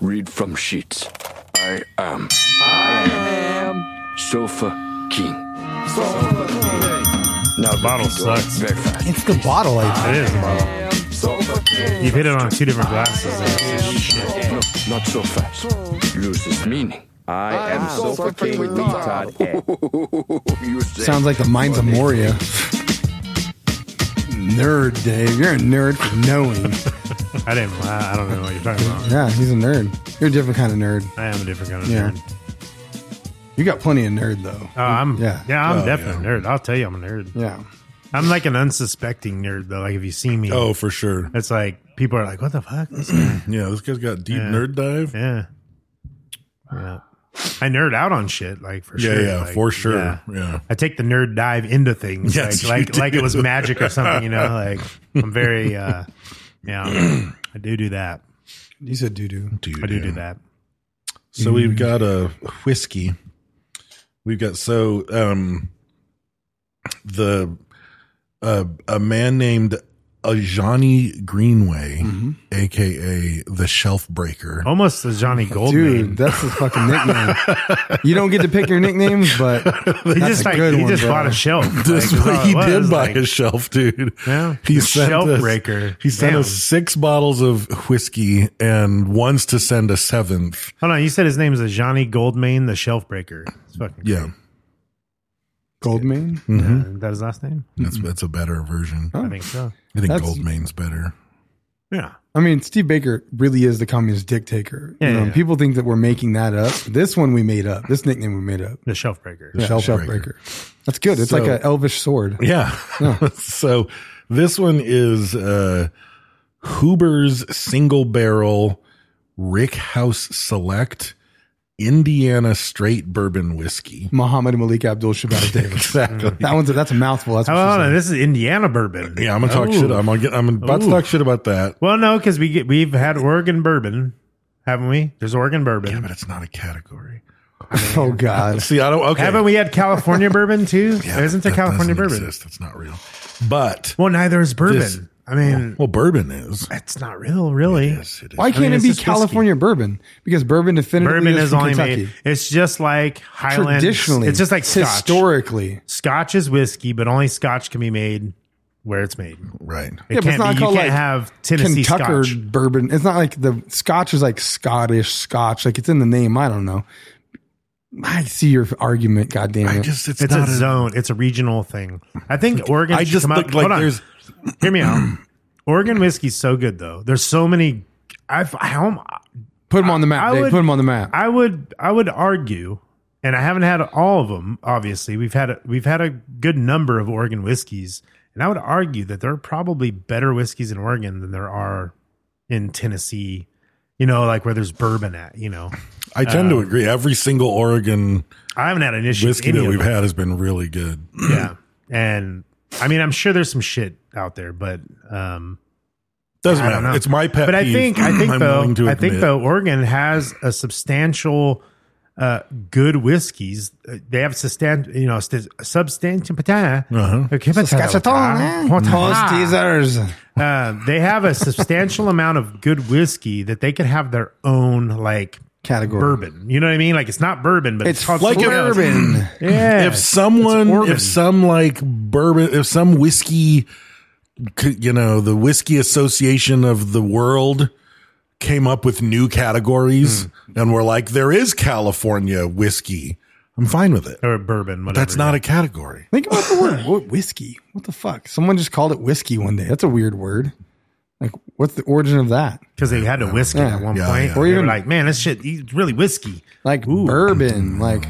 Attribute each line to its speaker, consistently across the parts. Speaker 1: read from sheets. I am. I am. Sofa King. Now the
Speaker 2: bottle
Speaker 1: people are
Speaker 2: sucks.
Speaker 1: Very fast.
Speaker 3: It's the bottle, I think.
Speaker 2: It is a bottle. You've hit it on two different glasses. It's just shit.
Speaker 1: No, not so fast. Loses meaning.
Speaker 4: I am Ah, Sofa King with Lee Todd A.
Speaker 1: you say.
Speaker 3: Sounds like the Minds of Moria. nerd, Dave. You're a nerd for knowing.
Speaker 2: I didn't. I I don't know what you're talking about.
Speaker 3: yeah, he's a nerd. You're a different kind of nerd.
Speaker 2: I am a different kind of
Speaker 3: Yeah.
Speaker 2: nerd.
Speaker 3: You got plenty of nerd, though.
Speaker 2: Oh, I'm
Speaker 3: Yeah.
Speaker 2: yeah, I'm
Speaker 5: Oh,
Speaker 2: definitely a nerd. I'll tell you, I'm a nerd.
Speaker 3: Yeah.
Speaker 2: I'm like an unsuspecting nerd though. Like if you see me,
Speaker 5: Oh, for sure.
Speaker 2: it's like people are like, "What the fuck?" This
Speaker 5: Yeah, this guy's got deep
Speaker 2: Yeah.
Speaker 5: nerd dive.
Speaker 2: Yeah. Yeah. I nerd out on shit, like for
Speaker 5: Yeah,
Speaker 2: sure.
Speaker 5: yeah,
Speaker 2: like,
Speaker 5: for sure, yeah.
Speaker 2: I take the nerd dive into things.
Speaker 5: Yes, you
Speaker 2: like like, like it
Speaker 5: do.
Speaker 2: was magic or something, you know, like I'm very uh yeah. I do do that.
Speaker 3: You said doo doo.
Speaker 5: Dude,
Speaker 2: I do
Speaker 5: yeah.
Speaker 2: do that. Mm-hmm.
Speaker 5: So we've got a whiskey. We've got so um the uh, a man named Ajani Greenway,
Speaker 2: Mm-hmm.
Speaker 5: aka the Shelf Breaker.
Speaker 2: Almost the Johnny Gold
Speaker 3: Dude, that's his fucking nickname. you don't get to pick your nicknames, but
Speaker 2: He
Speaker 3: that's a
Speaker 2: just like
Speaker 3: good
Speaker 2: he
Speaker 3: one,
Speaker 2: just
Speaker 3: bro.
Speaker 2: bought a shelf. Like,
Speaker 5: This
Speaker 2: that's all
Speaker 5: what he
Speaker 2: it was,
Speaker 5: did buy
Speaker 2: like,
Speaker 5: a shelf, dude.
Speaker 2: Yeah.
Speaker 5: he
Speaker 2: The
Speaker 5: sent
Speaker 2: shelf
Speaker 5: us-
Speaker 2: breaker.
Speaker 5: He sent
Speaker 2: Damn.
Speaker 5: us six bottles of whiskey and wants to send a seventh.
Speaker 2: Hold on, you said his name is Johnny Goldmain, the shelf breaker. It's fucking
Speaker 5: Yeah, Mm-hmm.
Speaker 3: Goldman.
Speaker 2: great. Yeah, is that his last name?
Speaker 5: that's that's a better version.
Speaker 2: I think so.
Speaker 5: I think
Speaker 3: That's-
Speaker 5: Goldman's better.
Speaker 2: Yeah.
Speaker 3: I mean, Steve Baker really is the communist dictator. You
Speaker 2: Yeah,
Speaker 3: know,
Speaker 2: yeah, yeah.
Speaker 3: People think that we're making that up. This one we made up. This nickname we made up.
Speaker 2: The shelf breaker.
Speaker 3: Yeah,
Speaker 5: shelf
Speaker 3: shelf,
Speaker 5: breaker.
Speaker 3: breaker. That's good. It's
Speaker 5: So-
Speaker 3: like an elvish sword.
Speaker 5: Yeah. so this one is uh Huber's single barrel Rick House Select Indiana straight bourbon whiskey.
Speaker 3: Muhammad Malik Abdul Shabbat Davis.
Speaker 5: Exactly.
Speaker 3: That one's a, that's a mouthful. That's
Speaker 2: Oh,
Speaker 3: what
Speaker 2: hold
Speaker 3: she
Speaker 2: on.
Speaker 3: said.
Speaker 2: This is Indiana bourbon.
Speaker 5: Yeah, I'm gonna talk
Speaker 2: Ooh.
Speaker 5: shit. I'm gonna get, I'm about to
Speaker 2: Ooh.
Speaker 5: talk shit about that.
Speaker 2: Well, no, because we get we've had Oregon bourbon, haven't we? There's Oregon bourbon.
Speaker 5: Yeah, but it's not a category.
Speaker 3: Oh God,
Speaker 5: See, I don't. Okay,
Speaker 2: Haven't we had California bourbon too?
Speaker 5: Yeah,
Speaker 2: there isn't there
Speaker 5: that
Speaker 2: California
Speaker 5: doesn't
Speaker 2: bourbon?
Speaker 5: exist. That's not real. But
Speaker 2: Well, neither is bourbon.
Speaker 5: This-
Speaker 2: I mean,
Speaker 5: well, bourbon is.
Speaker 2: it's not real, really.
Speaker 5: Yes, it is.
Speaker 3: why can't
Speaker 2: mean,
Speaker 3: it
Speaker 2: it's
Speaker 3: be
Speaker 2: just whiskey.
Speaker 3: California bourbon? Because bourbon definitively
Speaker 2: Bourbon is
Speaker 3: from
Speaker 2: only
Speaker 3: Kentucky.
Speaker 2: made. It's just like Highland.
Speaker 3: Traditionally,
Speaker 2: it's just like Scotch.
Speaker 3: historically.
Speaker 2: Scotch is whiskey, but only Scotch can be made where it's made.
Speaker 5: Right.
Speaker 2: It
Speaker 3: Yeah, but it's
Speaker 2: can't
Speaker 3: not
Speaker 2: be,
Speaker 3: called,
Speaker 2: you can't
Speaker 3: like,
Speaker 2: have Tennessee
Speaker 3: Kentucker
Speaker 2: Scotch.
Speaker 3: bourbon. It's not like the Scotch is like Scottish Scotch. Like it's in the name. I don't know. I see your argument. God damn
Speaker 5: I
Speaker 3: it.
Speaker 5: just it's,
Speaker 2: It's a
Speaker 5: not a,
Speaker 2: zone. It's a regional thing. I think Oregon.
Speaker 5: I
Speaker 2: should
Speaker 5: just
Speaker 2: come out-
Speaker 5: look like
Speaker 2: hold on.
Speaker 5: there's
Speaker 2: Hear me out. Oregon whiskey's so good though. There's so many. I've, I don't-
Speaker 3: put them on the map.
Speaker 2: I
Speaker 3: Dave.
Speaker 2: would-
Speaker 3: put them on the map.
Speaker 2: I would I would argue, and I haven't had all of them. Obviously, we've had a, we've had a good number of Oregon whiskeys, and I would argue that there are probably better whiskeys in Oregon than there are in Tennessee. You know, like where there's bourbon at. You know,
Speaker 5: I tend
Speaker 2: Oh.
Speaker 5: to agree. Every single Oregon
Speaker 2: I haven't had an issue. with
Speaker 5: whiskey
Speaker 2: any
Speaker 5: that
Speaker 2: of
Speaker 5: we've
Speaker 2: them.
Speaker 5: had has been really good.
Speaker 2: Yeah, and I mean, I'm sure there's some shit out there, but um,
Speaker 5: Doesn't
Speaker 2: I don't
Speaker 5: matter.
Speaker 2: know.
Speaker 5: It's my pet.
Speaker 2: But I
Speaker 5: peeve.
Speaker 2: think I think
Speaker 5: I'm willing to
Speaker 2: though I think
Speaker 5: admit.
Speaker 2: though Oregon has a substantial uh, good whiskeys. Uh, They have sustan you know st- substantial
Speaker 5: Uh-huh.
Speaker 2: Okay, but-
Speaker 3: Post teasers.
Speaker 2: Uh, they have a substantial amount of good whiskey that they could have their own like
Speaker 3: Category.
Speaker 2: bourbon. You know what I mean? Like it's not bourbon, but it's,
Speaker 3: It's
Speaker 2: called
Speaker 3: like
Speaker 2: something else.
Speaker 3: bourbon.
Speaker 2: Yeah,
Speaker 5: if
Speaker 2: it's
Speaker 5: someone,
Speaker 2: Oregon.
Speaker 5: if some like bourbon, if some whiskey, c- you know, the whiskey association of the world came up with new categories
Speaker 2: Hmm.
Speaker 5: and we're like, there is California whiskey. I'm fine with it.
Speaker 2: or bourbon, whatever.
Speaker 5: That's not a category.
Speaker 3: Think about the word what, whiskey. What the fuck? Someone just called it whiskey one day. That's a weird word. Like, what's the origin of that?
Speaker 2: because they had to whiskey
Speaker 3: Yeah.
Speaker 2: at one
Speaker 5: Yeah,
Speaker 2: point.
Speaker 5: yeah.
Speaker 2: They
Speaker 5: Or
Speaker 2: were
Speaker 3: even-
Speaker 2: like, man, this shit e, it's really whiskey.
Speaker 3: Like bourbon. Like,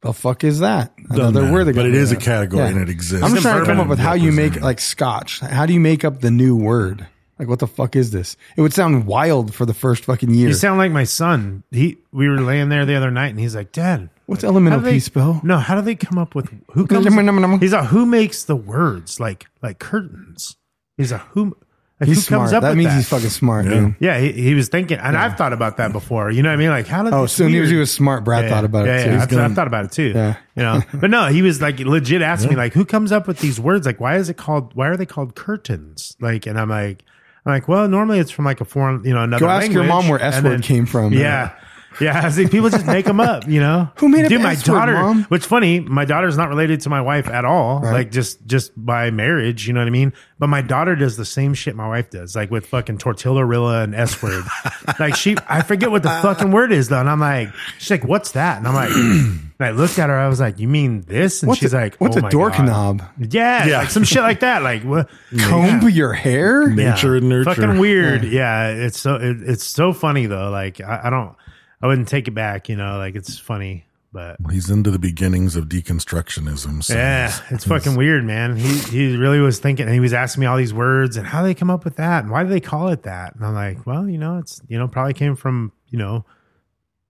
Speaker 3: the fuck is that? Another
Speaker 5: matter,
Speaker 3: word. they
Speaker 5: but
Speaker 3: got
Speaker 5: it is
Speaker 3: made
Speaker 5: a
Speaker 3: up.
Speaker 5: category and it exists.
Speaker 3: I'm just
Speaker 2: Isn't
Speaker 3: trying to come
Speaker 2: bourbon
Speaker 3: up with how you make
Speaker 5: represented?
Speaker 3: like Scotch. How do you make up the new word? Like, what the fuck is this? It would sound wild for the first fucking year.
Speaker 2: You sound like my son. He we were laying there the other night, and he's like, "Dad,
Speaker 3: What's
Speaker 2: like,
Speaker 3: elemental
Speaker 2: how do they-
Speaker 3: P spell?"
Speaker 2: No, how do they come up with who comes? he's like, who makes the words like like curtains? He's a who? Like,
Speaker 3: he's
Speaker 2: who
Speaker 3: smart.
Speaker 2: comes up
Speaker 3: that
Speaker 2: with
Speaker 3: means
Speaker 2: that?
Speaker 3: he's fucking smart, dude.
Speaker 2: Yeah, he, he was thinking, and I've thought about that before. You know what I mean? Like, how did
Speaker 3: Oh,
Speaker 2: this
Speaker 3: as soon
Speaker 2: weird-
Speaker 3: as he was smart, Brad
Speaker 2: Yeah,
Speaker 3: thought about
Speaker 2: yeah,
Speaker 3: it too.
Speaker 2: Yeah,
Speaker 3: He's
Speaker 2: I've, I've
Speaker 3: gonna-
Speaker 2: thought about it too.
Speaker 3: Yeah.
Speaker 2: you know, but no, he was like legit asked me like, who comes up with these words? Like, why is it called? Why are they called curtains? Like, and I'm like, I'm like, well, normally it's from like a foreign, you know, another.
Speaker 3: Go ask your
Speaker 2: language,
Speaker 3: mom where S
Speaker 2: and
Speaker 3: word
Speaker 2: then-
Speaker 3: came from.
Speaker 2: Yeah. Yeah, I think people just make them up, you know.
Speaker 3: Who made up
Speaker 2: Dude, my
Speaker 3: S word,
Speaker 2: daughter.
Speaker 3: Mom?
Speaker 2: What's funny, my daughter's not related to my wife at all.
Speaker 3: Right.
Speaker 2: Like just just by marriage, you know what I mean. But my daughter does the same shit my wife does, like with fucking tortillarilla and S word. like she, I forget what the fucking word is though, and I'm like, she's like, what's that? And I'm like, and I looked at her, I was like, you mean this? And
Speaker 3: What's
Speaker 2: she's
Speaker 3: a-
Speaker 2: like,
Speaker 3: what's
Speaker 2: oh
Speaker 3: a
Speaker 2: my
Speaker 3: door
Speaker 2: God.
Speaker 3: knob?
Speaker 2: Yeah,
Speaker 5: Yeah.
Speaker 2: like some shit like that. Like what?
Speaker 3: Comb your hair?
Speaker 5: Nature and nurture.
Speaker 2: Fucking weird. Yeah, it's so it, it's so funny though. Like I, I don't, I wouldn't take it back. You know, like it's funny, but
Speaker 5: He's into the beginnings of deconstructionism. So
Speaker 2: yeah,
Speaker 5: he's-
Speaker 2: it's fucking weird, man. He he really was thinking, and he was asking me all these words and how they come up with that and why do they call it that. And I'm like, well, you know, it's you know probably came from you know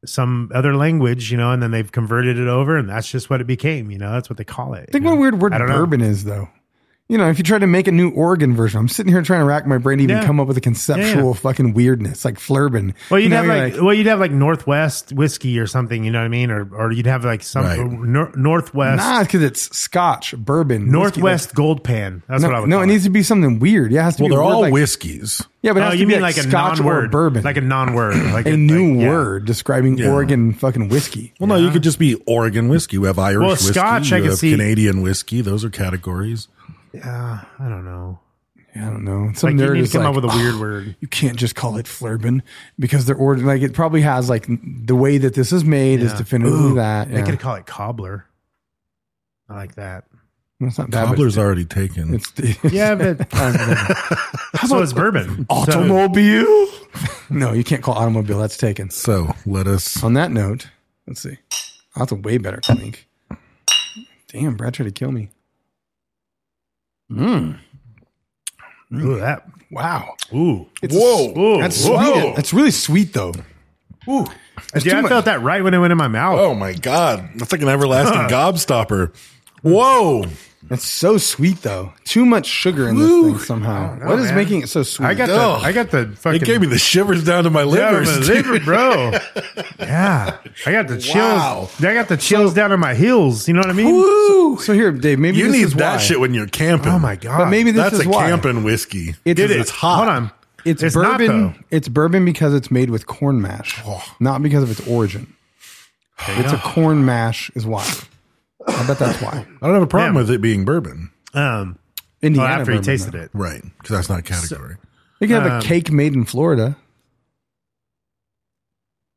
Speaker 2: some other language, you know, and then they've converted it over, and that's just what it became. You know, that's what they call it.
Speaker 3: Think
Speaker 2: you
Speaker 3: what a
Speaker 2: know?
Speaker 3: weird word
Speaker 2: I don't know.
Speaker 3: bourbon is, though. You know, if you try to make a new Oregon version, I'm sitting here trying to rack my brain to even
Speaker 2: Yeah.
Speaker 3: come up with a conceptual fucking weirdness like flurbin.
Speaker 2: Well, you'd
Speaker 3: You know,
Speaker 2: have
Speaker 3: you're
Speaker 2: like, well, you'd have like Northwest whiskey or something. You know what I mean? Or or you'd have like some
Speaker 5: Right.
Speaker 2: or nor- Northwest
Speaker 3: nah, because it's Scotch bourbon, whiskey, like-
Speaker 2: Northwest Gold Pan. That's
Speaker 3: no,
Speaker 2: what I would.
Speaker 3: no,
Speaker 2: call
Speaker 3: it needs to be something weird. Yeah, it has to
Speaker 5: Well,
Speaker 3: be a
Speaker 5: they're
Speaker 3: word
Speaker 5: all
Speaker 3: like,
Speaker 5: whiskeys.
Speaker 3: Yeah, but it
Speaker 2: Oh,
Speaker 3: has to
Speaker 2: you
Speaker 3: be
Speaker 2: mean
Speaker 3: like,
Speaker 2: like a
Speaker 3: Scotch or
Speaker 2: non-word,
Speaker 3: bourbon,
Speaker 2: like a non-word, like
Speaker 3: a new
Speaker 2: like, yeah.
Speaker 3: word describing
Speaker 5: Yeah.
Speaker 3: Oregon fucking whiskey.
Speaker 5: Well, no, you could just be Oregon whiskey. We have Irish
Speaker 2: Well,
Speaker 5: whiskey.
Speaker 2: Scotch,
Speaker 5: you
Speaker 2: I could
Speaker 5: have
Speaker 2: see-
Speaker 5: Canadian whiskey. Those are categories.
Speaker 2: Yeah, I don't know.
Speaker 3: I don't know. Some
Speaker 2: Like you
Speaker 3: nerd
Speaker 2: need
Speaker 3: is
Speaker 2: to come
Speaker 3: like,
Speaker 2: up with a weird
Speaker 3: "Oh,
Speaker 2: word.
Speaker 3: You can't just call it flurbin because they're ordered. Like it probably has like the way that this is made is
Speaker 2: Yeah.
Speaker 3: definitively
Speaker 2: Ooh,
Speaker 3: that.
Speaker 2: They
Speaker 3: Yeah.
Speaker 2: could call it cobbler. I like that.
Speaker 3: That's not bad. but
Speaker 5: Cobbler's already taken.
Speaker 3: It's
Speaker 2: Yeah, but so it's bourbon. So,
Speaker 3: automobile. no, you can't call automobile. That's taken.
Speaker 5: so let us.
Speaker 3: On that note, let's see. Oh, That's a way better clink. Damn, Brad tried to kill me.
Speaker 2: ooh, that.
Speaker 3: Wow.
Speaker 2: Ooh.
Speaker 3: It's a s-
Speaker 2: Ooh.
Speaker 3: That's
Speaker 2: Whoa.
Speaker 3: sweet. That's really sweet though. Ooh. That's
Speaker 2: Yeah,
Speaker 3: too
Speaker 2: I
Speaker 3: much-
Speaker 2: felt that right when it went in my mouth.
Speaker 5: Oh my God. That's like an everlasting gobstopper. Whoa.
Speaker 3: That's so sweet though. Too much sugar in this thing somehow.
Speaker 2: know,
Speaker 3: what is
Speaker 2: man.
Speaker 3: making it so sweet?
Speaker 2: I got
Speaker 5: Ugh.
Speaker 2: the I got the fucking
Speaker 5: It gave me the shivers down to my
Speaker 2: Yeah,
Speaker 5: liver.
Speaker 2: my
Speaker 5: Steve.
Speaker 2: liver, bro. yeah, I got the chills.
Speaker 5: Wow.
Speaker 2: I got the chills down in my heels. You know what I mean?
Speaker 3: Woo! So, so here, Dave, maybe
Speaker 5: You
Speaker 3: this
Speaker 5: need
Speaker 3: is
Speaker 5: that
Speaker 3: why.
Speaker 5: shit when you're camping.
Speaker 2: Oh my god!
Speaker 3: But maybe this
Speaker 5: That's
Speaker 3: is
Speaker 5: a
Speaker 3: why.
Speaker 5: camping whiskey. It
Speaker 3: It's-
Speaker 5: is.
Speaker 3: It
Speaker 5: It's hot.
Speaker 2: Hold on.
Speaker 3: It's,
Speaker 2: not,
Speaker 3: bourbon.
Speaker 2: though. Oh.
Speaker 3: it's bourbon because it's made with corn mash, not because of its origin. It's
Speaker 2: um,
Speaker 3: a corn mash is why. I bet that's why.
Speaker 5: I don't have a problem
Speaker 2: Yeah.
Speaker 5: with it being bourbon.
Speaker 2: Um, well,
Speaker 3: Indiana.
Speaker 2: after he
Speaker 3: bourbon,
Speaker 2: tasted
Speaker 3: though.
Speaker 2: it,
Speaker 5: Right. Because that's not a category.
Speaker 3: you could have
Speaker 2: Um,
Speaker 3: a cake made in Florida.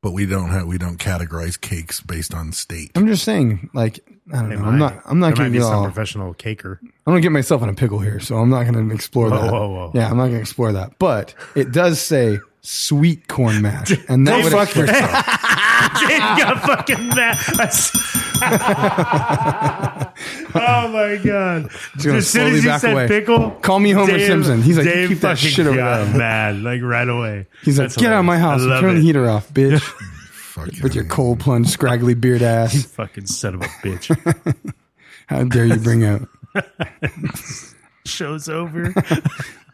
Speaker 5: but we don't have we don't categorize cakes based on state.
Speaker 3: I'm just saying, like I don't
Speaker 2: They
Speaker 3: know.
Speaker 2: might.
Speaker 3: I'm not. I'm not
Speaker 2: There
Speaker 3: going
Speaker 2: might
Speaker 3: to
Speaker 2: be
Speaker 3: get
Speaker 2: some
Speaker 3: all.
Speaker 2: professional caker.
Speaker 3: I'm going to get myself in a pickle here, so I'm not going to explore
Speaker 2: Whoa,
Speaker 3: that.
Speaker 2: whoa, whoa.
Speaker 3: Yeah, I'm not going to explore that. But it does say sweet corn mash, and that would fuck yourself.
Speaker 2: Dave got fucking mad. oh my god!
Speaker 3: gonna
Speaker 2: As soon
Speaker 3: slowly
Speaker 2: as you
Speaker 3: back
Speaker 2: said
Speaker 3: away.
Speaker 2: pickle,
Speaker 3: Call me Homer Simpson. He's like, you
Speaker 2: Dave
Speaker 3: keep that
Speaker 2: fucking
Speaker 3: shit over
Speaker 2: got
Speaker 3: there.
Speaker 2: Mad, like right away.
Speaker 3: He's like,
Speaker 2: That's
Speaker 3: get out of my house
Speaker 2: hilarious. I
Speaker 3: and
Speaker 2: love
Speaker 3: turn the
Speaker 2: it.
Speaker 3: heater off, bitch.
Speaker 5: Fuck
Speaker 3: With your
Speaker 5: yeah.
Speaker 3: cold plunge, scraggly beard ass.
Speaker 2: Fucking son of a bitch.
Speaker 3: How dare you bring out?
Speaker 2: Show's over.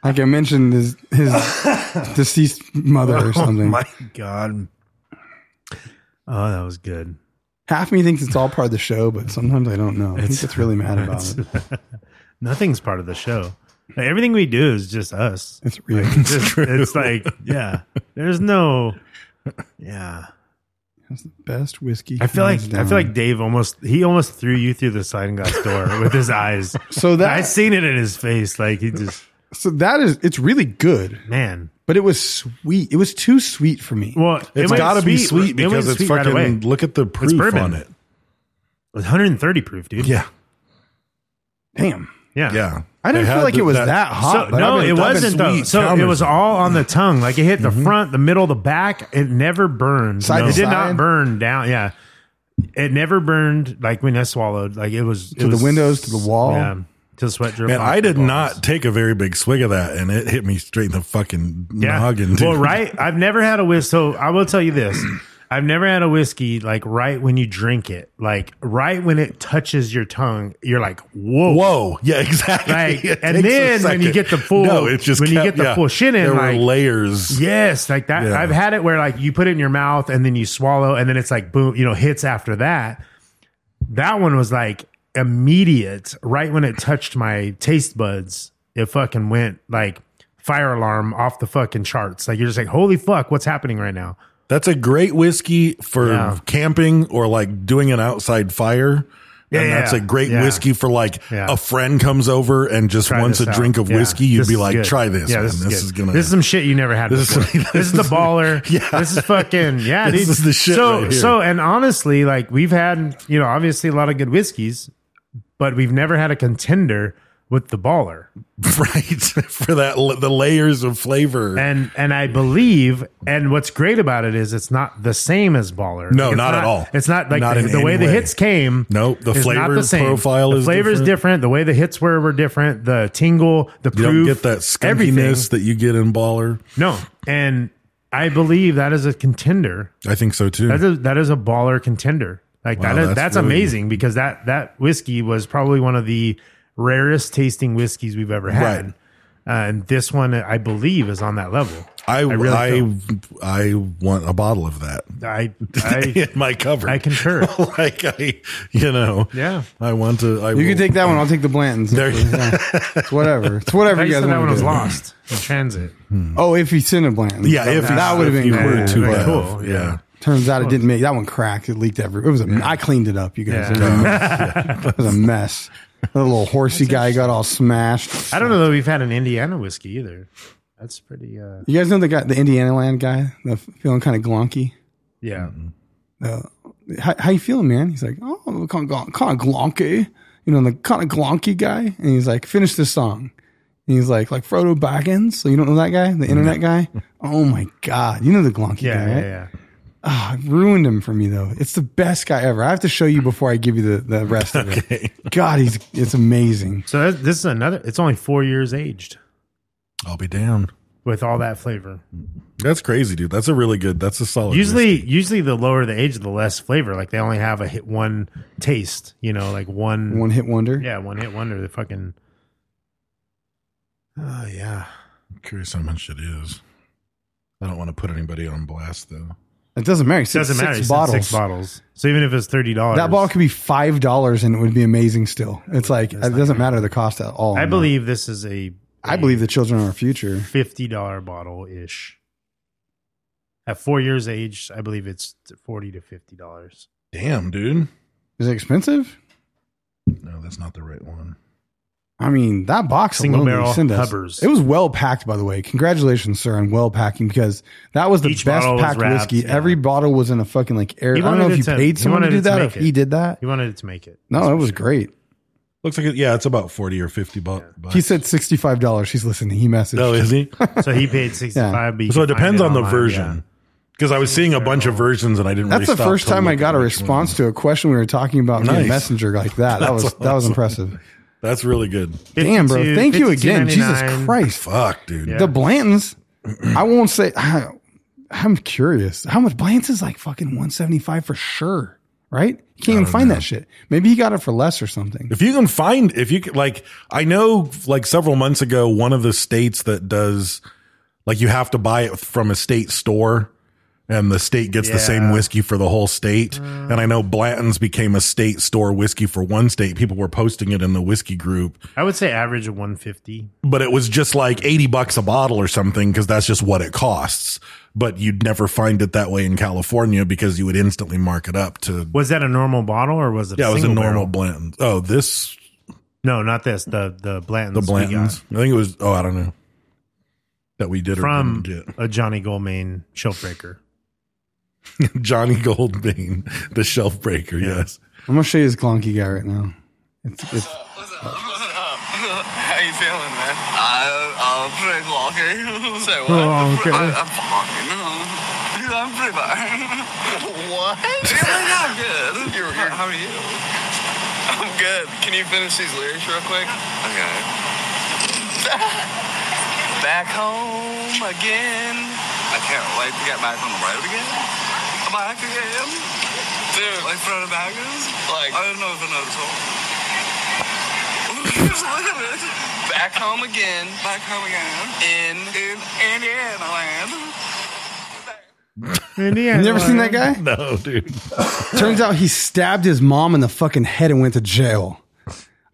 Speaker 3: Like I mentioned, his his deceased mother or something.
Speaker 2: Oh my god. Oh, that was good.
Speaker 3: Half me thinks it's all part of the show, but sometimes I don't know. I think it's really mad about
Speaker 2: it's-
Speaker 3: it.
Speaker 2: Nothing's part of the show. Like, everything we do is just us.
Speaker 3: It's real.
Speaker 2: It's, just- it's like, yeah, there's no, yeah.
Speaker 3: That's the best whiskey.
Speaker 2: I feel like
Speaker 3: hands
Speaker 2: I
Speaker 3: down.
Speaker 2: feel like Dave almost he almost threw you through the sliding glass door with his eyes.
Speaker 3: So that-
Speaker 2: I seen it in his face. Like he just
Speaker 3: so. That is it's really good,
Speaker 2: man.
Speaker 3: but it was sweet. It was too sweet for me.
Speaker 2: Well,
Speaker 5: It's got to be sweet because it's fucking.
Speaker 2: Right
Speaker 5: look at the proof
Speaker 2: bourbon.
Speaker 5: on it.
Speaker 2: it's 130 proof, dude.
Speaker 5: Yeah,
Speaker 3: Damn,
Speaker 2: yeah,
Speaker 5: yeah.
Speaker 3: I didn't
Speaker 5: They
Speaker 3: feel
Speaker 5: had
Speaker 3: like
Speaker 5: the-
Speaker 3: it was that, hot.
Speaker 2: So,
Speaker 3: but
Speaker 2: no,
Speaker 3: I've been-
Speaker 2: it
Speaker 3: I've been
Speaker 2: wasn't though.
Speaker 3: sweet. Mm-hmm.
Speaker 2: So it was all on the tongue. Like it hit the front, the middle, the back. It never burned.
Speaker 3: Side
Speaker 2: No.
Speaker 3: to
Speaker 2: it did not
Speaker 3: side?
Speaker 2: burn down. Yeah, it never burned. Like when I swallowed, like it was
Speaker 3: To the windows, to the wall.
Speaker 2: Yeah, till sweat drip.
Speaker 5: Man,
Speaker 2: off
Speaker 5: I
Speaker 2: your
Speaker 5: did
Speaker 2: balls.
Speaker 5: not take a very big swig of that, and it hit me straight in the fucking noggin. dude.
Speaker 2: Well, right. I've never had a whiskey. So I will tell you this. I've never had a whiskey like right when you drink it, like right when it touches your tongue, you're like, whoa,
Speaker 5: Whoa! Yeah, exactly.
Speaker 2: Like,
Speaker 5: It
Speaker 2: and
Speaker 5: takes a
Speaker 2: then when you
Speaker 5: second.
Speaker 2: get the full-
Speaker 5: no, it's just
Speaker 2: when you
Speaker 5: kept-
Speaker 2: get the
Speaker 5: yeah,
Speaker 2: full shit in,
Speaker 5: There
Speaker 2: like-
Speaker 5: were layers.
Speaker 2: Yes, like that.
Speaker 5: Yeah.
Speaker 2: I've had it where like you put it in your mouth and then you swallow and then it's like boom, you know, hits after that. That one was like immediate, right when it touched my taste buds, it fucking went like fire alarm off the fucking charts. Like you're just like, holy fuck, what's happening right now?
Speaker 5: That's a great whiskey for
Speaker 2: Yeah.
Speaker 5: camping or like doing an outside fire.
Speaker 2: Yeah,
Speaker 5: and that's
Speaker 2: yeah,
Speaker 5: a great
Speaker 2: yeah.
Speaker 5: whiskey for like
Speaker 2: Yeah.
Speaker 5: a friend comes over and just
Speaker 2: Try
Speaker 5: wants a
Speaker 2: this out.
Speaker 5: drink of
Speaker 2: Yeah.
Speaker 5: whiskey. You'd
Speaker 2: This
Speaker 5: be
Speaker 2: is
Speaker 5: like,
Speaker 2: good.
Speaker 5: try this. man. This,
Speaker 2: good.
Speaker 5: is, gonna.
Speaker 2: This is some shit you never had.
Speaker 5: This is-
Speaker 2: before. This is,
Speaker 5: this
Speaker 2: the
Speaker 5: is-
Speaker 2: baller.
Speaker 5: Yeah.
Speaker 2: This is fucking yeah.
Speaker 5: This
Speaker 2: dude.
Speaker 5: is the shit
Speaker 2: So
Speaker 5: right here.
Speaker 2: so and honestly, like we've had you know obviously a lot of good whiskeys, but we've never had a contender with the baller.
Speaker 5: right for that the layers of flavor.
Speaker 2: And and I believe and what's great about it is it's not the same as baller.
Speaker 5: No,
Speaker 2: Like, it's
Speaker 5: not at all.
Speaker 2: It's not like
Speaker 5: Not
Speaker 2: the,
Speaker 5: in
Speaker 2: the
Speaker 5: any
Speaker 2: way, the
Speaker 5: way.
Speaker 2: hits came.
Speaker 5: Nope, the
Speaker 2: is not
Speaker 5: flavor
Speaker 2: same.
Speaker 5: profile
Speaker 2: the
Speaker 5: is
Speaker 2: flavor is
Speaker 5: different.
Speaker 2: different. The way the hits were were different. The tingle, the
Speaker 5: you don't
Speaker 2: proof,
Speaker 5: get that
Speaker 2: everything.
Speaker 5: skunkiness that you get in baller.
Speaker 2: No, and I believe that is a contender.
Speaker 5: I think so too.
Speaker 2: That is that is a baller contender. Like
Speaker 5: Wow,
Speaker 2: that is
Speaker 5: that's
Speaker 2: that's,
Speaker 5: really-
Speaker 2: amazing because that that whiskey was probably one of the rarest tasting whiskeys we've ever had.
Speaker 5: Right.
Speaker 2: Uh, and this one, I believe, is on that level.
Speaker 5: I I
Speaker 2: really
Speaker 5: I, want a bottle of that
Speaker 2: I I,
Speaker 5: in my cover.
Speaker 2: I concur.
Speaker 5: like I, you know,
Speaker 2: Yeah.
Speaker 5: I want to. I
Speaker 3: You
Speaker 5: will-
Speaker 3: can take that one. I'll take the Blantons.
Speaker 5: There you-
Speaker 3: Yeah. It's whatever. It's whatever
Speaker 2: I
Speaker 3: you
Speaker 2: just
Speaker 3: guys
Speaker 2: said that one
Speaker 3: want
Speaker 2: was
Speaker 3: to do.
Speaker 2: lost in transit.
Speaker 3: Oh, if he sent a Blanton.
Speaker 5: Yeah, if
Speaker 3: that
Speaker 5: he-
Speaker 3: would have
Speaker 5: if
Speaker 3: been
Speaker 5: you
Speaker 3: cool.
Speaker 5: were to
Speaker 2: Yeah,
Speaker 5: have,
Speaker 2: cool,
Speaker 5: yeah.
Speaker 2: yeah.
Speaker 3: Turns out it didn't make that one cracked. It leaked everywhere. It was a. I cleaned it up. You guys. It was a
Speaker 2: Yeah.
Speaker 3: mess. It was a mess. The little horsey guy got all smashed.
Speaker 2: I don't know that we've had an Indiana whiskey either. That's pretty. uh
Speaker 3: You guys know the guy, the Indiana Land guy, the f- feeling kind of glonky.
Speaker 2: Yeah.
Speaker 5: Mm-hmm.
Speaker 3: Uh, how, how you feeling, man? He's like, oh, I'm kind of, kind of glonky, you know, the kind of glonky guy. And he's like, finish this song. And he's like, like Frodo Baggins. So you don't know that guy, the internet guy. Oh my god, you know the glonky
Speaker 2: Mm-hmm. Yeah.
Speaker 3: guy,
Speaker 2: Yeah.
Speaker 3: right?
Speaker 2: Yeah.
Speaker 3: Ah, ruined him for me though. It's the best guy ever. I have to show you before I give you the, the rest of it. God, he's it's amazing.
Speaker 2: So that, this is another. It's only four years aged
Speaker 5: I'll be down.
Speaker 2: with all that flavor.
Speaker 5: That's crazy, dude. That's a really good. That's a solid.
Speaker 2: usually usually the lower the age the less flavor like they only have a hit one taste you know like one,
Speaker 3: One hit wonder.
Speaker 2: yeah one hit wonder the fucking oh yeah
Speaker 5: I'm curious how much it is. I don't want to put anybody on blast though.
Speaker 3: It doesn't matter. He
Speaker 2: it
Speaker 3: said
Speaker 2: doesn't
Speaker 3: six
Speaker 2: matter He said
Speaker 3: bottles.
Speaker 2: six bottles so even if it's thirty dollars
Speaker 3: That bottle could be five dollars and it would be amazing still. It's like it doesn't matter the cost at all.
Speaker 2: i believe this is a
Speaker 3: I believe the children are our future.
Speaker 2: fifty dollar bottle ish at four years age i believe it's forty to fifty dollars
Speaker 5: Damn, dude.
Speaker 3: Is it expensive?
Speaker 5: No, that's not the right one.
Speaker 3: I mean, that box
Speaker 2: Single
Speaker 3: alone that you
Speaker 2: barrel
Speaker 3: sent us-
Speaker 2: Hubbers.
Speaker 3: It was well packed, by the way. Congratulations, sir, on well packing because that was the
Speaker 2: Each
Speaker 3: best
Speaker 2: bottle was
Speaker 3: packed
Speaker 2: wrapped,
Speaker 3: whiskey.
Speaker 2: yeah.
Speaker 3: Every bottle was in a fucking like air. I
Speaker 2: He
Speaker 3: don't know
Speaker 2: wanted
Speaker 3: if
Speaker 2: it
Speaker 3: you
Speaker 2: to-
Speaker 3: paid
Speaker 2: he
Speaker 3: someone to
Speaker 2: wanted
Speaker 3: do
Speaker 2: it to
Speaker 3: that. or
Speaker 2: make
Speaker 3: if he
Speaker 2: it.
Speaker 3: did that,
Speaker 2: he wanted it to make it
Speaker 3: no, it was great.
Speaker 5: Looks like it. Yeah, it's about forty or fifty bucks.
Speaker 3: He said sixty five dollars. He's listening. He messaged.
Speaker 5: "No, is he?"
Speaker 2: so he paid 65 but you
Speaker 5: So it
Speaker 2: can find
Speaker 5: depends on the
Speaker 2: online, yeah.
Speaker 5: version. Because I was seeing a bunch of versions and I didn't.
Speaker 3: That's
Speaker 5: really
Speaker 3: the
Speaker 5: stop
Speaker 3: first
Speaker 5: to
Speaker 3: time I
Speaker 5: look
Speaker 3: got
Speaker 5: at
Speaker 3: a
Speaker 5: which
Speaker 3: response
Speaker 5: one.
Speaker 3: to a question we were talking about via
Speaker 5: Nice.
Speaker 3: Messenger like that. That
Speaker 5: That's
Speaker 3: was that was
Speaker 5: awesome.
Speaker 3: impressive.
Speaker 5: That's really good.
Speaker 3: Damn, bro.
Speaker 2: 52,
Speaker 3: Thank you again. Jesus
Speaker 2: 52.99.
Speaker 3: Christ.
Speaker 5: Fuck, dude.
Speaker 2: Yeah.
Speaker 3: The Blantons, I won't say. I, I'm curious. How much Blantons is like fucking 175 for sure, right? You can't even find that shit. Maybe he got it for less or something.
Speaker 5: If you can find, if you can, like, I know, like, several months ago, one of the states that does, like, you have to buy it from a state store and the state gets the same
Speaker 2: Yeah. Mm.
Speaker 5: whiskey for the whole state. And I know Blanton's became a state store whiskey for one state. People were posting it in the whiskey group,
Speaker 2: i would say average of 150
Speaker 5: but it was just like 80 bucks a bottle or something because that's just what it costs. But you'd never find it that way in California because you would instantly mark it up to,
Speaker 2: Was that a normal bottle or was it?
Speaker 5: yeah,
Speaker 2: a
Speaker 5: it was a
Speaker 2: single
Speaker 5: normal
Speaker 2: barrel?
Speaker 5: Blanton. Oh, this,
Speaker 2: No, not this. The the Blantons.
Speaker 5: the
Speaker 2: we
Speaker 5: Blantons. I think it was. Oh, I don't know that we did
Speaker 2: got
Speaker 5: or
Speaker 2: from
Speaker 5: didn't get.
Speaker 2: a Johnny Goldman shelf breaker.
Speaker 5: Johnny Goldbean, the shelf breaker. Yes,
Speaker 3: I'm gonna show you this glonky guy right now. It's, it's,
Speaker 6: How you feeling, man? I, I'm pretty lucky. Say what?
Speaker 3: Oh, okay.
Speaker 6: I, I'm fucking. I'm pretty bad. what? Feeling not good. You're, how, how are you? I'm good. Can you finish these lyrics real quick? Okay. back home again. I can't wait to get back on the road again. Back again. Dude. Like front of backers. Like I don't know if I know the song. Just look at it. Back home again. Back home again. In in Indiana land.
Speaker 2: Indiana.
Speaker 3: You ever seen that guy?
Speaker 5: No, dude.
Speaker 3: Turns out he stabbed his mom in the fucking head and went to jail.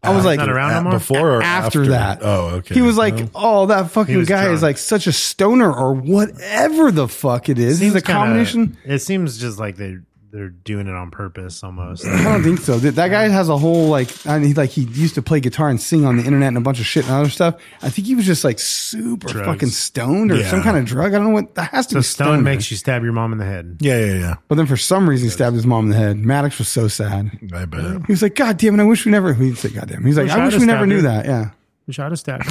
Speaker 3: I was
Speaker 2: Uh,
Speaker 3: like,
Speaker 2: not around
Speaker 3: a-
Speaker 2: no more?
Speaker 5: Before or
Speaker 3: after,
Speaker 5: after?
Speaker 3: that.
Speaker 5: Oh, okay.
Speaker 3: He was like,
Speaker 5: Well,
Speaker 3: oh, that
Speaker 2: he
Speaker 3: fucking
Speaker 2: was
Speaker 3: guy
Speaker 2: drunk.
Speaker 3: is like such a stoner or whatever the fuck it is. He's a
Speaker 2: Seems kinda-
Speaker 3: combination.
Speaker 2: it seems just like they they're doing it on purpose almost.
Speaker 3: I don't think so. That that guy has a whole like, I mean, he- like he used to play guitar and sing on the internet and a bunch of shit and other stuff. I think he was just like super
Speaker 2: Drugs.
Speaker 3: fucking stoned or
Speaker 5: Yeah.
Speaker 3: some kind of drug. I don't know what that has to
Speaker 2: So
Speaker 3: be.
Speaker 2: stone makes you stab your mom in the head.
Speaker 5: Yeah, yeah, yeah.
Speaker 3: But then for some reason, he stabbed his mom in the head. Maddox was so sad.
Speaker 5: I bet.
Speaker 3: He was like, God damn it, I wish we never. He said, God damn. He's like,
Speaker 2: Wish
Speaker 3: I
Speaker 2: I'd
Speaker 3: wish
Speaker 2: have
Speaker 3: we never
Speaker 2: stabbed
Speaker 3: knew
Speaker 2: her.
Speaker 3: that. Yeah.
Speaker 2: Wish I'd have stabbed.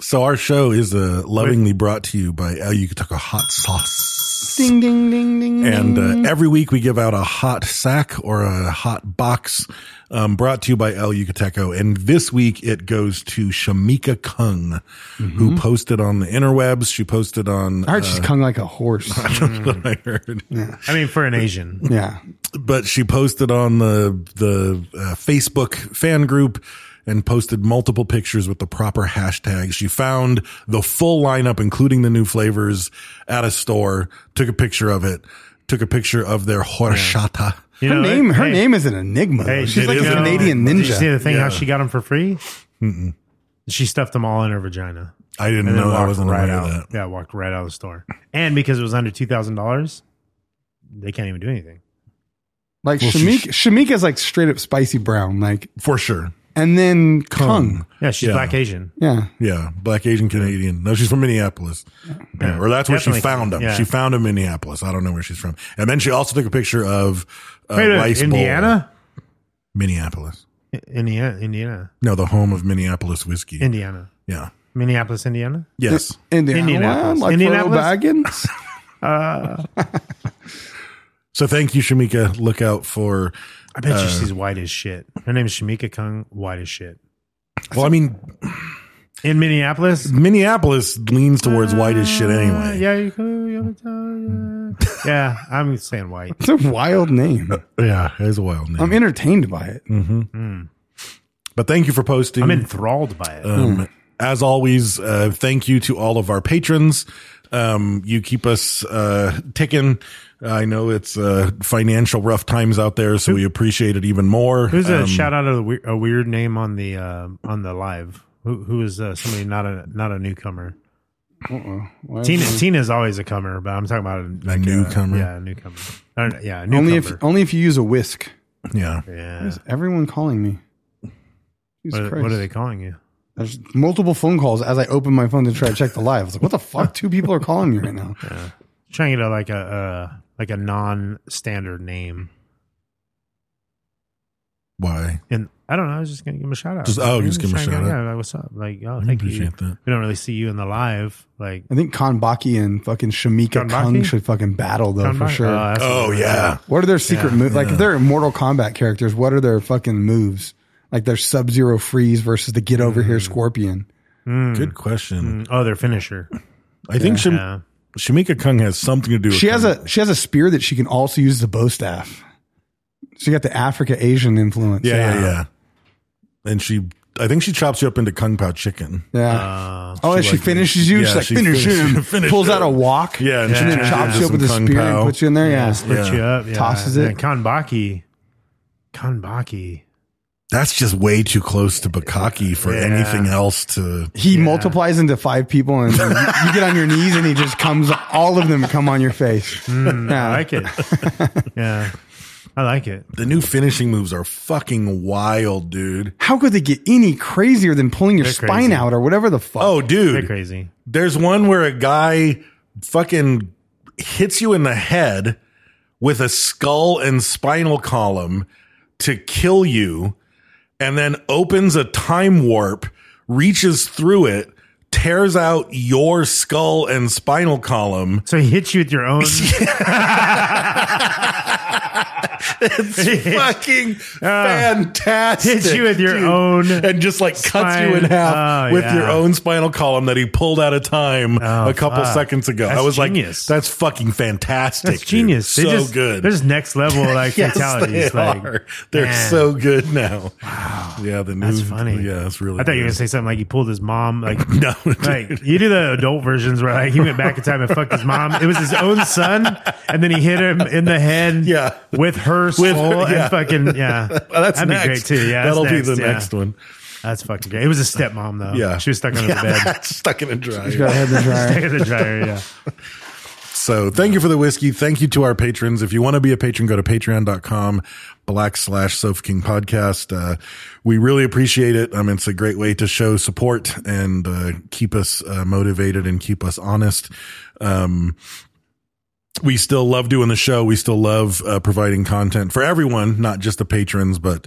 Speaker 5: So our show is uh, lovingly brought to you by El Yucateco Hot Sauce.
Speaker 3: Ding, ding, ding, ding.
Speaker 5: And uh, every week we give out a hot sack or a hot box um, brought to you by El Yucateco. And this week it goes to Shamika Kung,
Speaker 2: Mm-hmm.
Speaker 5: who posted on the interwebs. She posted on. uh,
Speaker 3: I heard
Speaker 2: Uh,
Speaker 3: she's hung like a horse.
Speaker 2: Mm.
Speaker 5: I heard.
Speaker 2: I mean, for an Asian,
Speaker 3: yeah.
Speaker 5: but she posted on the the uh, Facebook fan group and posted multiple pictures with the proper hashtags. She found the full lineup, including the new flavors, at a store. Took a picture of it. Took a picture of their horchata.
Speaker 2: you
Speaker 3: Her
Speaker 2: know,
Speaker 3: name, her
Speaker 2: hey,
Speaker 3: name is an enigma.
Speaker 2: hey,
Speaker 3: though. she's
Speaker 5: it
Speaker 3: like a
Speaker 5: is an
Speaker 3: Canadian
Speaker 2: Did you see
Speaker 3: ninja.
Speaker 2: the thing?
Speaker 5: Yeah.
Speaker 2: How she got them for free? She stuffed them all in her vagina.
Speaker 5: I didn't
Speaker 2: And then
Speaker 5: know. I
Speaker 2: walked
Speaker 5: wasn't
Speaker 2: right
Speaker 5: aware
Speaker 2: out.
Speaker 5: of that.
Speaker 2: Yeah, walked right out of the store. And because it was under two thousand dollars, they can't even do anything.
Speaker 3: Like
Speaker 5: Well,
Speaker 3: Shamika,
Speaker 5: she-
Speaker 3: Shamika's like straight up spicy brown, like,
Speaker 5: For sure.
Speaker 3: and then Kung.
Speaker 2: Yeah, she's
Speaker 5: Yeah.
Speaker 2: black Asian.
Speaker 3: Yeah.
Speaker 5: Yeah, black Asian Canadian. No, she's from Minneapolis, Yeah, or that's where
Speaker 2: Definitely.
Speaker 5: she found them.
Speaker 2: Yeah.
Speaker 5: She found them in Minneapolis. I don't know where she's from. And then she also took a picture of uh,
Speaker 2: Wait,
Speaker 5: rice bowl.
Speaker 2: Indiana,
Speaker 5: Minneapolis.
Speaker 2: Indiana, Indiana,
Speaker 5: No, the home of Minneapolis whiskey.
Speaker 2: Indiana,
Speaker 5: yeah.
Speaker 2: Minneapolis, Indiana.
Speaker 5: Yes.
Speaker 3: Indiana.
Speaker 2: Indianapolis.
Speaker 3: Like Indianapolis.
Speaker 2: Indianapolis?
Speaker 3: Baggins.
Speaker 5: So thank you, Shamika. Look out for.
Speaker 2: I bet
Speaker 5: Uh,
Speaker 2: you she's white as shit. Her name is Shamika Kung, white as shit.
Speaker 5: Well, I mean,
Speaker 2: In Minneapolis,
Speaker 5: Minneapolis leans towards white as shit
Speaker 2: Uh,
Speaker 5: anyway.
Speaker 2: yeah, you could- you could tell, yeah. yeah, I'm saying white.
Speaker 3: it's a wild name.
Speaker 5: Yeah, it's a wild name.
Speaker 2: Um,
Speaker 3: I'm entertained by it.
Speaker 2: Mm.
Speaker 5: but thank you for posting.
Speaker 2: I'm Hmm. enthralled by it.
Speaker 5: Um, As always, uh, thank you to all of our patrons. Um, you keep us uh, ticking. I know it's uh, financial rough times out there, so we appreciate it even more.
Speaker 2: Who's a
Speaker 5: Um,
Speaker 2: shout out of the weir- a weird name on the uh, on the live? Who who is uh, somebody not a not a newcomer?
Speaker 3: Uh-uh. Why-
Speaker 2: Tina Tina's always a comer, but I'm talking about a, like,
Speaker 5: Mm-hmm. newcomer?
Speaker 2: A, yeah, a newcomer. I don't- yeah, a newcomer.
Speaker 3: Only if, only if you use a whisk.
Speaker 5: Uh, Yeah.
Speaker 2: yeah.
Speaker 3: Everyone calling me. Jesus
Speaker 2: What are,
Speaker 3: Christ.
Speaker 2: what are they calling you?
Speaker 3: There's multiple phone calls as I open my phone to try to check the live. I was like, what the fuck? Two people are calling me right now.
Speaker 2: Trying to get a, like a uh, like a non standard name.
Speaker 5: Why?
Speaker 2: And I don't know. I was just gonna give him a shout out.
Speaker 5: Just- oh, just give him a
Speaker 2: trying to
Speaker 5: shout
Speaker 2: get-
Speaker 5: out.
Speaker 2: Yeah, like, what's up? Like, oh, thank you.
Speaker 5: appreciate that.
Speaker 2: We don't really see you in the live. Like,
Speaker 3: I think Kanbaki and fucking Shamika
Speaker 2: Kanbaki?
Speaker 3: Kung should fucking battle though
Speaker 2: John
Speaker 3: for
Speaker 2: Mar-
Speaker 3: sure.
Speaker 2: that's what
Speaker 5: Oh
Speaker 2: we're-
Speaker 5: yeah.
Speaker 3: what are their secret
Speaker 2: yeah,
Speaker 3: moves? Like if they're Mortal Kombat characters, what are their fucking moves? Like their Sub Zero Freeze versus the Get Over Here Scorpion.
Speaker 2: Hmm.
Speaker 5: Good question.
Speaker 2: Mm, Oh, their finisher.
Speaker 5: I think Sham-
Speaker 2: Yeah.
Speaker 5: Shamika Kung has something to do. with
Speaker 3: She has
Speaker 5: Kung-
Speaker 3: a she has a spear that she can also use as a bow staff. She got the Africa Asian influence.
Speaker 5: Yeah, yeah, yeah. And she, I think she chops you up into kung pao chicken.
Speaker 3: Yeah.
Speaker 2: Uh,
Speaker 3: oh, and she
Speaker 5: like-
Speaker 3: finishes you.
Speaker 5: yeah,
Speaker 3: she's like,
Speaker 5: she
Speaker 3: finish,
Speaker 5: finish-
Speaker 3: him.
Speaker 5: finish
Speaker 3: Pulls out a
Speaker 5: him.
Speaker 3: walk.
Speaker 5: Yeah,
Speaker 3: and,
Speaker 5: and she
Speaker 3: then
Speaker 5: turns
Speaker 3: chops
Speaker 5: into
Speaker 3: you up with a
Speaker 5: some kung
Speaker 3: spear
Speaker 5: pao.
Speaker 3: and puts you in there. Yeah.
Speaker 2: splits
Speaker 5: Yeah.
Speaker 2: you up. Yeah.
Speaker 3: Tosses
Speaker 2: And
Speaker 3: it.
Speaker 2: then Kanbaki. Kanbaki.
Speaker 5: That's just way too close to Bakaki for
Speaker 2: Yeah.
Speaker 5: anything else to.
Speaker 3: He multiplies into five people, and you you get on your knees, and he just comes. All of them come on your face.
Speaker 2: I like it. yeah. I like it.
Speaker 5: The new finishing moves are fucking wild, dude.
Speaker 3: How could they get any crazier than pulling your
Speaker 2: They're
Speaker 3: spine
Speaker 2: crazy.
Speaker 3: out or whatever the fuck?
Speaker 5: Oh,
Speaker 2: They're
Speaker 5: dude.
Speaker 2: crazy.
Speaker 5: There's one where a guy fucking hits you in the head with a skull and spinal column to kill you and then opens a time warp, reaches through it, tears out your skull and spinal column.
Speaker 2: So he hits you with your own.
Speaker 5: It's fucking fantastic.
Speaker 2: Oh, Hits you with your
Speaker 5: dude.
Speaker 2: own
Speaker 5: and just like cuts you in
Speaker 2: spine.
Speaker 5: half
Speaker 2: Oh,
Speaker 5: with
Speaker 2: yeah. Oh,
Speaker 5: your own spinal column that he pulled out of time a couple
Speaker 2: fuck.
Speaker 5: seconds ago.
Speaker 2: That's
Speaker 5: I was
Speaker 2: genius.
Speaker 5: like, that's fucking fantastic.
Speaker 2: That's genius.
Speaker 5: Dude.
Speaker 2: They
Speaker 5: So
Speaker 2: just,
Speaker 5: good.
Speaker 2: They're just next level like
Speaker 5: Yes,
Speaker 2: fatalities.
Speaker 5: they
Speaker 2: like,
Speaker 5: are. They're
Speaker 2: man.
Speaker 5: so good now. Yeah, the new.
Speaker 2: That's funny.
Speaker 5: Yeah, that's really.
Speaker 2: I thought you were
Speaker 5: good.
Speaker 2: gonna say something like he pulled his mom. Like
Speaker 5: No, dude.
Speaker 2: like you do the adult versions where like he went back in time and fucked his mom. It was his own son, and then he hit him in the head.
Speaker 5: Yeah.
Speaker 2: with her soul
Speaker 5: With her- yeah.
Speaker 2: and fucking yeah.
Speaker 5: Well, that's
Speaker 2: That'd
Speaker 5: next.
Speaker 2: be great too. Yeah, that's
Speaker 5: that'll be the
Speaker 2: yeah.
Speaker 5: next one.
Speaker 2: That's fucking great. It was a stepmom though.
Speaker 5: Yeah,
Speaker 2: she was stuck under
Speaker 5: Yeah,
Speaker 2: the bed.
Speaker 5: that's stuck in a dryer.
Speaker 3: He's got a head in the dryer.
Speaker 2: Stuck in the dryer. Yeah.
Speaker 5: So thank you for the whiskey. Thank you to our patrons. If you want to be a patron, go to patreon.com black slash Sofa King podcast. Uh, we really appreciate it. Um, it's a great way to show support and, uh, keep us uh, motivated and keep us honest. Um, we still love doing the show. We still love uh, providing content for everyone, not just the patrons, but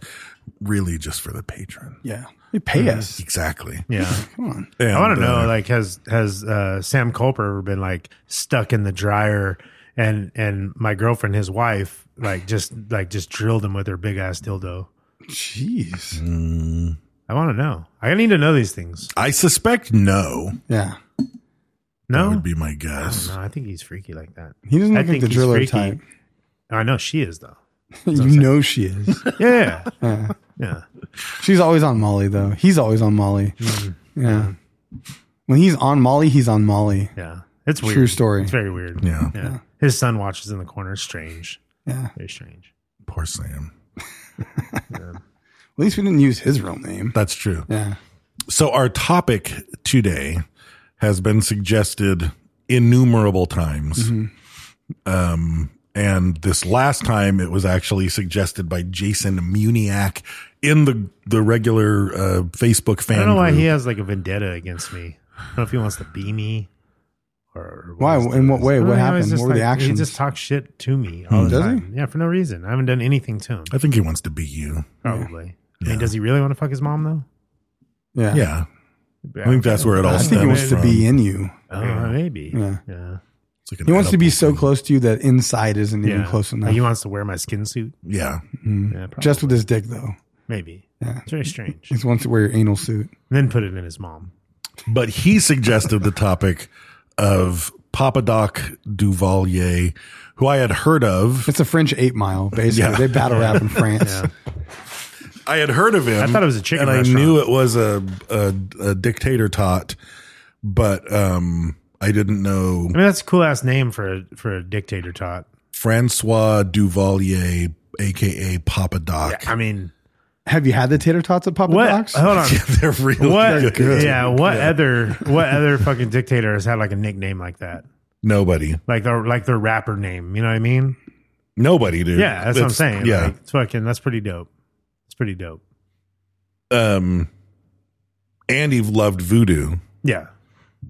Speaker 5: really just for the patron.
Speaker 3: Yeah. They pay
Speaker 2: Hmm.
Speaker 3: us.
Speaker 5: Exactly.
Speaker 2: Yeah.
Speaker 3: Come on.
Speaker 2: I want
Speaker 5: And,
Speaker 2: to know,
Speaker 5: uh,
Speaker 2: like, has has uh, Sam Culper ever been like stuck in the dryer, and and my girlfriend, his wife, like just like just drilled him with her big ass dildo. Mm.
Speaker 3: Jeez.
Speaker 2: I want to know. I need to know these things.
Speaker 5: I suspect no.
Speaker 3: Yeah.
Speaker 2: No,
Speaker 3: Oh.
Speaker 5: That would be my
Speaker 2: I don't
Speaker 5: guess.
Speaker 2: know. I think he's freaky like that.
Speaker 3: He doesn't
Speaker 2: I
Speaker 3: look like
Speaker 2: think
Speaker 3: the
Speaker 2: he's
Speaker 3: driller
Speaker 2: freaky.
Speaker 3: type.
Speaker 2: I know she is though.
Speaker 3: you know she is.
Speaker 2: Yeah, yeah,
Speaker 3: Yeah.
Speaker 2: yeah.
Speaker 3: She's always on Molly though. He's always on Molly.
Speaker 5: Mm-hmm.
Speaker 3: Yeah. When he's on Molly, he's on Molly.
Speaker 2: yeah. It's
Speaker 3: True
Speaker 2: weird.
Speaker 3: story.
Speaker 2: It's very weird.
Speaker 5: Yeah.
Speaker 2: yeah. His son watches in the corner. Strange.
Speaker 3: Yeah.
Speaker 2: Very strange.
Speaker 5: Poor Sam.
Speaker 3: At least we didn't use his real name.
Speaker 5: That's true.
Speaker 3: Yeah.
Speaker 5: So our topic today has been suggested innumerable times.
Speaker 3: Mm-hmm.
Speaker 5: Um, and this last time it was actually suggested by Jason Muniak in the, the regular, uh, Facebook fan.
Speaker 2: I don't know why
Speaker 5: group.
Speaker 2: he has like a vendetta against me. I don't know if he wants to be me or, or what
Speaker 3: Why?
Speaker 2: is
Speaker 3: In what
Speaker 2: this?
Speaker 3: way?
Speaker 2: I don't
Speaker 3: What
Speaker 2: know.
Speaker 3: happened?
Speaker 2: He's just
Speaker 3: What were the
Speaker 2: like- He
Speaker 3: actions? Hmm.
Speaker 2: just talks shit to me all the
Speaker 3: Does he?
Speaker 2: time. Yeah, for no reason. I haven't done anything to him.
Speaker 5: I think he wants to be you.
Speaker 2: Probably. I
Speaker 5: Yeah.
Speaker 2: mean, does he really want to fuck his mom though?
Speaker 3: Yeah.
Speaker 5: Yeah. I think that's where it all
Speaker 3: I
Speaker 5: stems
Speaker 3: think he wants to
Speaker 5: from.
Speaker 3: be in you.
Speaker 2: Oh, maybe.
Speaker 3: Yeah.
Speaker 2: yeah.
Speaker 5: It's like an
Speaker 3: He wants to be
Speaker 5: edible
Speaker 3: so
Speaker 5: thing.
Speaker 3: close to you that inside isn't even
Speaker 2: Yeah.
Speaker 3: close enough.
Speaker 2: He wants to wear my skin suit.
Speaker 5: Yeah.
Speaker 2: Yeah, probably.
Speaker 3: Just with his dick though.
Speaker 2: maybe.
Speaker 3: Yeah.
Speaker 2: It's very strange.
Speaker 3: He wants to wear your anal suit.
Speaker 2: And then put it in his mom.
Speaker 5: but he suggested the topic of Papa Doc Duvalier, who I had heard of.
Speaker 3: It's a French eight mile, basically.
Speaker 5: Yeah.
Speaker 3: They battle rap in France.
Speaker 2: Yeah.
Speaker 5: I had heard of him.
Speaker 2: I thought it was a chicken
Speaker 5: and
Speaker 2: restaurant.
Speaker 5: I knew it was a, a a dictator tot, but um, I didn't know
Speaker 2: I mean, that's a cool ass name for a for a dictator tot.
Speaker 5: Francois Duvalier, aka Papa Doc.
Speaker 2: I mean,
Speaker 3: Have you had the tater tots at Papa
Speaker 2: what? Oh.
Speaker 3: Doc's?
Speaker 2: Hold on.
Speaker 5: They're really
Speaker 2: what?
Speaker 5: good.
Speaker 2: Yeah. What other what other fucking dictator has had like a nickname like that?
Speaker 5: Nobody,
Speaker 2: Like their like their rapper name. You know what I mean?
Speaker 5: nobody, dude.
Speaker 2: Yeah, that's what I'm
Speaker 5: It's-
Speaker 2: saying.
Speaker 5: Yeah,
Speaker 2: like, it's fucking. That's pretty dope. It's pretty dope.
Speaker 5: um, Andy loved voodoo.
Speaker 2: Yeah.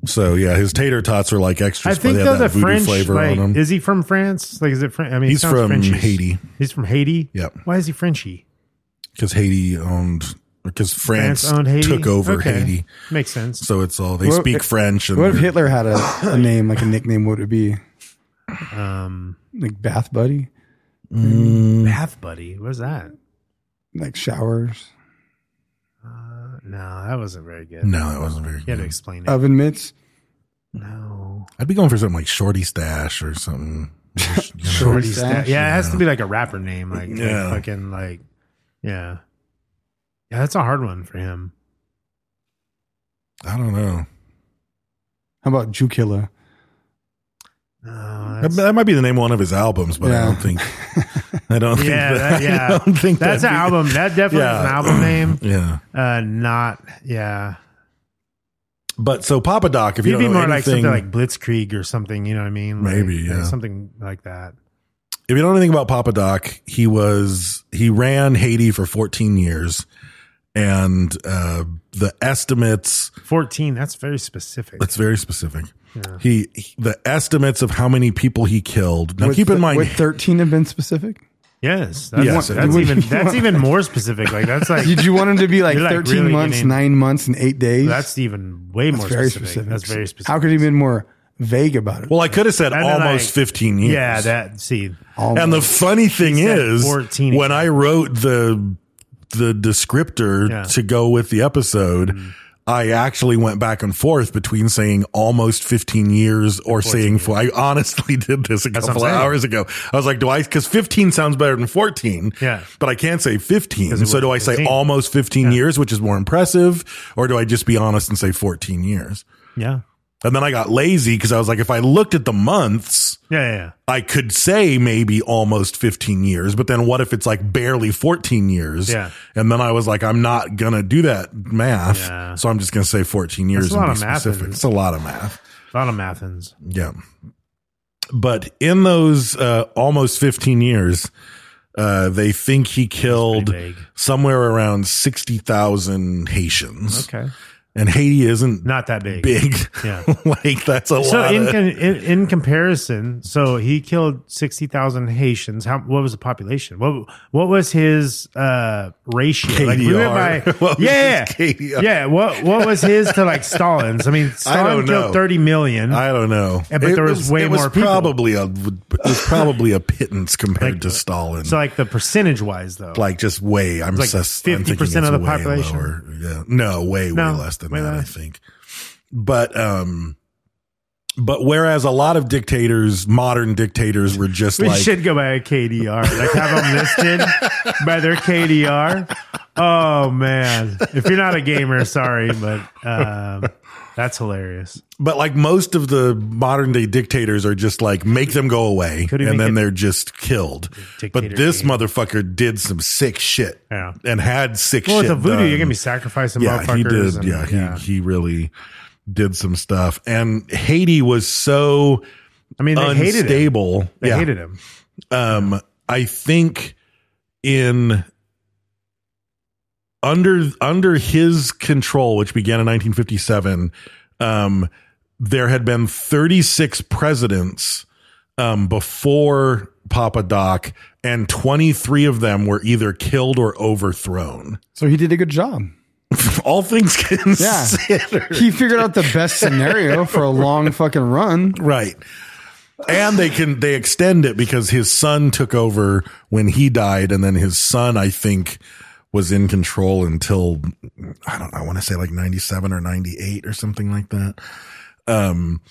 Speaker 5: So yeah, his tater tots are like extra.
Speaker 2: I
Speaker 5: sp-
Speaker 2: think
Speaker 5: they
Speaker 2: though
Speaker 5: have
Speaker 2: the
Speaker 5: that voodoo
Speaker 2: French
Speaker 5: flavor
Speaker 2: like
Speaker 5: on them.
Speaker 2: is he from France? Like is it French? I mean, it
Speaker 5: He's
Speaker 2: sounds
Speaker 5: from
Speaker 2: Frenchy.
Speaker 5: Haiti.
Speaker 2: He's from Haiti.
Speaker 5: Yep.
Speaker 2: Why is he Frenchy?
Speaker 5: because Haiti owned because France,
Speaker 2: owned Haiti.
Speaker 5: took over
Speaker 2: Okay.
Speaker 5: Haiti,
Speaker 2: Makes sense.
Speaker 5: so it's all they
Speaker 3: What-
Speaker 5: speak French and
Speaker 3: What if
Speaker 5: they're-
Speaker 3: Hitler had a, a name, like a nickname? What would it be?
Speaker 2: um,
Speaker 3: Like Bath Buddy?
Speaker 5: Mm.
Speaker 2: bath buddy. What's that?
Speaker 3: Like Showers?
Speaker 2: Uh, No, that wasn't very good.
Speaker 5: no, that wasn't very
Speaker 2: You had to
Speaker 5: good. Uh,
Speaker 2: explain it.
Speaker 3: Oven Mitts?
Speaker 2: no.
Speaker 5: I'd be going for something like Shorty Stash or something.
Speaker 3: Shorty
Speaker 2: Pretty
Speaker 3: Stash?
Speaker 2: sta- Yeah, it has to be like a rapper name, like, like
Speaker 5: Yeah.
Speaker 2: fucking like, yeah, yeah. That's a hard one for him.
Speaker 5: I don't know.
Speaker 3: How about Jew Killer?
Speaker 2: No,
Speaker 5: That,
Speaker 2: Uh, that's-
Speaker 5: that might be the name of one of his albums, but I
Speaker 3: Yeah.
Speaker 5: don't think. I don't think.
Speaker 2: yeah,
Speaker 5: That,
Speaker 2: that, yeah.
Speaker 5: I don't think
Speaker 2: that's an
Speaker 5: that'd be-
Speaker 2: album. That definitely is an
Speaker 5: Yeah.
Speaker 2: album name.
Speaker 5: Yeah,
Speaker 2: Uh, not yeah.
Speaker 5: but so Papa Doc, if you
Speaker 2: He'd
Speaker 5: don't
Speaker 2: be
Speaker 5: know
Speaker 2: more like
Speaker 5: anything,
Speaker 2: something like Blitzkrieg or something. You know what I mean? Like-
Speaker 5: Maybe,
Speaker 2: like
Speaker 5: yeah.
Speaker 2: something like that.
Speaker 5: if you don't know anything about Papa Doc, he was he ran Haiti for 14 years, and uh, the estimates
Speaker 2: Fourteen. That's very specific.
Speaker 5: that's very specific. He, he- the estimates of how many people he killed. Now
Speaker 3: Would
Speaker 5: keep in
Speaker 3: th-
Speaker 5: mind,
Speaker 3: Would 13 have been specific?
Speaker 2: yes, that's,
Speaker 5: Yes,
Speaker 2: that's
Speaker 5: it-
Speaker 2: even that's even more specific. Like that's like
Speaker 3: Did you want him to be like
Speaker 2: You're, like,
Speaker 3: 13
Speaker 2: really
Speaker 3: months,
Speaker 2: getting-
Speaker 3: nine months, and eight days?
Speaker 2: that's even way
Speaker 3: That's
Speaker 2: more specific. That's very specific.
Speaker 3: How could he have been more vague about it.
Speaker 5: Well, I could have said
Speaker 2: And then
Speaker 5: almost
Speaker 2: I-
Speaker 5: 15 years.
Speaker 2: Yeah, that see.
Speaker 5: And the funny thing
Speaker 2: He said
Speaker 5: is,
Speaker 2: 14.
Speaker 5: when I wrote the the descriptor
Speaker 2: Yeah. Mm.
Speaker 5: to go with the episode, I actually went back and forth between saying almost 15 years or saying four. I honestly did this a
Speaker 2: what I'm
Speaker 5: couple of
Speaker 2: saying.
Speaker 5: hours ago. I was like, do I? Because 15 sounds better than 14.
Speaker 2: Yeah.
Speaker 5: but I can't say
Speaker 2: 'Cause it
Speaker 5: 15. So
Speaker 2: was
Speaker 5: do I say
Speaker 2: 15.
Speaker 5: almost 15 years, which is more impressive, or do I just be honest and say 14 years?
Speaker 2: Yeah.
Speaker 5: And then I got lazy because I was like, if I looked at the months.
Speaker 2: Yeah, yeah, yeah.
Speaker 5: I could say maybe almost 15 years, but then what if it's like barely 14 years?
Speaker 2: Yeah.
Speaker 5: And then I was like, I'm not going to do that math.
Speaker 2: Yeah.
Speaker 5: So I'm just going to say 14 years.
Speaker 2: That's a lot
Speaker 5: and
Speaker 2: of
Speaker 5: be
Speaker 2: math,
Speaker 5: specific.
Speaker 2: isn't it?
Speaker 5: It's a lot of math.
Speaker 2: A lot of Mathins.
Speaker 5: Yeah. But in those uh, almost 15 years, uh, they think he killed
Speaker 2: pretty vague.
Speaker 5: somewhere around 60,000 Haitians.
Speaker 2: Okay.
Speaker 5: And Haiti isn't
Speaker 2: Not that big.
Speaker 5: big.
Speaker 2: Yeah.
Speaker 5: like that's a
Speaker 2: So
Speaker 5: lot.
Speaker 2: in,
Speaker 5: of-
Speaker 2: con- in in comparison, so he killed sixty thousand Haitians. How what was the population? What what was his uh ratio? Like we went by-
Speaker 5: KDR. What was
Speaker 2: yeah,
Speaker 5: his KDR?
Speaker 2: yeah. What what was his to like Stalin's? I mean, Stalin
Speaker 5: don't
Speaker 2: killed
Speaker 5: know.
Speaker 2: thirty million.
Speaker 5: I don't know.
Speaker 2: Yeah, but there was way
Speaker 5: it
Speaker 2: more
Speaker 5: was
Speaker 2: people.
Speaker 5: probably a it was probably a pittance compared
Speaker 2: Like,
Speaker 5: to Stalin.
Speaker 2: so like the percentage wise though,
Speaker 5: like just way. I'm
Speaker 2: Like
Speaker 5: sus- I'm thinking
Speaker 2: 50% of
Speaker 5: it's
Speaker 2: the
Speaker 5: way
Speaker 2: population?
Speaker 5: lower. Yeah, no, way
Speaker 2: No,
Speaker 5: way less than
Speaker 2: way
Speaker 5: that.
Speaker 2: less.
Speaker 5: I think. But um, but whereas a lot of dictators, modern dictators, were just
Speaker 2: we
Speaker 5: like
Speaker 2: should go by a KDR. Like have them listed by their KDR. Oh man, if you're not a gamer, sorry, but um, that's hilarious.
Speaker 5: but like most of the modern day dictators are just like make them go away
Speaker 2: Could he
Speaker 5: and
Speaker 2: make
Speaker 5: then
Speaker 2: it-
Speaker 5: they're just killed
Speaker 2: Dictator
Speaker 5: but this
Speaker 2: game.
Speaker 5: motherfucker did some sick shit
Speaker 2: Yeah.
Speaker 5: and had sick
Speaker 2: Well,
Speaker 5: shit
Speaker 2: with the voodoo,
Speaker 5: done.
Speaker 2: you're gonna be sacrificing
Speaker 5: yeah he
Speaker 2: motherfuckers
Speaker 5: did
Speaker 2: and-
Speaker 5: yeah,
Speaker 2: yeah.
Speaker 5: He, he really did some stuff and haiti was so
Speaker 2: I mean, they hated him.
Speaker 5: unstable
Speaker 2: They
Speaker 5: Yeah.
Speaker 2: hated him.
Speaker 5: um i think in under under his control which began in 1957 um there had been 36 presidents um before papa doc and 23 of them were either killed or overthrown
Speaker 3: So he did a good job.
Speaker 5: all things
Speaker 3: Yeah.
Speaker 5: considered
Speaker 3: He figured out the best scenario for a long fucking run.
Speaker 5: Right. And they can they extend it because his son took over when he died, and then his son, I think, was in control until I don't know, I want to say like ninety seven or ninety eight or something like that. Um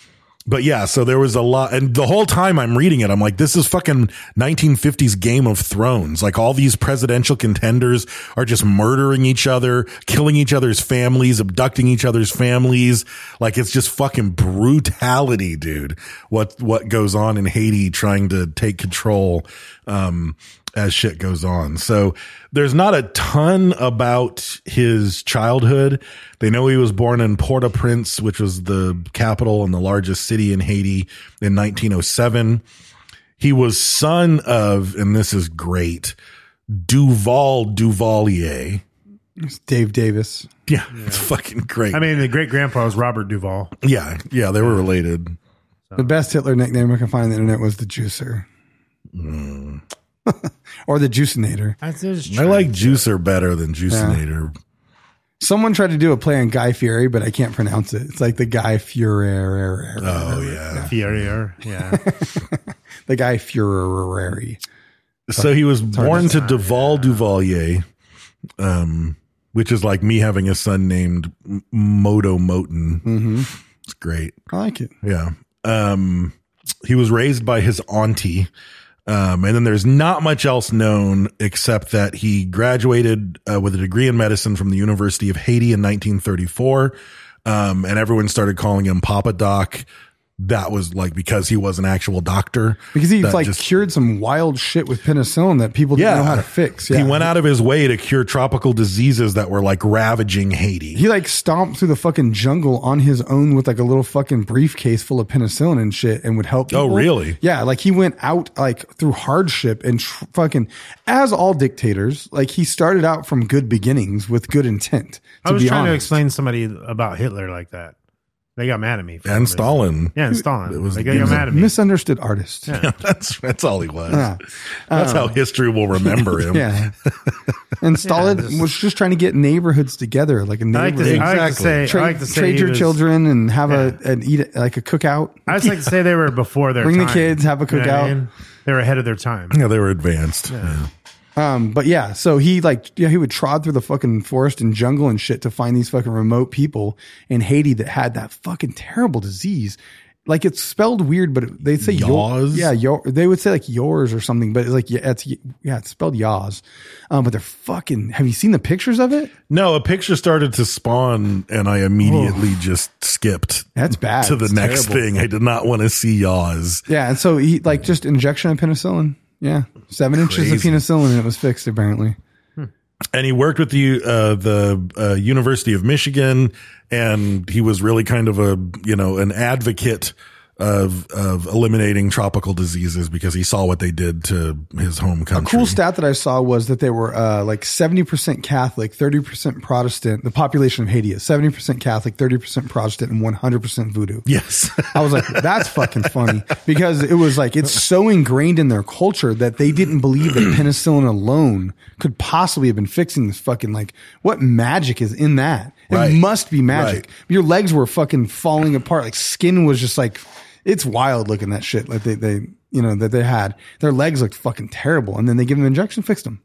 Speaker 5: but yeah, so there was a lot, and the whole time I'm reading it, I'm like, this is fucking 1950s Game of Thrones. Like all these presidential contenders are just murdering each other, killing each other's families, abducting each other's families. Like it's just fucking brutality, dude. What, what goes on in Haiti trying to take control, um, as shit goes on. So there's not a ton about his childhood. They know he was born in Port au Prince, which was the capital and the largest city in Haiti in 1907. He was son of, and this is great, Duval Duvalier.
Speaker 3: It's Dave Davis.
Speaker 5: Yeah, it's fucking great.
Speaker 2: I mean, the great grandpa was Robert Duvall.
Speaker 5: yeah, yeah, they were related.
Speaker 3: The best Hitler nickname I can find on the internet was the Juicer.
Speaker 2: Hmm.
Speaker 3: or the Juicinator.
Speaker 2: That's just
Speaker 5: I like Juicer better than Juicinator.
Speaker 3: Someone tried to do a play on Guy Fieri, but I can't pronounce it. It's like the Guy Fieri.
Speaker 2: Uh.
Speaker 5: Oh, yeah.
Speaker 2: Fierier. Yeah,
Speaker 3: The Guy Fieri.
Speaker 5: So he was
Speaker 3: hard
Speaker 5: born
Speaker 3: to
Speaker 5: to Duval Duvalier, um, which is like me having a son named M- Moto Moten.
Speaker 3: hmm
Speaker 5: It's great.
Speaker 3: I like it.
Speaker 5: Yeah. Um, he was raised by his auntie. Um, and then there's not much else known except that he graduated uh, with a degree in medicine from the University of Haiti in 1934. Um, and everyone started calling him Papa Doc. That was like because he was an actual doctor.
Speaker 3: Because he
Speaker 5: That
Speaker 3: like
Speaker 5: just-
Speaker 3: cured some wild shit with penicillin that people didn't know how to fix. Yeah.
Speaker 5: He went out of his way to cure tropical diseases that were like ravaging Haiti.
Speaker 3: He like stomped through the fucking jungle on his own with like a little fucking briefcase full of penicillin and shit and would help.
Speaker 5: Oh,
Speaker 3: people.
Speaker 5: really?
Speaker 3: Yeah. Like he went out like through hardship and tr- fucking, as all dictators, like he started out from good beginnings with good intent. To
Speaker 2: I was
Speaker 3: be
Speaker 2: trying to
Speaker 3: honest.
Speaker 2: explain somebody about Hitler like that. They got mad at me. for
Speaker 5: And
Speaker 2: that reason.
Speaker 5: Stalin.
Speaker 2: Yeah, and Stalin.
Speaker 5: It was-
Speaker 2: like, they got
Speaker 5: yeah.
Speaker 2: mad at me.
Speaker 3: Misunderstood artist.
Speaker 2: Yeah.
Speaker 5: Yeah, that's that's all he was.
Speaker 3: Yeah.
Speaker 5: That's
Speaker 3: Uh,
Speaker 5: how history will remember him.
Speaker 3: Yeah. And Stalin was just trying to get neighborhoods together, like a
Speaker 2: I
Speaker 3: neighborhood.
Speaker 2: like to say- I like to say-
Speaker 3: trade,
Speaker 2: I like to say
Speaker 3: trade
Speaker 2: he
Speaker 3: your
Speaker 2: was-
Speaker 3: children and have a an eat like a cookout.
Speaker 2: I just like to say they were before their
Speaker 3: Bring the
Speaker 2: time.
Speaker 3: kids, have a
Speaker 2: You know what I
Speaker 3: cookout.
Speaker 2: mean? They were ahead of their time.
Speaker 5: Yeah, they were advanced. Yeah.
Speaker 3: Um, but yeah, so he like yeah, he would trod through the fucking forest and jungle and shit to find these fucking remote people in Haiti that had that fucking terrible disease. Like it's spelled weird, but it, they say your-
Speaker 5: Yaws?
Speaker 3: Yeah, your, they would say like yours or something, but it's like yeah, it's yeah, it's spelled yaws. Um, but they're fucking. Have you seen the pictures of it?
Speaker 5: No, a picture started to spawn, and I immediately just skipped
Speaker 3: That's bad.
Speaker 5: to the
Speaker 3: It's
Speaker 5: next
Speaker 3: terrible.
Speaker 5: thing. I did not want to see yaws.
Speaker 3: Yeah, and so he like just injection of penicillin. Yeah, seven inches of
Speaker 5: Crazy.
Speaker 3: penicillin, and it was fixed apparently.
Speaker 5: and he worked with the uh, the uh, University of Michigan, and he was really kind of a you know an advocate of of eliminating tropical diseases because he saw what they did to his home country.
Speaker 3: cool stat that I saw was that they were uh, like 70% Catholic, 30% Protestant. The population of Haiti is 70% Catholic, 30% Protestant, and 100% voodoo.
Speaker 5: Yes,
Speaker 3: I was like, that's fucking funny because it was like, it's so ingrained in their culture that they didn't believe that penicillin alone could possibly have been fixing this fucking, like, what magic is in that? It
Speaker 5: Right.
Speaker 3: must be magic.
Speaker 5: Right.
Speaker 3: Your legs were fucking falling apart. Like, skin was just like, it's wild looking that shit. Like, they, they, you know, that they had. Their legs looked fucking terrible. And then they give them an injection, fixed them.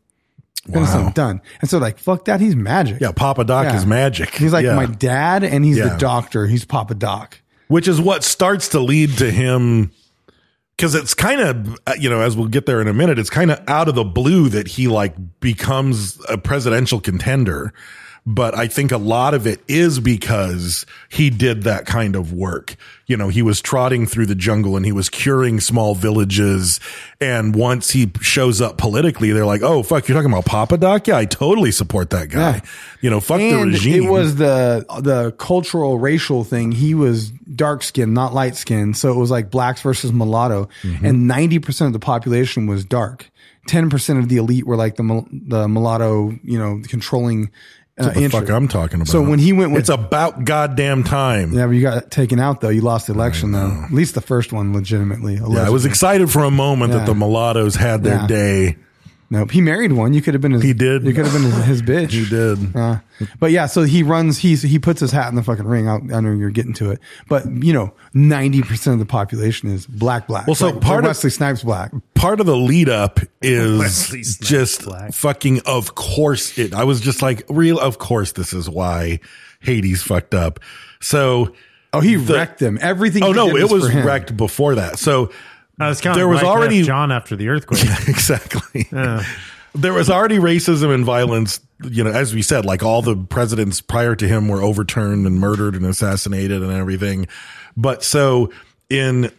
Speaker 3: Penicillin,
Speaker 5: Wow.
Speaker 3: Done. And so, like, fuck that. He's magic.
Speaker 5: yeah, Papa Doc
Speaker 3: Yeah.
Speaker 5: is magic.
Speaker 3: He's like
Speaker 5: Yeah.
Speaker 3: my dad, and he's the
Speaker 5: Yeah.
Speaker 3: doctor. He's Papa Doc.
Speaker 5: which is what starts to lead to him because it's kind of uh, you know as we'll get there in a minute it's kind of out of the blue that he like becomes a presidential contender but i think a lot of it is because he did that kind of work you know he was trotting through the jungle and he was curing small villages and once he shows up politically they're like oh fuck you're talking about papa doc yeah i totally support that guy
Speaker 3: Yeah.
Speaker 5: you know fuck the
Speaker 3: and
Speaker 5: regime
Speaker 3: it was the the cultural racial thing. He was dark skinned, not light skinned, so it was like blacks versus mulatto,
Speaker 5: Mm-hmm.
Speaker 3: and ninety percent of the population was dark. Ten percent of the elite were like the mul- the mulatto, you know, controlling. Uh,
Speaker 5: That's what the
Speaker 3: interest.
Speaker 5: fuck I'm talking about.
Speaker 3: So when he went with
Speaker 5: it's about goddamn time.
Speaker 3: yeah, but you got taken out though. You lost the election though. At least the first one, legitimately.
Speaker 5: Yeah, I was
Speaker 3: allegedly.
Speaker 5: excited for a moment
Speaker 3: Yeah.
Speaker 5: that the mulattos had their
Speaker 3: Yeah.
Speaker 5: day.
Speaker 3: Nope, he married one. You could have been his.
Speaker 5: He did.
Speaker 3: You could have been his, his bitch.
Speaker 5: He did.
Speaker 3: Uh, but yeah, so he runs. He he puts his hat in the fucking ring. I, I know you're getting to it, but you know, ninety percent of the population is black. Black.
Speaker 5: Well, so
Speaker 3: Like,
Speaker 5: part of-
Speaker 3: Wesley Snipes black.
Speaker 5: Part of the lead up
Speaker 2: Wesley
Speaker 5: is
Speaker 2: Snipes
Speaker 5: just
Speaker 2: Black.
Speaker 5: fucking. Of course, it. I was just like, real. Of course, this is why Hades fucked up. So,
Speaker 3: Oh, he
Speaker 5: the-
Speaker 3: wrecked them. Everything.
Speaker 5: Oh
Speaker 3: he
Speaker 5: no,
Speaker 3: did
Speaker 5: it
Speaker 3: for
Speaker 5: was
Speaker 3: him.
Speaker 5: wrecked before that. So
Speaker 2: I was kind of
Speaker 5: There was
Speaker 2: like F.
Speaker 5: already-
Speaker 2: John after the earthquake.
Speaker 5: exactly.
Speaker 2: Yeah.
Speaker 5: There was already racism and violence, you know, as we said, like all the presidents prior to him were overturned and murdered and assassinated and everything. But so in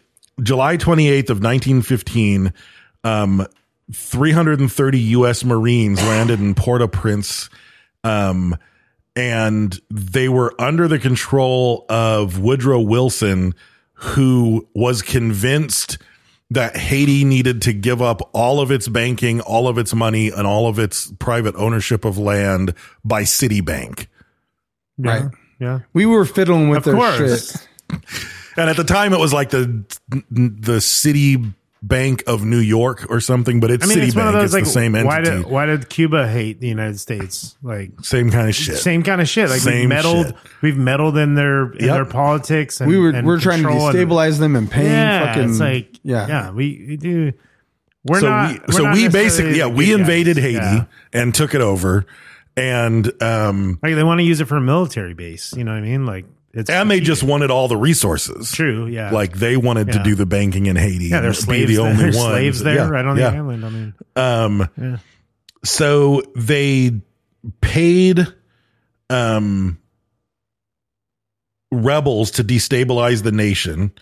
Speaker 5: July 28th of 1915, um, 330 U.S. Marines landed in Port-au-Prince, um, and they were under the control of Woodrow Wilson, who was convinced that Haiti needed to give up all of its banking, all of its money, and all of its private ownership of land by Citibank.
Speaker 2: Yeah.
Speaker 3: Right.
Speaker 2: Yeah.
Speaker 3: We were fiddling with
Speaker 2: Of
Speaker 3: their
Speaker 2: course.
Speaker 3: shit.
Speaker 5: And at the time, it was like the the City Bank of New York or something, but it's
Speaker 2: I mean,
Speaker 5: Citibank.
Speaker 2: it's
Speaker 5: It's,
Speaker 2: one of those like
Speaker 5: the same
Speaker 2: why
Speaker 5: entity,
Speaker 2: did why did Cuba hate the United States? Like
Speaker 5: same kind of shit.
Speaker 2: same kind of shit. Like we've
Speaker 5: Same
Speaker 2: meddled,
Speaker 5: shit.
Speaker 2: we've meddled in their in
Speaker 5: Yep.
Speaker 2: their politics. And,
Speaker 3: We were
Speaker 2: and
Speaker 3: we're trying to
Speaker 2: control and-
Speaker 3: destabilize them and paying
Speaker 2: yeah,
Speaker 3: fucking
Speaker 2: it's like
Speaker 3: yeah
Speaker 2: yeah, yeah. We, we do. We're
Speaker 5: so
Speaker 2: not.
Speaker 5: we,
Speaker 2: we're
Speaker 5: so
Speaker 2: not
Speaker 5: we
Speaker 2: necessarily
Speaker 5: basically
Speaker 2: the
Speaker 5: yeah
Speaker 2: good
Speaker 5: we
Speaker 2: guys.
Speaker 5: invaded Haiti
Speaker 2: Yeah.
Speaker 5: and took it over, and um
Speaker 2: Like they want to use it for a military base. You know what I mean? Like it's
Speaker 5: and they just wanted all the resources.
Speaker 2: True, yeah.
Speaker 5: Like they wanted
Speaker 2: Yeah.
Speaker 5: to do the banking in Haiti.
Speaker 2: yeah.
Speaker 5: and
Speaker 2: They're
Speaker 5: be
Speaker 2: slaves.
Speaker 5: the
Speaker 2: there.
Speaker 5: only
Speaker 2: They're
Speaker 5: ones.
Speaker 2: slaves there
Speaker 5: Yeah,
Speaker 2: right on
Speaker 5: yeah.
Speaker 2: the island. I mean,
Speaker 5: Um,
Speaker 2: Yeah.
Speaker 5: so they paid um, rebels to destabilize the nation,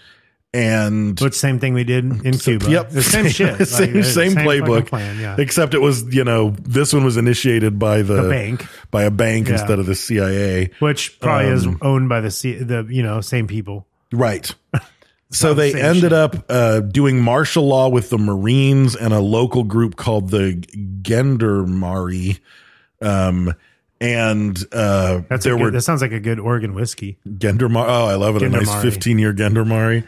Speaker 5: and
Speaker 2: but same thing we did in Cuba.
Speaker 5: Yep,
Speaker 2: the same shit, Like,
Speaker 5: same,
Speaker 2: the
Speaker 5: same
Speaker 2: fucking
Speaker 5: playbook.
Speaker 2: Plan, yeah.
Speaker 5: Except it was you know this one was initiated by the,
Speaker 2: The bank.
Speaker 5: by a bank
Speaker 2: Yeah.
Speaker 5: instead of the CIA.
Speaker 2: Which probably is
Speaker 5: Um,
Speaker 2: owned by the C- the you know same people.
Speaker 5: Right. So
Speaker 2: not the
Speaker 5: they
Speaker 2: same
Speaker 5: ended
Speaker 2: shit.
Speaker 5: up uh, doing martial law with the Marines and a local group called the Gendarmerie, um, and uh,
Speaker 2: That's a
Speaker 5: there
Speaker 2: good,
Speaker 5: were
Speaker 2: that sounds like a good Oregon whiskey. Uh,
Speaker 5: Gendarmari. Oh, I love it. A nice
Speaker 2: Gendarmari.
Speaker 5: 15 year Gendarmari.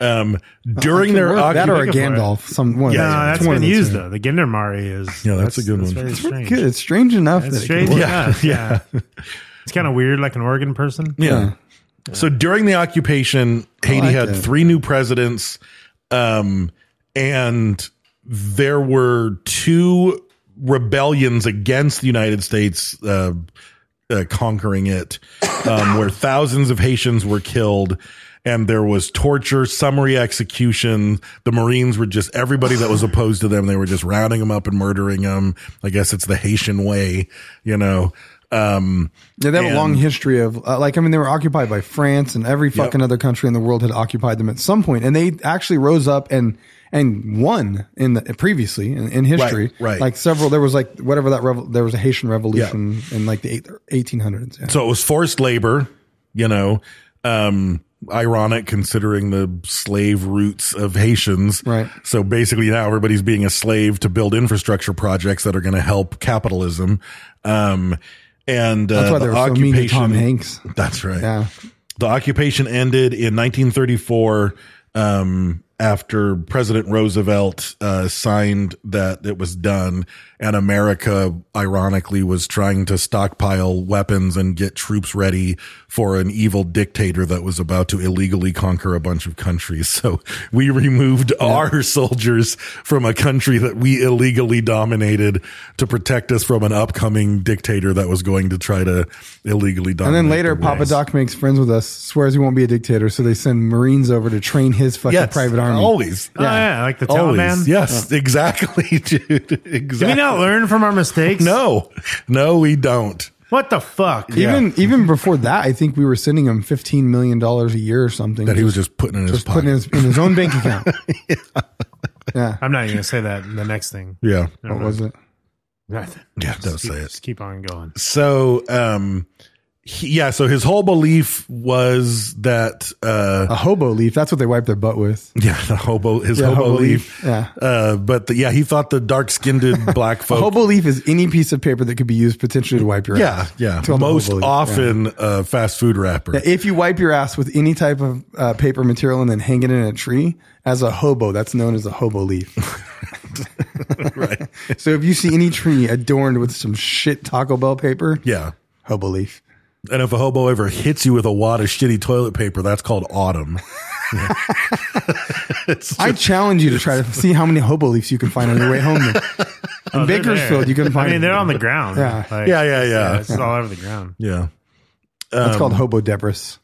Speaker 5: Um, during
Speaker 3: could
Speaker 5: their
Speaker 3: work that or a
Speaker 5: occup-
Speaker 3: Gandalf, some one. of
Speaker 2: no,
Speaker 3: those-
Speaker 2: that's
Speaker 3: one of
Speaker 2: been
Speaker 3: the
Speaker 2: used
Speaker 3: two.
Speaker 2: though. The Gendarmari is
Speaker 5: Yeah, that's a good one.
Speaker 2: very
Speaker 5: It's
Speaker 3: Pretty
Speaker 2: strange.
Speaker 3: good. It's strange enough.
Speaker 2: That's
Speaker 3: that it could
Speaker 2: strange
Speaker 3: work.
Speaker 2: enough. Yeah, it's kind of weird, like an Oregon person.
Speaker 5: Yeah. So during the occupation, Haiti
Speaker 3: like
Speaker 5: had
Speaker 3: that.
Speaker 5: three new presidents, um, and there were two rebellions against the United States uh, uh, conquering it, um, where thousands of Haitians were killed. And there was torture, summary execution. The Marines were just everybody that was opposed to them. They were just rounding them up and murdering them. I guess it's the Haitian way, you know. Um,
Speaker 3: Yeah, they have
Speaker 5: And-
Speaker 3: a long history of uh, like I mean they were occupied by France and every fucking other country in the world had occupied them at some point, and they actually rose up and and won in the previously in, in history.
Speaker 5: right.
Speaker 3: Like several, there was like whatever that revol- there was a Haitian revolution in like the eighteen hundreds. Yeah.
Speaker 5: So it was forced labor, you know, um, ironic considering the slave roots of Haitians.
Speaker 3: Right.
Speaker 5: So basically now everybody's being a slave to build infrastructure projects that are going to help capitalism. Um, and uh,
Speaker 3: That's why they
Speaker 5: the
Speaker 3: were so mean to
Speaker 5: occupation.
Speaker 3: Tom Hanks.
Speaker 5: That's right.
Speaker 3: Yeah.
Speaker 5: The occupation ended in 1934 um, after President Roosevelt uh, signed that it was done. And America, ironically, was trying to stockpile weapons and get troops ready for an evil dictator that was about to illegally conquer a bunch of countries. So we removed our soldiers from a country that we illegally dominated to protect us from an upcoming dictator that was going to try to illegally dominate.
Speaker 3: And then later,
Speaker 5: the
Speaker 3: Papa
Speaker 5: race.
Speaker 3: Doc makes friends with us, swears he won't be a dictator, so they send Marines over to train his fucking
Speaker 5: Yes,
Speaker 3: private army.
Speaker 5: Always.
Speaker 2: Oh, yeah, like the
Speaker 5: Always.
Speaker 2: Taliban.
Speaker 5: Yes, exactly, dude. Exactly.
Speaker 2: Do we not learn from our mistakes?
Speaker 5: No, no, we don't.
Speaker 2: What the fuck?
Speaker 3: Even even before that, I think we were sending him fifteen million dollars a year or something.
Speaker 5: That he was just putting in his
Speaker 3: just
Speaker 5: pocket.
Speaker 3: putting his, in his own bank account. yeah.
Speaker 2: I'm not even gonna say that. The next thing.
Speaker 5: yeah.
Speaker 3: What was it?
Speaker 2: Nothing.
Speaker 5: Yeah, don't
Speaker 2: Just keep-
Speaker 5: say it.
Speaker 2: Just keep on going.
Speaker 5: So, um, he, yeah. So his whole belief was that, uh,
Speaker 3: A hobo leaf. That's what they wipe their butt with.
Speaker 5: yeah, the hobo, his
Speaker 3: Yeah,
Speaker 5: hobo,
Speaker 3: hobo
Speaker 5: leaf.
Speaker 3: leaf. Yeah.
Speaker 5: Uh, but the, yeah, he thought the dark skinned black
Speaker 3: A
Speaker 5: folk.
Speaker 3: hobo leaf is any piece of paper that could be used potentially to wipe your
Speaker 5: yeah,
Speaker 3: ass.
Speaker 5: yeah.
Speaker 3: It's called a
Speaker 5: Most
Speaker 3: hobo leaf.
Speaker 5: often, uh, fast food rapper.
Speaker 3: Yeah. Yeah, If you wipe your ass with any type of uh, paper material and then hang it in a tree as a hobo, that's known as a hobo leaf.
Speaker 5: right.
Speaker 3: so if you see any tree adorned with some shit Taco Bell paper,
Speaker 5: Yeah.
Speaker 3: hobo leaf.
Speaker 5: And if a hobo ever hits you with a wad of shitty toilet paper, that's called autumn.
Speaker 3: I challenge you to try to see how many hobo leafs you can find on your way home. In
Speaker 2: Oh, they're there.
Speaker 3: Bakersfield, you can find.
Speaker 2: I mean, they're on the ground.
Speaker 3: Yeah.
Speaker 2: Like,
Speaker 5: Yeah, yeah, yeah.
Speaker 2: It's all over the ground.
Speaker 5: Yeah.
Speaker 3: That's called hobo debris.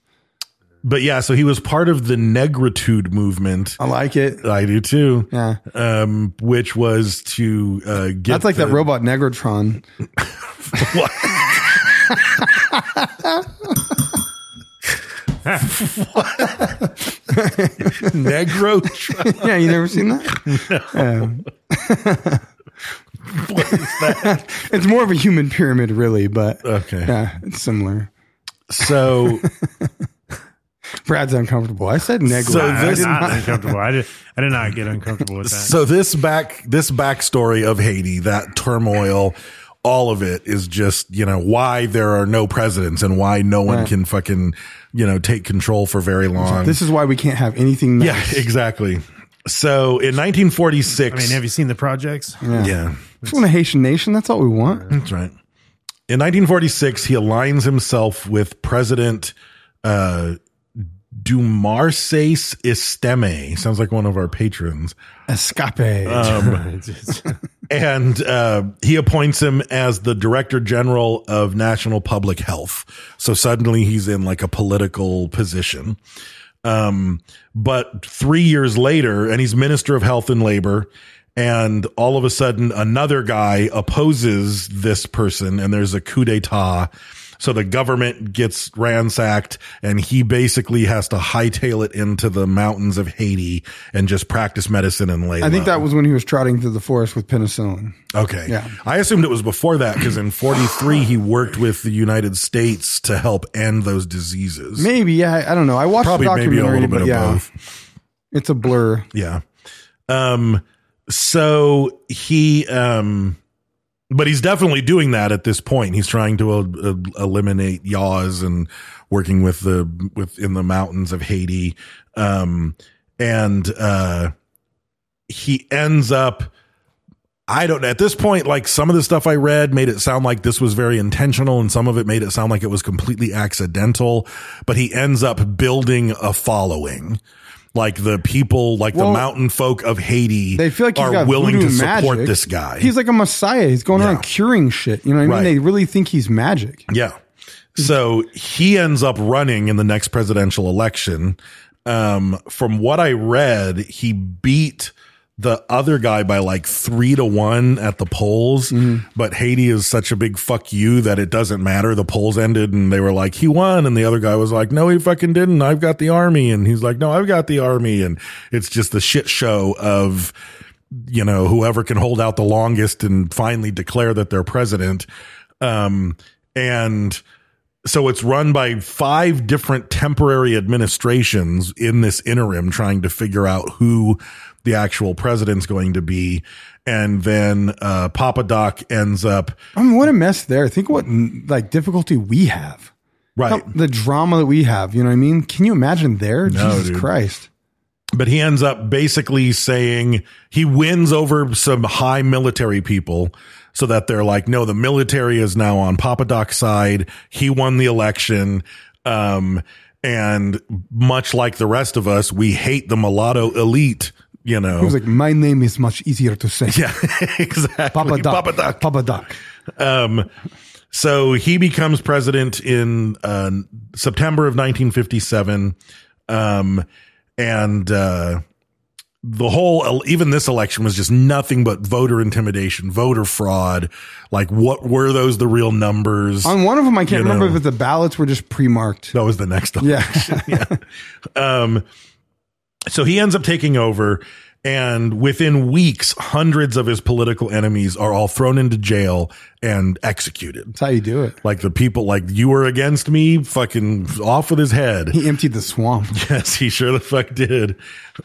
Speaker 5: But yeah, so he was part of the negritude movement.
Speaker 3: I like it.
Speaker 2: Uh,
Speaker 5: I do too.
Speaker 3: Yeah.
Speaker 5: Um, which was to uh, get
Speaker 3: That's like that
Speaker 5: the-
Speaker 3: robot Negrotron.
Speaker 5: What? Negro truck.
Speaker 3: yeah, you never seen that? Um, it's more of a human pyramid, really, but
Speaker 5: Okay.
Speaker 3: yeah, it's similar.
Speaker 5: So
Speaker 3: Brad's uncomfortable. I said Negro.
Speaker 5: So
Speaker 2: I
Speaker 5: this-
Speaker 2: was not uncomfortable. I did, I did not get uncomfortable with that.
Speaker 5: So this back this backstory of Haiti, that turmoil, all of it is just you know why there are no presidents and why no one
Speaker 3: Right.
Speaker 5: can fucking you know take control for very long.
Speaker 3: this is why we can't have anything.
Speaker 5: yeah,
Speaker 3: Nice.
Speaker 5: exactly. So in 1946,
Speaker 2: I mean, have you seen the projects?
Speaker 5: yeah,
Speaker 3: Just want a Haitian nation. That's all we want.
Speaker 5: that's right. In 1946, he aligns himself with President uh, Dumarces Esteme. Sounds like one of our patrons.
Speaker 3: Escape.
Speaker 5: Oh,
Speaker 2: Um,
Speaker 5: and uh, he appoints him as the director general of national public health. So suddenly he's in like a political position. Um, but three years later, and he's minister of health and labor. And all of a sudden, another guy opposes this person, and there's a coup d'etat. So the government gets ransacked, and he basically has to hightail it into the mountains of Haiti and just practice medicine and lay
Speaker 3: I think
Speaker 5: low.
Speaker 3: that was when he was trotting through the forest with penicillin.
Speaker 5: Okay.
Speaker 3: Yeah.
Speaker 5: I assumed it was before that because in 43, he worked with the United States to help end those diseases.
Speaker 3: Maybe. Yeah. I- I don't know. I watched
Speaker 5: Probably
Speaker 3: the
Speaker 5: maybe a
Speaker 3: documentary,
Speaker 5: little bit
Speaker 3: but
Speaker 5: of
Speaker 3: yeah,
Speaker 5: both.
Speaker 3: it's a blur.
Speaker 5: Yeah. Um, so he, um, but he's definitely doing that at this point. He's trying to uh, uh, eliminate yaws and working with the within the mountains of Haiti, um, and uh, he ends up. I don't know. At this point, like some of the stuff I read made it sound like this was very intentional, and some of it made it sound like it was completely accidental. But he ends up building a following. Like the people, like
Speaker 3: Well,
Speaker 5: the mountain folk of Haiti,
Speaker 3: They feel like he's
Speaker 5: are
Speaker 3: got
Speaker 5: willing to
Speaker 3: voodoo
Speaker 5: support
Speaker 3: magic.
Speaker 5: this guy.
Speaker 3: He's like a messiah. He's going around curing shit. You know what I mean?
Speaker 5: Right.
Speaker 3: They really think he's magic.
Speaker 5: Yeah. So he ends up running in the next presidential election. Um, from what I read, he beat the other guy by like three to one at the polls.
Speaker 3: Mm-hmm.
Speaker 5: But Haiti is such a big fuck you that it doesn't matter. The polls ended and they were like, he won. And the other guy was like, no, he fucking didn't. I've got the army. And he's like, no, I've got the army. And it's just the shit show of, you know, whoever can hold out the longest and finally declare that they're president. Um, and so it's run by five different temporary administrations in this interim trying to figure out who the actual president's going to be. And then, uh, Papa Doc ends up,
Speaker 3: I mean, what a mess there. Think what like difficulty we have.
Speaker 5: Right.
Speaker 3: How- the drama that we have. You know what I mean? Can you imagine there?
Speaker 5: No,
Speaker 3: Jesus
Speaker 5: dude.
Speaker 3: Christ.
Speaker 5: but he ends up basically saying he wins over some high military people so that they're like, no, the military is now on Papa Doc's side. He won the election. Um, and much like the rest of us, we hate the mulatto elite, you know.
Speaker 3: He was like, my name is much easier to say.
Speaker 5: Yeah, exactly.
Speaker 3: Papa Doc. Papa Doc.
Speaker 5: Um, so he becomes president in uh, September of 1957, um, and uh, the whole even this election was just nothing but voter intimidation, voter fraud. Like, what were those the real numbers?
Speaker 3: On one of them, I
Speaker 5: You
Speaker 3: can't
Speaker 5: know.
Speaker 3: remember if the ballots were just pre-marked.
Speaker 5: That was the next
Speaker 3: Yeah.
Speaker 5: um, so he ends up taking over, and within weeks, hundreds of his political enemies are all thrown into jail and executed. That's
Speaker 3: how you do it.
Speaker 5: Like the people, like you were against me, fucking off with his head.
Speaker 3: He emptied the swamp.
Speaker 5: Yes, he sure the fuck did.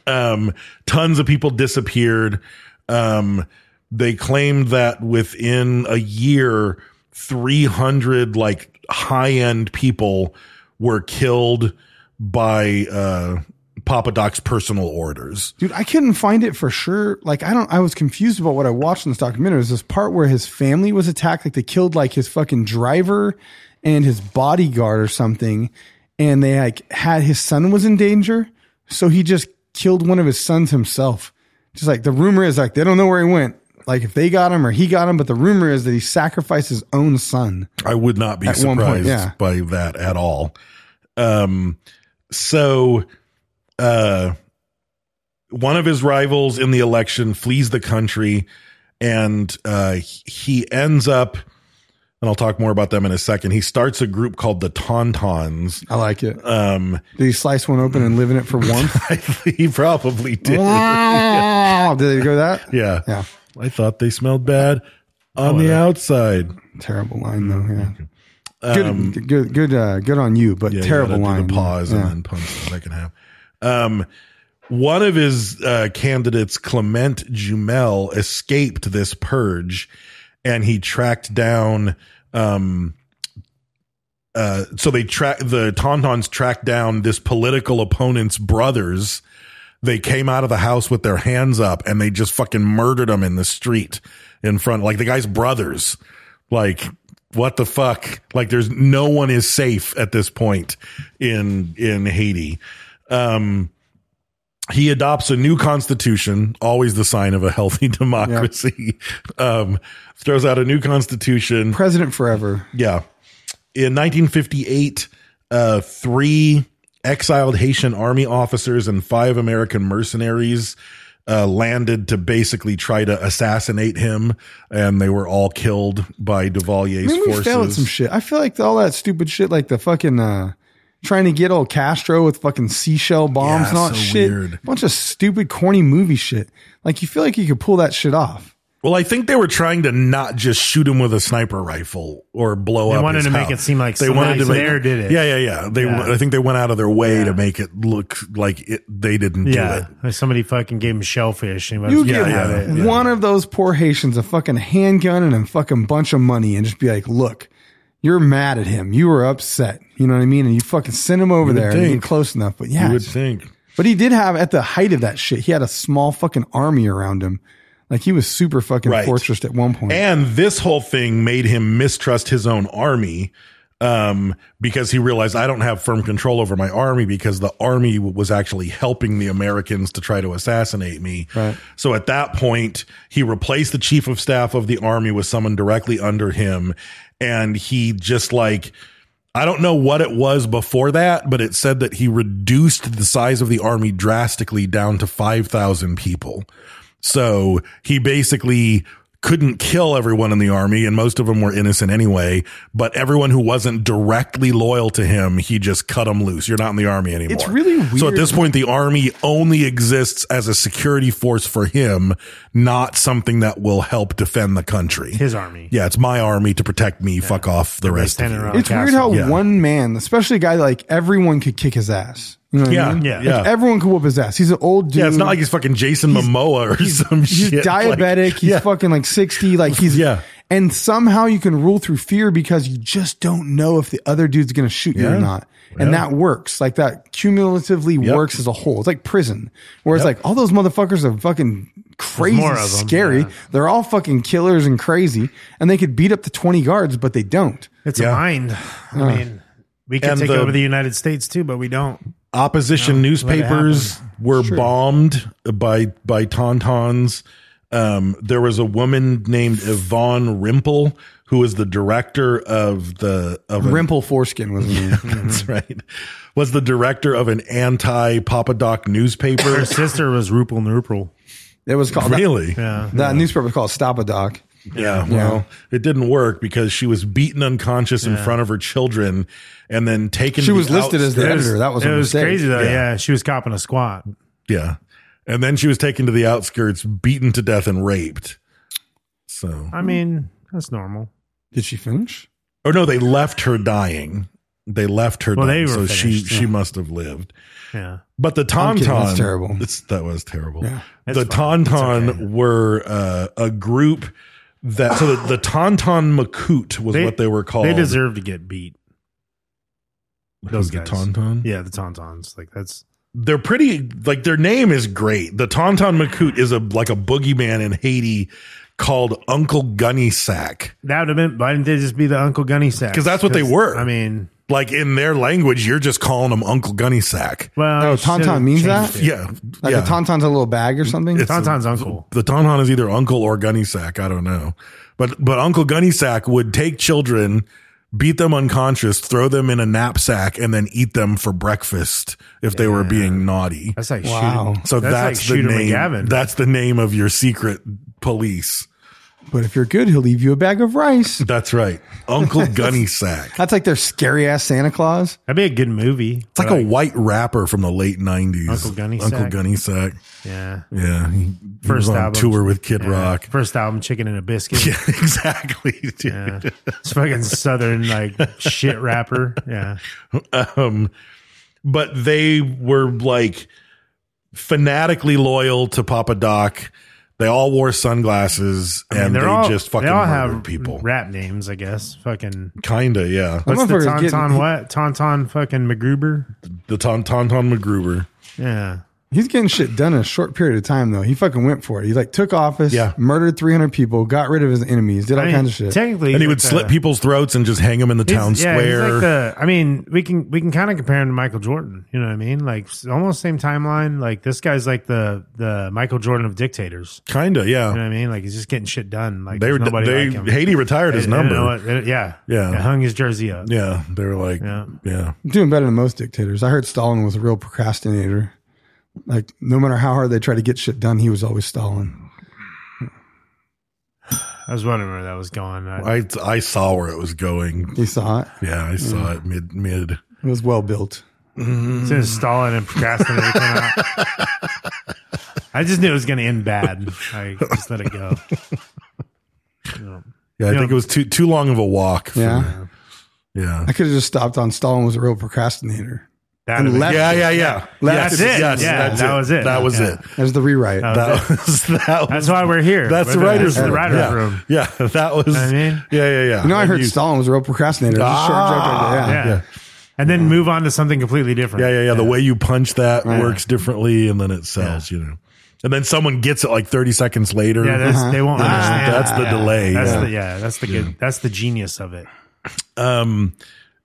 Speaker 5: Um, tons of people disappeared. Um, they claimed that within a year, 300 like high end people were killed by, uh, Papa Doc's personal orders.
Speaker 3: Dude, I couldn't find it for sure. Like, I don't, I was confused about what I watched in this documentary. There's this part where his family was attacked. Like, they killed, like, his fucking driver and his bodyguard or something. And they, like, had his son was in danger. So he just killed one of his sons himself. Just like the rumor is, like, they don't know where he went. Like, if they got him or he got him, but the rumor is that he sacrificed his own son.
Speaker 5: I would not be
Speaker 3: At one
Speaker 5: surprised
Speaker 3: point, yeah.
Speaker 5: by that at all. Um, so, uh, one of his rivals in the election flees the country and uh, he ends up, and I'll talk more about them in a second. He starts a group called the Tauntauns.
Speaker 3: I like it.
Speaker 5: Um,
Speaker 3: Did he slice one open and live in it for warmth?
Speaker 5: he probably did.
Speaker 3: Wow. Did they go that?
Speaker 5: Yeah.
Speaker 3: Yeah.
Speaker 5: I thought they smelled bad on
Speaker 3: Oh,
Speaker 5: the
Speaker 3: yeah.
Speaker 5: outside.
Speaker 3: Terrible line though. Yeah. Good,
Speaker 5: Mm-hmm. Um,
Speaker 3: good, good, uh, good on you, but
Speaker 5: Yeah, you
Speaker 3: terrible
Speaker 5: gotta do
Speaker 3: line.
Speaker 5: The pause
Speaker 3: Yeah.
Speaker 5: and then punch the second half. Um, one of his uh, candidates, Clement Jumel, escaped this purge, and he tracked down. Um, uh, so they track the Tauntauns tracked down this political opponent's brothers. They came out of the house with their hands up and they just fucking murdered them in the street in front, like the guy's brothers. Like, what the fuck? Like, there's no one is safe at this point in in Haiti. Um, he adopts a new constitution, always the sign of a healthy democracy. Um, throws out a new constitution.
Speaker 3: President forever.
Speaker 5: Yeah. In 1958, uh, three exiled Haitian army officers and five American mercenaries uh, landed to basically try to assassinate him, and they were all killed by
Speaker 3: I
Speaker 5: Duvalier's
Speaker 3: mean, we
Speaker 5: forces.
Speaker 3: failed at some shit. I feel like all that stupid shit, like the fucking uh, trying to get old Castro with fucking seashell bombs
Speaker 5: Yeah,
Speaker 3: and all that
Speaker 5: so
Speaker 3: shit.
Speaker 5: weird.
Speaker 3: Bunch of stupid, corny movie shit. Like you feel like you could pull that shit off.
Speaker 5: Well, I think they were trying to not just shoot him with a sniper rifle or blow
Speaker 2: They
Speaker 5: up.
Speaker 2: wanted
Speaker 5: his
Speaker 2: to make
Speaker 5: house.
Speaker 2: it seem like
Speaker 5: they wanted to
Speaker 2: somebody
Speaker 5: make,
Speaker 2: there did it.
Speaker 5: Yeah, yeah, yeah. They,
Speaker 2: Yeah.
Speaker 5: I think they went out of their way to make it look like it, they didn't do it.
Speaker 2: Yeah, Like somebody fucking gave him shellfish. And he
Speaker 3: You
Speaker 2: was
Speaker 3: give
Speaker 2: mad at it.
Speaker 3: one of those poor Haitians a fucking handgun and a fucking bunch of money and just be like, look, you're mad at him. You were upset. You know what I mean? And you fucking send him over
Speaker 5: You would
Speaker 3: there and you
Speaker 5: think.
Speaker 3: get close enough. But
Speaker 5: you
Speaker 3: yeah.
Speaker 5: would
Speaker 3: it's-
Speaker 5: think.
Speaker 3: But he did have, at the height of that shit, he had a small fucking army around him. Like he was super fucking
Speaker 5: Right.
Speaker 3: fortressed at one point.
Speaker 5: And this whole thing made him mistrust his own army um, because he realized I don't have firm control over my army because the army w- was actually helping the Americans to try to assassinate me.
Speaker 3: Right.
Speaker 5: So at that point, he replaced the chief of staff of the army with someone directly under him. And he just like, I don't know what it was before that, but it said that he reduced the size of the army drastically down to 5,000 people. So he basically couldn't kill everyone in the army and most of them were innocent anyway, but everyone who wasn't directly loyal to him, he just cut them loose. You're not in the army anymore.
Speaker 3: It's really
Speaker 5: So at
Speaker 3: weird.
Speaker 5: this point, the army only exists as a security force for him, not something that will help defend the country.
Speaker 2: his army.
Speaker 5: yeah, it's my army to protect me. Fuck off the rest of
Speaker 2: standing
Speaker 5: you.
Speaker 2: around.
Speaker 3: It's weird how
Speaker 2: Castle.
Speaker 5: Yeah.
Speaker 3: one man, especially a guy like everyone could kick his ass. You know what
Speaker 5: Yeah,
Speaker 3: I mean?
Speaker 5: yeah,
Speaker 3: Like,
Speaker 5: yeah.
Speaker 3: Everyone could whoop his ass. He's an old dude.
Speaker 5: Yeah, it's not like he's fucking Jason Momoa or some
Speaker 3: he's
Speaker 5: shit. Like,
Speaker 3: diabetic. he's
Speaker 5: yeah.
Speaker 3: fucking like 60. Like he's,
Speaker 5: Yeah.
Speaker 3: And somehow you can rule through fear because you just don't know if the other dude's going to shoot you
Speaker 5: Yeah.
Speaker 3: or not. And
Speaker 5: Yeah.
Speaker 3: that works. Like that cumulatively
Speaker 5: Yep.
Speaker 3: works as a whole. It's like prison, where it's
Speaker 5: Yep.
Speaker 3: like all those motherfuckers are fucking crazy,
Speaker 2: more of 'em,
Speaker 3: scary.
Speaker 2: yeah.
Speaker 3: They're all fucking killers and crazy. And they could beat up the 20 guards, but they don't.
Speaker 2: It's
Speaker 5: Yeah.
Speaker 2: a mind. I mean, we can
Speaker 5: And
Speaker 2: take
Speaker 5: the-
Speaker 2: over the United States too, but we don't.
Speaker 5: Opposition newspapers were bombed by by Tauntauns. Um, there was a woman named Yvonne Rimple who was the director of the of an
Speaker 3: Rimple foreskin was the name.
Speaker 5: That's right. Was the director of an anti Papa Doc newspaper.
Speaker 2: Her sister was Rupel Nurpel.
Speaker 3: It was called
Speaker 5: really?
Speaker 2: Yeah.
Speaker 3: That, that newspaper was called Stop a Doc.
Speaker 5: Yeah, well, it didn't work because she was beaten unconscious in front of her children and then taken.
Speaker 3: She
Speaker 5: to
Speaker 3: was listed as the
Speaker 5: outskirts-
Speaker 3: editor. That was a
Speaker 2: it was
Speaker 3: mistake.
Speaker 2: crazy though.
Speaker 5: Yeah.
Speaker 2: Yeah. she was copping a squat.
Speaker 5: Yeah. And then she was taken to the outskirts, beaten to death and raped. So,
Speaker 2: I mean, that's normal.
Speaker 3: Did she finish?
Speaker 5: or no, they left her dying. They left her
Speaker 2: Well,
Speaker 5: dying.
Speaker 2: they
Speaker 5: so
Speaker 2: were finished,
Speaker 5: she
Speaker 2: yeah.
Speaker 5: she must have lived.
Speaker 2: Yeah,
Speaker 5: But the
Speaker 3: I'm
Speaker 5: Tauntaun,
Speaker 3: kidding, that's terrible.
Speaker 5: It's, that was terrible.
Speaker 3: Yeah.
Speaker 2: It's
Speaker 5: the
Speaker 2: fine. It's
Speaker 5: Tauntaun
Speaker 2: okay.
Speaker 5: were uh, a group that so the, the Tauntaun Makut was what they were called.
Speaker 2: They deserve to get beat. Those
Speaker 5: the
Speaker 2: guys.
Speaker 5: Tauntaun.
Speaker 2: Yeah, the Tauntauns. Like that's
Speaker 5: they're pretty like their name is great. The Tauntaun Makut is a like a boogeyman in Haiti called Uncle Gunny Sack.
Speaker 2: that would have been. Why didn't they just be the Uncle Gunny sack?
Speaker 5: 'Cause that's what they were.
Speaker 2: I mean,
Speaker 5: Like in their language, you're just calling them Uncle Gunny Sack.
Speaker 2: well,
Speaker 3: No,
Speaker 2: they should
Speaker 3: Oh, Tauntaun
Speaker 2: have
Speaker 3: means
Speaker 2: changed
Speaker 3: that?
Speaker 2: it.
Speaker 5: Yeah,
Speaker 3: Like
Speaker 5: yeah.
Speaker 3: a tauntaun's a little bag or something.
Speaker 5: It's
Speaker 2: Tauntaun's
Speaker 5: a-
Speaker 2: uncle.
Speaker 5: The Tauntaun is either uncle or gunny sack. I don't know, but but Uncle Gunny Sack would take children, beat them unconscious, throw them in a knapsack, and then eat them for breakfast if they were being naughty.
Speaker 2: That's like
Speaker 3: Wow.
Speaker 2: shooting.
Speaker 5: so
Speaker 2: that's,
Speaker 5: that's,
Speaker 2: like
Speaker 5: the
Speaker 2: shooter
Speaker 5: name.
Speaker 2: McGavin.
Speaker 5: That's the name of your secret police.
Speaker 3: but if you're good, he'll leave you a bag of rice.
Speaker 5: That's right, Uncle Gunny Sack.
Speaker 3: That's like their scary ass Santa Claus.
Speaker 2: That'd be a good movie.
Speaker 5: It's like a white rapper from the late nineties.
Speaker 2: Uncle Gunny
Speaker 5: Uncle
Speaker 2: Sack.
Speaker 5: Gunny Sack.
Speaker 2: yeah.
Speaker 5: Yeah, he, he was
Speaker 2: First
Speaker 5: on
Speaker 2: album
Speaker 5: tour with Kid
Speaker 2: yeah.
Speaker 5: Rock.
Speaker 2: First album, Chicken and a Biscuit.
Speaker 5: Yeah, exactly. dude.
Speaker 2: Yeah. It's fucking southern like shit rapper. Yeah.
Speaker 5: um, but they were like fanatically loyal to Papa Doc. They all wore sunglasses
Speaker 2: I mean,
Speaker 5: and they
Speaker 2: they're all-
Speaker 5: just fucking
Speaker 2: they all
Speaker 5: murdered
Speaker 2: have
Speaker 5: people.
Speaker 2: Rap names, I guess. Fucking
Speaker 5: Kinda, yeah.
Speaker 3: That
Speaker 2: what's the
Speaker 3: motherfucker's
Speaker 2: Tauntaun
Speaker 3: getting-
Speaker 2: what? Tauntaun fucking MacGruber?
Speaker 5: The Taun- Tauntaun MacGruber.
Speaker 2: Yeah.
Speaker 3: He's getting shit done in a short period of time, though. He fucking went for it. He like took office,
Speaker 5: Yeah.
Speaker 3: murdered 300 people, got rid of his enemies, did all
Speaker 2: I mean,
Speaker 3: kinds of shit.
Speaker 2: Technically
Speaker 5: And he
Speaker 2: like
Speaker 5: would slit
Speaker 2: the-
Speaker 5: people's throats and just hang them in the
Speaker 2: he's-
Speaker 5: town
Speaker 2: yeah, he's
Speaker 5: square.
Speaker 2: like the, I mean, we can we can kind of compare him to Michael Jordan. You know what I mean? Like s- almost same timeline. Like this guy's like the the Michael Jordan of dictators.
Speaker 5: Kinda,
Speaker 2: You know
Speaker 5: yeah.
Speaker 2: what I mean? Like he's just getting shit done. Like
Speaker 5: They
Speaker 2: there's
Speaker 5: were-
Speaker 2: nobody
Speaker 5: they-
Speaker 2: like him.
Speaker 5: Haiti retired his
Speaker 2: They- they
Speaker 5: number.
Speaker 2: didn't know what- they- yeah,
Speaker 5: Yeah.
Speaker 2: They hung his jersey up.
Speaker 5: Yeah. They were like
Speaker 2: Yeah.
Speaker 5: yeah.
Speaker 3: Doing better than most dictators. I heard Stalin was a real procrastinator. Like, no matter how hard they tried to get shit done, he was always Stalin.
Speaker 2: I was wondering where that was going. I,
Speaker 5: I I saw where it was going.
Speaker 3: He saw it.
Speaker 5: Yeah, I saw
Speaker 2: Mm.
Speaker 5: it mid mid.
Speaker 3: It was well built.
Speaker 2: as soon as Stalin and procrastinator came out, I just knew it was going to end bad. I just let it go.
Speaker 5: Yeah, I
Speaker 2: You
Speaker 5: think
Speaker 2: know-
Speaker 5: it was too too long of a walk. for
Speaker 3: Yeah.
Speaker 5: me. yeah.
Speaker 3: I could have just stopped on Stalin was a real procrastinator.
Speaker 2: That'd have been-
Speaker 5: yeah, yeah, yeah.
Speaker 2: That's it.
Speaker 5: Yes,
Speaker 2: Yeah,
Speaker 5: that's
Speaker 2: that was it.
Speaker 5: That was
Speaker 2: Yeah.
Speaker 5: it.
Speaker 3: As the rewrite.
Speaker 2: That was
Speaker 5: That was, that was
Speaker 2: That's why we're here.
Speaker 5: that's the
Speaker 2: We're
Speaker 5: writer's
Speaker 2: the
Speaker 5: room.
Speaker 2: writer's
Speaker 5: yeah.
Speaker 2: room.
Speaker 5: Yeah, that was.
Speaker 2: I mean?
Speaker 5: yeah, yeah, yeah.
Speaker 3: you know, I
Speaker 2: uh,
Speaker 5: And
Speaker 3: heard Stalin was a real procrastinator. It was a short
Speaker 5: Ah,
Speaker 3: joke right there,
Speaker 2: Yeah. And then move on to something completely different.
Speaker 5: Yeah, yeah, yeah. The way you punch that
Speaker 3: Right.
Speaker 5: works differently, and then it sells. You know, and then someone gets it like thirty seconds later. Uh-huh.
Speaker 2: Yeah, that's, they won't
Speaker 5: That's-
Speaker 2: understand.
Speaker 5: that's the
Speaker 2: Yeah.
Speaker 5: delay,
Speaker 2: That's
Speaker 5: yeah.
Speaker 2: the yeah. That's the good. That's the genius of it.
Speaker 5: Um,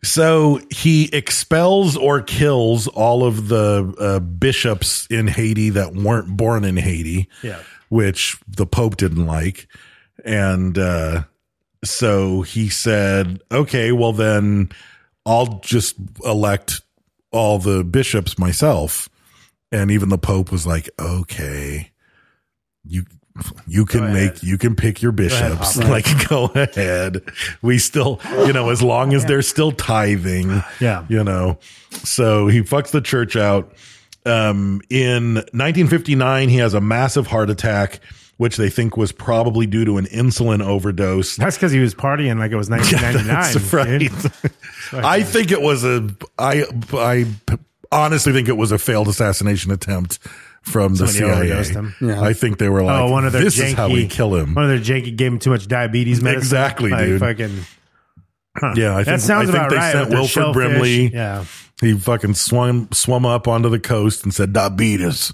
Speaker 5: so he expels or kills all of the uh, bishops in Haiti that weren't born in Haiti.
Speaker 2: Yeah.
Speaker 5: which the Pope didn't like, and uh, so he said, "Okay, well then, I'll just elect all the bishops myself." And even the Pope was like, "Okay, you." You can
Speaker 2: ahead.
Speaker 5: make you can pick your bishops.
Speaker 2: Papa.
Speaker 5: like go ahead. We still, you know, as long as they're still tithing,
Speaker 2: Yeah.
Speaker 5: you know. So he fucks the church out. Um, in 1959, he has a massive heart attack, which they think was probably due to an insulin overdose.
Speaker 2: That's because he was partying like it was 1999.
Speaker 5: That's
Speaker 2: dude.
Speaker 5: right. I think it was a. I I p- honestly think it was a failed assassination attempt from the
Speaker 2: Somebody
Speaker 5: CIA.
Speaker 2: overdosed him.
Speaker 3: Yeah.
Speaker 5: I think they were like,
Speaker 2: oh, one of their
Speaker 5: "This
Speaker 2: janky,
Speaker 5: is how we kill him."
Speaker 2: One of their janky gave him too much diabetes medicine.
Speaker 5: Exactly,
Speaker 2: Like,
Speaker 5: dude.
Speaker 2: Fucking, Huh.
Speaker 5: Yeah, I think-
Speaker 2: that sounds
Speaker 5: I think
Speaker 2: about
Speaker 5: they
Speaker 2: right.
Speaker 5: sent
Speaker 2: with their
Speaker 5: Wilford
Speaker 2: shellfish.
Speaker 5: Brimley.
Speaker 2: Yeah,
Speaker 5: He fucking swam swum up onto the coast and said diabetes.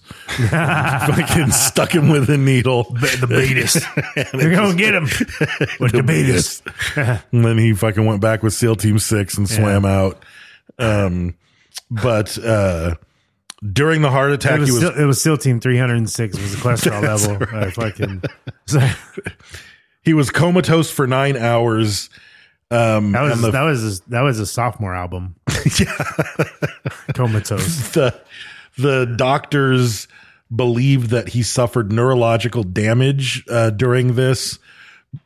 Speaker 5: fucking stuck him with a needle. The
Speaker 2: beatus.
Speaker 5: You're
Speaker 2: they're gonna get him with the beatus.
Speaker 5: and then he fucking went back with SEAL Team Six and swam out. Um, but uh, during the heart attack,
Speaker 2: It was,
Speaker 5: he was
Speaker 2: still, it was still team 306 was the cholesterol
Speaker 5: That's
Speaker 2: level.
Speaker 5: right.
Speaker 2: Uh, fucking, so that
Speaker 5: he was comatose for nine hours. Um,
Speaker 2: was
Speaker 5: and the
Speaker 2: that was his, that was a sophomore album. Comatose.
Speaker 5: the the doctors believed that he suffered neurological damage uh, during this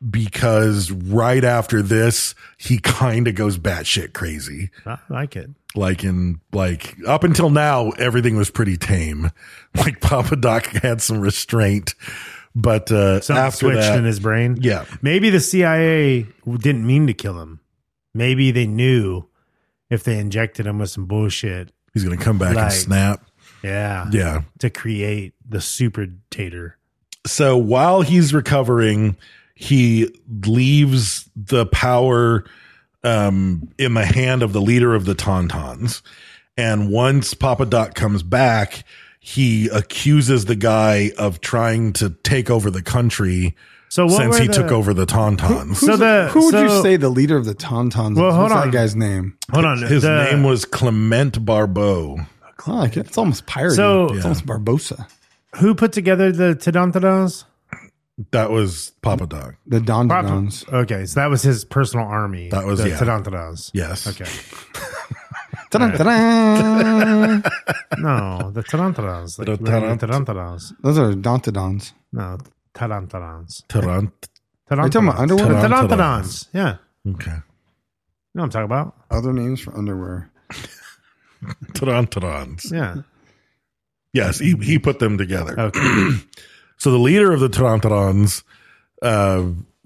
Speaker 5: because right after this he kind of goes batshit crazy
Speaker 2: I like it.
Speaker 5: like in like up until now everything was pretty tame like papa doc had some restraint but uh
Speaker 2: Something
Speaker 5: after
Speaker 2: switched
Speaker 5: that
Speaker 2: in his brain.
Speaker 5: Yeah.
Speaker 2: Maybe the CIA didn't mean to kill him. Maybe they knew if they injected him with some bullshit.
Speaker 5: he's gonna come back
Speaker 2: Like-
Speaker 5: and snap
Speaker 2: Yeah.
Speaker 5: yeah
Speaker 2: To create the super tater.
Speaker 5: so while he's recovering, he leaves the power um, in the hand of the leader of the Tauntauns. And once Papa Doc comes back, he accuses the guy of trying to take over the country
Speaker 2: So what
Speaker 5: since
Speaker 2: were
Speaker 5: he
Speaker 2: the-
Speaker 5: took over the
Speaker 3: yeah.
Speaker 5: Tauntauns.
Speaker 3: Who's
Speaker 2: So the-
Speaker 3: who would you
Speaker 2: so-
Speaker 3: say the leader of the Tauntauns?
Speaker 2: Well,
Speaker 3: is?
Speaker 2: hold
Speaker 3: What's
Speaker 2: on.
Speaker 3: that guy's name?
Speaker 2: Hold on.
Speaker 5: His
Speaker 2: the-
Speaker 5: name was Clement Barbeau.
Speaker 3: I like it. It's almost pirate.
Speaker 2: So-
Speaker 3: it's
Speaker 5: Yeah.
Speaker 3: almost Barbosa.
Speaker 2: who put together the Tadantadons?
Speaker 5: That was Papa Doc.
Speaker 3: The Dondons.
Speaker 2: Okay, so that was his personal army.
Speaker 5: That was-
Speaker 2: the
Speaker 5: yeah.
Speaker 2: Tadantadons.
Speaker 5: Yes.
Speaker 2: Okay.
Speaker 3: Ta-da, ta-da.
Speaker 2: No, the Tarantarans. Like,
Speaker 5: The
Speaker 2: the
Speaker 5: tarant-
Speaker 2: Tarantarans.
Speaker 3: Those are Dontodons.
Speaker 2: No, Tarantarans.
Speaker 5: Tarant.
Speaker 2: Tarantarans.
Speaker 3: Are you talking about
Speaker 2: The
Speaker 3: underwear?
Speaker 2: Tarantarans. Yeah. You
Speaker 5: Okay.
Speaker 2: know what I'm talking about?
Speaker 3: Other names for underwear.
Speaker 5: Tarantarans.
Speaker 2: Yeah.
Speaker 5: Yes, he, he put them together.
Speaker 2: Okay.
Speaker 5: So the leader of the Tarantarans uh,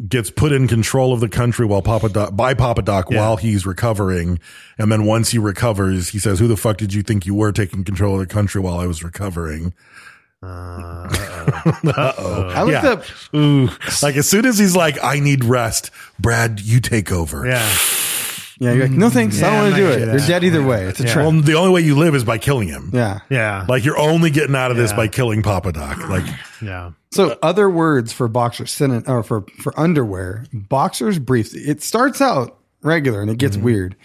Speaker 5: gets put in control of the country while Papa Doc, by Papa Doc
Speaker 2: Yeah.
Speaker 5: while he's recovering, and then once he recovers, he says, "Who the fuck did you think you were taking control of the country while I was recovering?" Oh,
Speaker 2: Uh,
Speaker 3: I looked
Speaker 5: Yeah.
Speaker 3: up.
Speaker 5: Ooh, like as soon as he's like, "I need rest," Brad, you take over.
Speaker 2: Yeah.
Speaker 3: Yeah, you're like, no thanks. I
Speaker 2: Yeah,
Speaker 3: don't
Speaker 2: I'm
Speaker 3: want
Speaker 2: not
Speaker 3: to do
Speaker 2: gonna
Speaker 3: it.
Speaker 2: do that.
Speaker 3: You're dead either way. It's a
Speaker 2: Yeah.
Speaker 3: trap.
Speaker 5: Well, the only way you live is by killing him.
Speaker 3: yeah.
Speaker 2: Yeah.
Speaker 5: Like you're only getting out of this
Speaker 2: Yeah.
Speaker 5: by killing Papa Doc. Like
Speaker 2: yeah.
Speaker 3: So other words for boxer synonym or for for underwear, boxers briefs. It starts out regular and it gets
Speaker 2: Mm-hmm.
Speaker 3: weird.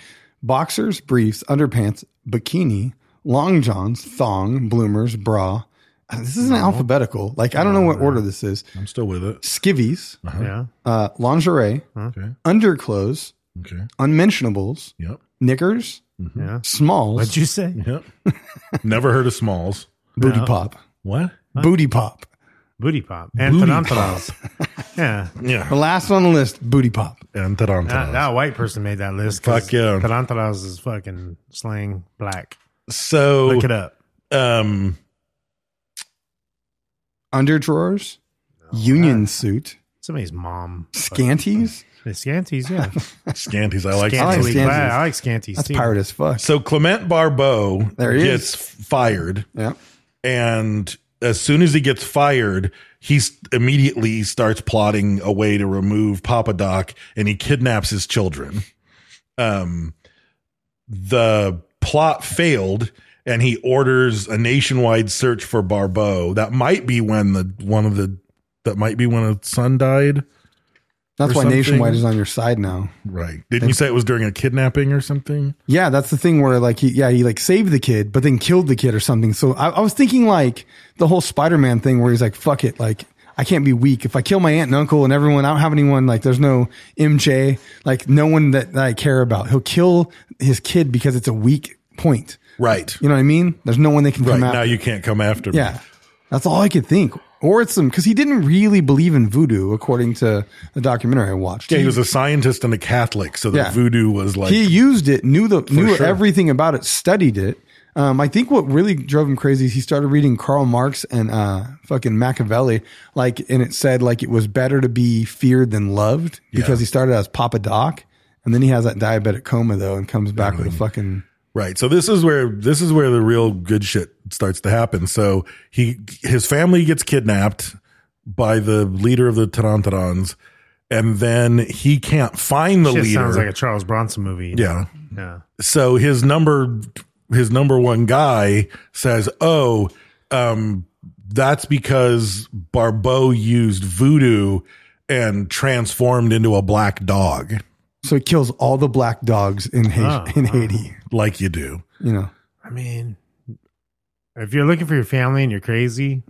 Speaker 3: Boxers briefs, underpants, bikini, long johns, thong, bloomers, bra. Uh, This isn't alphabetical. Like I don't know what order this is.
Speaker 5: I'm still with it.
Speaker 3: Skivvies,
Speaker 5: Uh-huh.
Speaker 2: Yeah.
Speaker 3: uh, lingerie,
Speaker 5: Okay.
Speaker 3: underclothes,
Speaker 5: Okay.
Speaker 3: unmentionables,
Speaker 5: Yep.
Speaker 3: knickers,
Speaker 5: Mm-hmm.
Speaker 2: Yeah.
Speaker 3: smalls,
Speaker 2: What'd you say?
Speaker 5: Yep. Never heard of Smalls.
Speaker 3: booty pop,
Speaker 5: What?
Speaker 3: booty pop.
Speaker 2: Booty pop. And
Speaker 5: Booty
Speaker 2: Tarantarans. Yeah.
Speaker 5: Yeah.
Speaker 3: The last on the list, booty pop.
Speaker 5: and Tarantulas.
Speaker 2: That, that white person made that list. 'cause
Speaker 5: Fuck yeah.
Speaker 2: Tarantarans is fucking slang black.
Speaker 5: So
Speaker 2: Look it up.
Speaker 5: um
Speaker 3: underdrawers,
Speaker 2: Uh,
Speaker 3: union suit,
Speaker 2: somebody's mom,
Speaker 3: scanties.
Speaker 2: The scanties, yeah.
Speaker 5: Scanties. I like
Speaker 2: Scanties. I like scanties. I like scanties,
Speaker 3: That's
Speaker 2: too.
Speaker 3: pirate as fuck.
Speaker 5: So Clement Barbeau
Speaker 3: There he
Speaker 5: gets
Speaker 3: is.
Speaker 5: fired.
Speaker 3: Yeah.
Speaker 5: And as soon as he gets fired, he s- immediately starts plotting a way to remove Papa Doc and he kidnaps his children. Um, the plot failed and he orders a nationwide search for Barbeau. That might be when the one of the that might be when a son died.
Speaker 3: That's
Speaker 5: or
Speaker 3: why
Speaker 5: something.
Speaker 3: Nationwide is on your side now.
Speaker 5: Right. Didn't you say it was during a kidnapping or something?
Speaker 3: Yeah, that's the thing where like he yeah he like saved the kid but then killed the kid or something. So I, I was thinking like the whole Spider Man thing where he's like fuck it like I can't be weak if I kill my aunt and uncle and everyone I don't have anyone like there's no MJ like no one that, that I care about. He'll kill his kid because it's a weak point.
Speaker 5: Right.
Speaker 3: You know what I mean? There's no one they can
Speaker 5: Right.
Speaker 3: come
Speaker 5: Now
Speaker 3: after.
Speaker 5: you can't come after me.
Speaker 3: Yeah. That's all I could think. Or it's some because he didn't really believe in voodoo according to the documentary I watched.
Speaker 5: Yeah, he was a scientist and a Catholic, so the
Speaker 3: Yeah.
Speaker 5: voodoo was like
Speaker 3: he used it, knew the knew
Speaker 5: sure.
Speaker 3: everything about it, studied it. Um, I think what really drove him crazy is he started reading Karl Marx and uh, fucking Machiavelli, like, and it said like it was better to be feared than loved because he started as Papa Doc, and then he has that diabetic coma though, and comes back with a fucking
Speaker 5: right. So this is where this is where the real good shit starts to happen. So he his family gets kidnapped by the leader of the Tarantarans, and then he can't find the
Speaker 2: Shit
Speaker 5: leader.
Speaker 2: sounds like a Charles Bronson movie.
Speaker 5: yeah.
Speaker 2: Yeah.
Speaker 5: So his number his number one guy says, "Oh, um, that's because Barbeau used voodoo and transformed into a black dog,
Speaker 3: so he kills all the black dogs in
Speaker 2: Oh,
Speaker 3: ha- in
Speaker 2: wow.
Speaker 3: Haiti.
Speaker 5: like you do."
Speaker 3: You know,
Speaker 2: I mean, if you're looking for your family and you're crazy,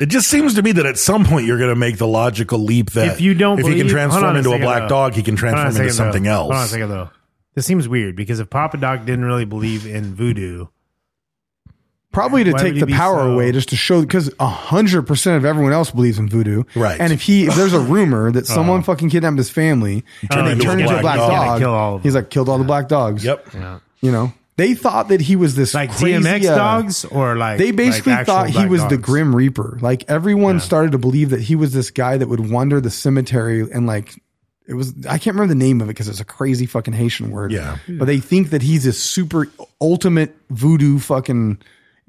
Speaker 5: It just seems to me that at some point you're going to make the logical leap that
Speaker 2: if you don't,
Speaker 5: if
Speaker 2: believe,
Speaker 5: he can
Speaker 2: Hold
Speaker 5: transform
Speaker 2: on
Speaker 5: into a
Speaker 2: second,
Speaker 5: black
Speaker 2: though.
Speaker 5: dog, he can
Speaker 2: Hold on a
Speaker 5: transform into
Speaker 2: second, though.
Speaker 5: something else.
Speaker 2: Hold on a second though. This seems weird because if Papa Doc didn't really believe in voodoo,
Speaker 3: Probably to
Speaker 2: Why would
Speaker 3: take
Speaker 2: he
Speaker 3: the
Speaker 2: be
Speaker 3: power
Speaker 2: so-
Speaker 3: away just to show because hundred percent of everyone else believes in voodoo.
Speaker 5: Right.
Speaker 3: And if he if there's a rumor
Speaker 2: Uh-huh.
Speaker 3: that someone fucking kidnapped his family
Speaker 5: turned
Speaker 3: and he
Speaker 5: into a
Speaker 3: turned into a
Speaker 5: black
Speaker 3: black
Speaker 5: dog. Yeah,
Speaker 3: dog,
Speaker 2: uh, kill all of them.
Speaker 3: he's like killed all the black dogs.
Speaker 5: Yep.
Speaker 3: You know? They thought that he was this
Speaker 2: like
Speaker 3: crazy,
Speaker 2: DMX
Speaker 3: uh,
Speaker 2: dogs or like
Speaker 3: They basically
Speaker 2: like actual
Speaker 3: thought he
Speaker 2: black
Speaker 3: was the
Speaker 2: dogs?
Speaker 3: Grim Reaper. Like everyone started to believe that he was this guy that would wander the cemetery and like it was I can't remember the name of it because it's a crazy fucking Haitian word.
Speaker 5: Yeah.
Speaker 3: But they think that he's this super ultimate voodoo fucking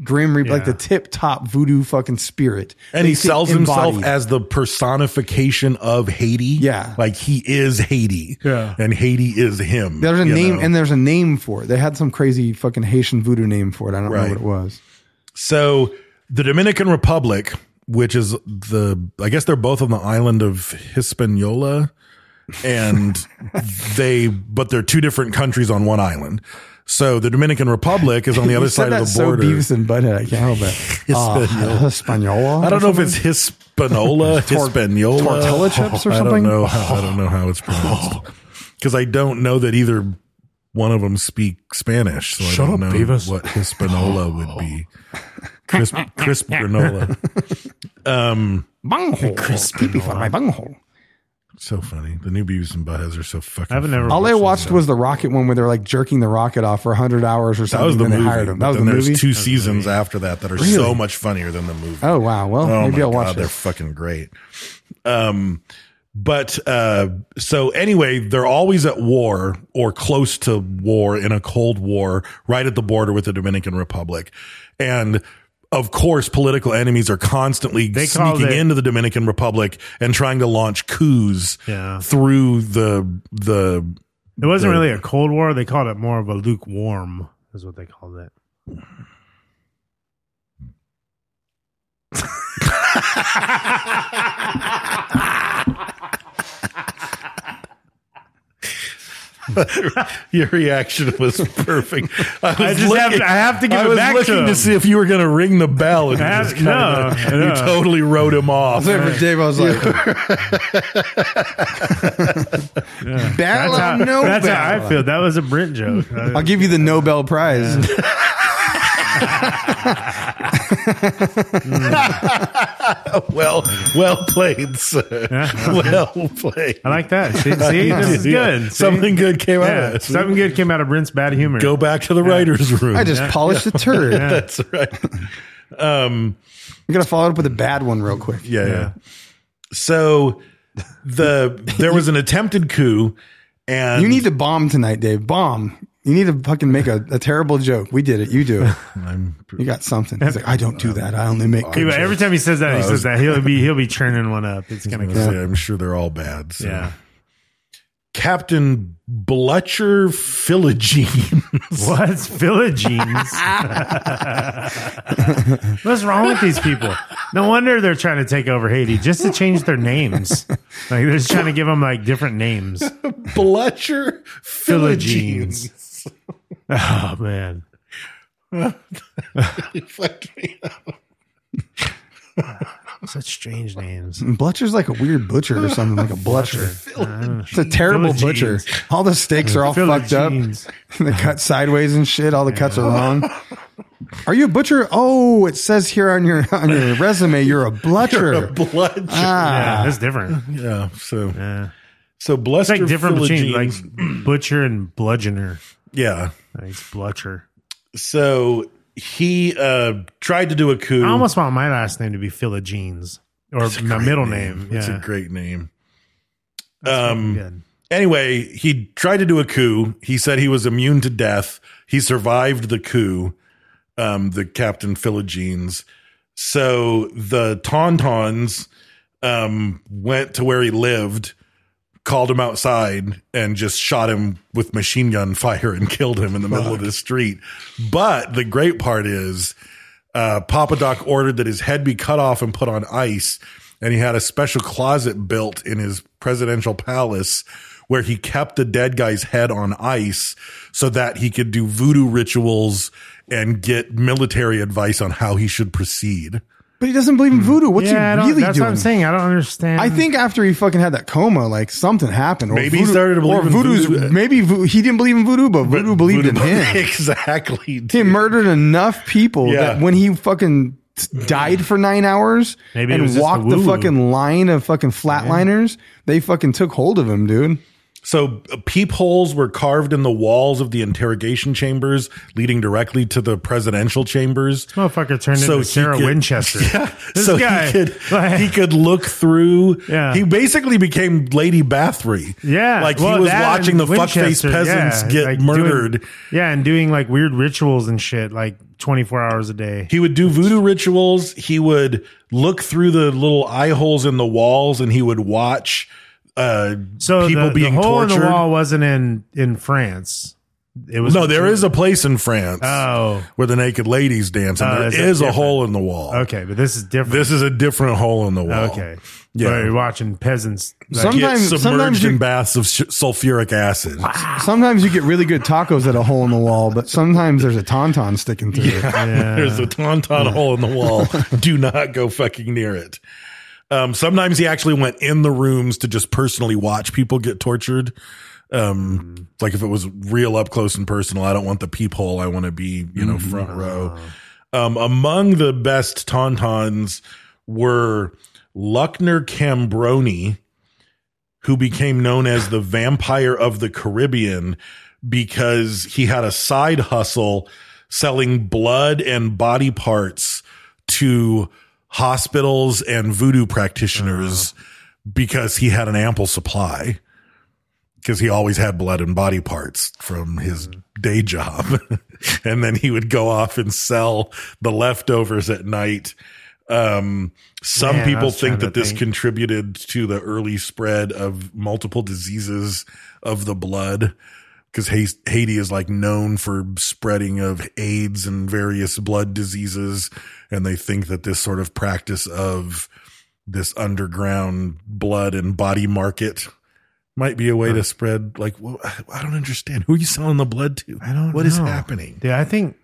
Speaker 3: grim reaper, like the
Speaker 2: Yeah.
Speaker 3: tip top voodoo fucking spirit.
Speaker 5: And
Speaker 3: They
Speaker 5: he
Speaker 3: think
Speaker 5: sells himself
Speaker 3: embodied.
Speaker 5: as the personification of Haiti.
Speaker 3: Yeah.
Speaker 5: Like he is Haiti.
Speaker 2: Yeah.
Speaker 5: And Haiti is him.
Speaker 3: there's a
Speaker 5: you
Speaker 3: name
Speaker 5: know?
Speaker 3: and there's a name for it. They had some crazy fucking Haitian voodoo name for it. I don't
Speaker 5: Right.
Speaker 3: know what it was.
Speaker 5: So the Dominican Republic, which is the, I guess they're both on the island of Hispaniola, and they, but they're two different countries on one island. So the Dominican Republic is on the
Speaker 3: You
Speaker 5: other
Speaker 3: said
Speaker 5: side of
Speaker 3: that
Speaker 5: the
Speaker 3: so
Speaker 5: border.
Speaker 3: Beavis and Butthead. I can't help it. Uh,
Speaker 5: Hispaniola.
Speaker 3: Hispaniola.
Speaker 5: I don't
Speaker 3: or
Speaker 5: know if
Speaker 3: something?
Speaker 5: it's Hispanola, Hispaniola,
Speaker 3: tortilla chips or
Speaker 5: I don't
Speaker 3: something?
Speaker 5: know. How, I don't know how it's pronounced because I don't know that either one of them speak Spanish. So
Speaker 2: Shut
Speaker 5: I don't
Speaker 2: up,
Speaker 5: know
Speaker 2: Beavis.
Speaker 5: what Hispanola would be. Crisp, crisp granola. Um,
Speaker 3: bunghole. Creepy for my bunghole.
Speaker 5: so funny. The new Beavis and Buttheads are so fucking.
Speaker 2: I've never-
Speaker 3: All I
Speaker 2: Versus,
Speaker 3: watched was the rocket one where they're like jerking the rocket off for 100 hours or
Speaker 5: That
Speaker 3: something.
Speaker 5: was the
Speaker 3: and
Speaker 5: movie.
Speaker 3: They hired him. That
Speaker 5: but
Speaker 3: was the
Speaker 5: then
Speaker 3: movie.
Speaker 5: there's two seasons after that that are so
Speaker 3: Really?
Speaker 5: much funnier than the movie.
Speaker 3: Oh wow. Well,
Speaker 5: Oh
Speaker 3: maybe
Speaker 5: my
Speaker 3: I'll watch
Speaker 5: God,
Speaker 3: it.
Speaker 5: They're fucking great. Um, but uh, so anyway, they're always at war or close to war in a Cold War, right at the border with the Dominican Republic, and. Of course, political enemies are constantly
Speaker 2: They called
Speaker 5: sneaking
Speaker 2: it-
Speaker 5: into the Dominican Republic and trying to launch coups
Speaker 2: Yeah.
Speaker 5: through the the
Speaker 2: It wasn't
Speaker 5: the-
Speaker 2: really a Cold War. They called it more of a lukewarm, is what they called it.
Speaker 5: Your reaction was perfect. I, was
Speaker 2: just have to- I have to give
Speaker 5: I
Speaker 2: it
Speaker 5: was
Speaker 2: back to
Speaker 5: looking
Speaker 2: him.
Speaker 5: see if you were going to ring the bell, and
Speaker 2: I
Speaker 5: you
Speaker 2: have-
Speaker 5: just kinda-
Speaker 2: no,
Speaker 5: you
Speaker 2: no.
Speaker 5: totally wrote him off.
Speaker 3: So every day I was like, battle
Speaker 2: That's, how,
Speaker 3: or no
Speaker 2: that's how
Speaker 3: battle.
Speaker 2: I feel. That was a Brent joke.
Speaker 3: I'll give you the Nobel Prize.
Speaker 5: Well, well played, sir. well played.
Speaker 2: I like that. See, see this is
Speaker 5: Yeah.
Speaker 2: good. See?
Speaker 5: Something good came out.
Speaker 2: Yeah,
Speaker 5: Of it.
Speaker 2: something good came out of Brent's bad humor.
Speaker 5: Go back to the writers' room.
Speaker 3: I just polished the turd.
Speaker 5: That's right. Um,
Speaker 3: I'm gonna follow it up with a bad one real quick.
Speaker 5: Yeah, yeah. So the there was an attempted coup, and
Speaker 3: you need to bomb tonight, Dave. Bomb. You need to fucking make a, a terrible joke. We did it. You do it. you got something. He's like, I don't do that. I only make.
Speaker 2: He-
Speaker 3: good
Speaker 2: every
Speaker 3: jokes."
Speaker 2: time he says that, he
Speaker 5: Oh,
Speaker 2: says
Speaker 5: I
Speaker 2: that he'll be he'll be churning one up. It's gonna
Speaker 5: Yeah,
Speaker 2: go.
Speaker 5: I'm sure they're all bad. so.
Speaker 2: Yeah.
Speaker 5: Captain Blutcher Philogene.
Speaker 2: What's Philogene? What's wrong with these people? No wonder they're trying to take over Haiti just to change their names. Like they're just trying to give them like different names.
Speaker 5: Blutcher Philogene.
Speaker 2: Philogene. Oh man. Such strange names.
Speaker 3: Butcher's like a weird butcher or something, like a butcher. It's a terrible
Speaker 2: Philogene.
Speaker 3: butcher. All the steaks are all fucked up.
Speaker 2: Philogene.
Speaker 3: They cut sideways and shit. All the cuts are wrong. Are you a butcher? Oh, it says here on your on your resume you're a butcher.
Speaker 5: A Blutcher.
Speaker 2: Yeah,
Speaker 3: ah,
Speaker 2: that's different.
Speaker 5: yeah. So
Speaker 2: Yeah.
Speaker 5: so
Speaker 2: It's
Speaker 5: Bluster
Speaker 2: like different between like
Speaker 5: Philogene-
Speaker 2: butcher and bludgeoner.
Speaker 5: yeah.
Speaker 2: Like, it's blutcher.
Speaker 5: So he uh tried to do a coup.
Speaker 2: I almost want my last name to be Philogene or
Speaker 5: It's a
Speaker 2: my
Speaker 5: great
Speaker 2: middle name.
Speaker 5: It's
Speaker 2: Yeah.
Speaker 5: a great name.
Speaker 2: That's
Speaker 5: um,
Speaker 2: pretty good.
Speaker 5: Anyway, he tried to do a coup. He said he was immune to death. He survived the coup, um, the Captain Philogene. So the Tauntauns um, went to where he lived, called him outside, and just shot him with machine gun fire and killed him in the middle of the street. But the great part is uh, Papa Doc ordered that his head be cut off and put on ice, and he had a special closet built in his presidential palace where he kept the dead guy's head on ice so that he could do voodoo rituals and get military advice on how he should proceed.
Speaker 3: but he doesn't believe in voodoo. What's
Speaker 2: yeah, I
Speaker 3: he
Speaker 2: don't-
Speaker 3: really
Speaker 2: that's
Speaker 3: doing?
Speaker 2: what I'm saying. I don't understand.
Speaker 3: I think after he fucking had that coma, like something happened. Or
Speaker 5: Maybe he started to believe
Speaker 3: or
Speaker 5: in
Speaker 3: voodoo's,
Speaker 5: voodoo.
Speaker 3: Maybe vo- he didn't believe in voodoo, but voodoo believed
Speaker 5: Voodoo-
Speaker 3: in him.
Speaker 5: exactly.
Speaker 3: He murdered enough people
Speaker 5: Yeah.
Speaker 3: that when he fucking died for nine hours
Speaker 2: Maybe it was
Speaker 3: and
Speaker 2: just
Speaker 3: walked
Speaker 2: the
Speaker 3: the,
Speaker 2: woo-woo.
Speaker 3: fucking line of fucking flatliners, they fucking took hold of him, dude.
Speaker 5: So uh, peepholes were carved in the walls of the interrogation chambers, leading directly to the presidential chambers.
Speaker 2: motherfucker turned
Speaker 5: So
Speaker 2: into
Speaker 5: he
Speaker 2: Sarah
Speaker 5: could-
Speaker 2: Winchester.
Speaker 5: Yeah.
Speaker 2: This
Speaker 5: so
Speaker 2: guy.
Speaker 5: he could
Speaker 2: Like-
Speaker 5: he could look through.
Speaker 2: Yeah.
Speaker 5: He basically became Lady Bathory.
Speaker 2: Yeah,
Speaker 5: Like
Speaker 2: well,
Speaker 5: he was
Speaker 2: that
Speaker 5: watching
Speaker 2: and
Speaker 5: the fuck face
Speaker 2: Winchester,
Speaker 5: peasants
Speaker 2: yeah,
Speaker 5: get
Speaker 2: like
Speaker 5: murdered.
Speaker 2: doing- yeah, and doing like weird rituals and shit, like 24 hours a day.
Speaker 5: he would do voodoo rituals. He would look through the little eye holes in the walls, and he would watch uh,
Speaker 2: So
Speaker 5: people
Speaker 2: the,
Speaker 5: being
Speaker 2: the hole
Speaker 5: tortured.
Speaker 2: in the wall wasn't in in France. It was
Speaker 5: no, there is a place in France
Speaker 2: Oh.
Speaker 5: where the naked ladies dance, and
Speaker 2: Oh,
Speaker 5: there
Speaker 2: is
Speaker 5: is,
Speaker 2: it
Speaker 5: a
Speaker 2: different?
Speaker 5: hole in the wall.
Speaker 2: okay, but this is different.
Speaker 5: This is a different hole in the wall.
Speaker 2: okay.
Speaker 5: Yeah.
Speaker 2: Where you're watching peasants. Like,
Speaker 3: Some-
Speaker 5: Get
Speaker 3: Sometimes-
Speaker 5: submerged
Speaker 3: sometimes you-
Speaker 5: in baths of sh- sulfuric acid.
Speaker 3: Sometimes you get really good tacos at a hole in the wall, but sometimes there's a tauntaun sticking through it.
Speaker 5: There's a tauntaun hole in the wall. Do not go fucking near it. Um, sometimes he actually went in the rooms to just personally watch people get tortured. Um, like if it was real up close and personal, I don't want the peephole. I want to be, you know, front row. Um, among the best tauntauns were Luckner Cambroni, who became known as the vampire of the Caribbean because he had a side hustle selling blood and body parts to hospitals and voodoo practitioners because he had an ample supply because he always had blood and body parts from his day job and then he would go off and sell the leftovers at night um some
Speaker 2: Man, I
Speaker 5: people
Speaker 2: was
Speaker 5: think
Speaker 2: trying to
Speaker 5: that this
Speaker 2: think.
Speaker 5: contributed to the early spread of multiple diseases of the blood because Haiti is like known for spreading of AIDS and various blood diseases, and they think that this sort of practice of this underground blood and body market might be a way to spread. Like, well, I I don't understand. Who are you selling the blood to?
Speaker 2: I don't
Speaker 5: What is
Speaker 2: know.
Speaker 5: happening?
Speaker 2: Dude, I think.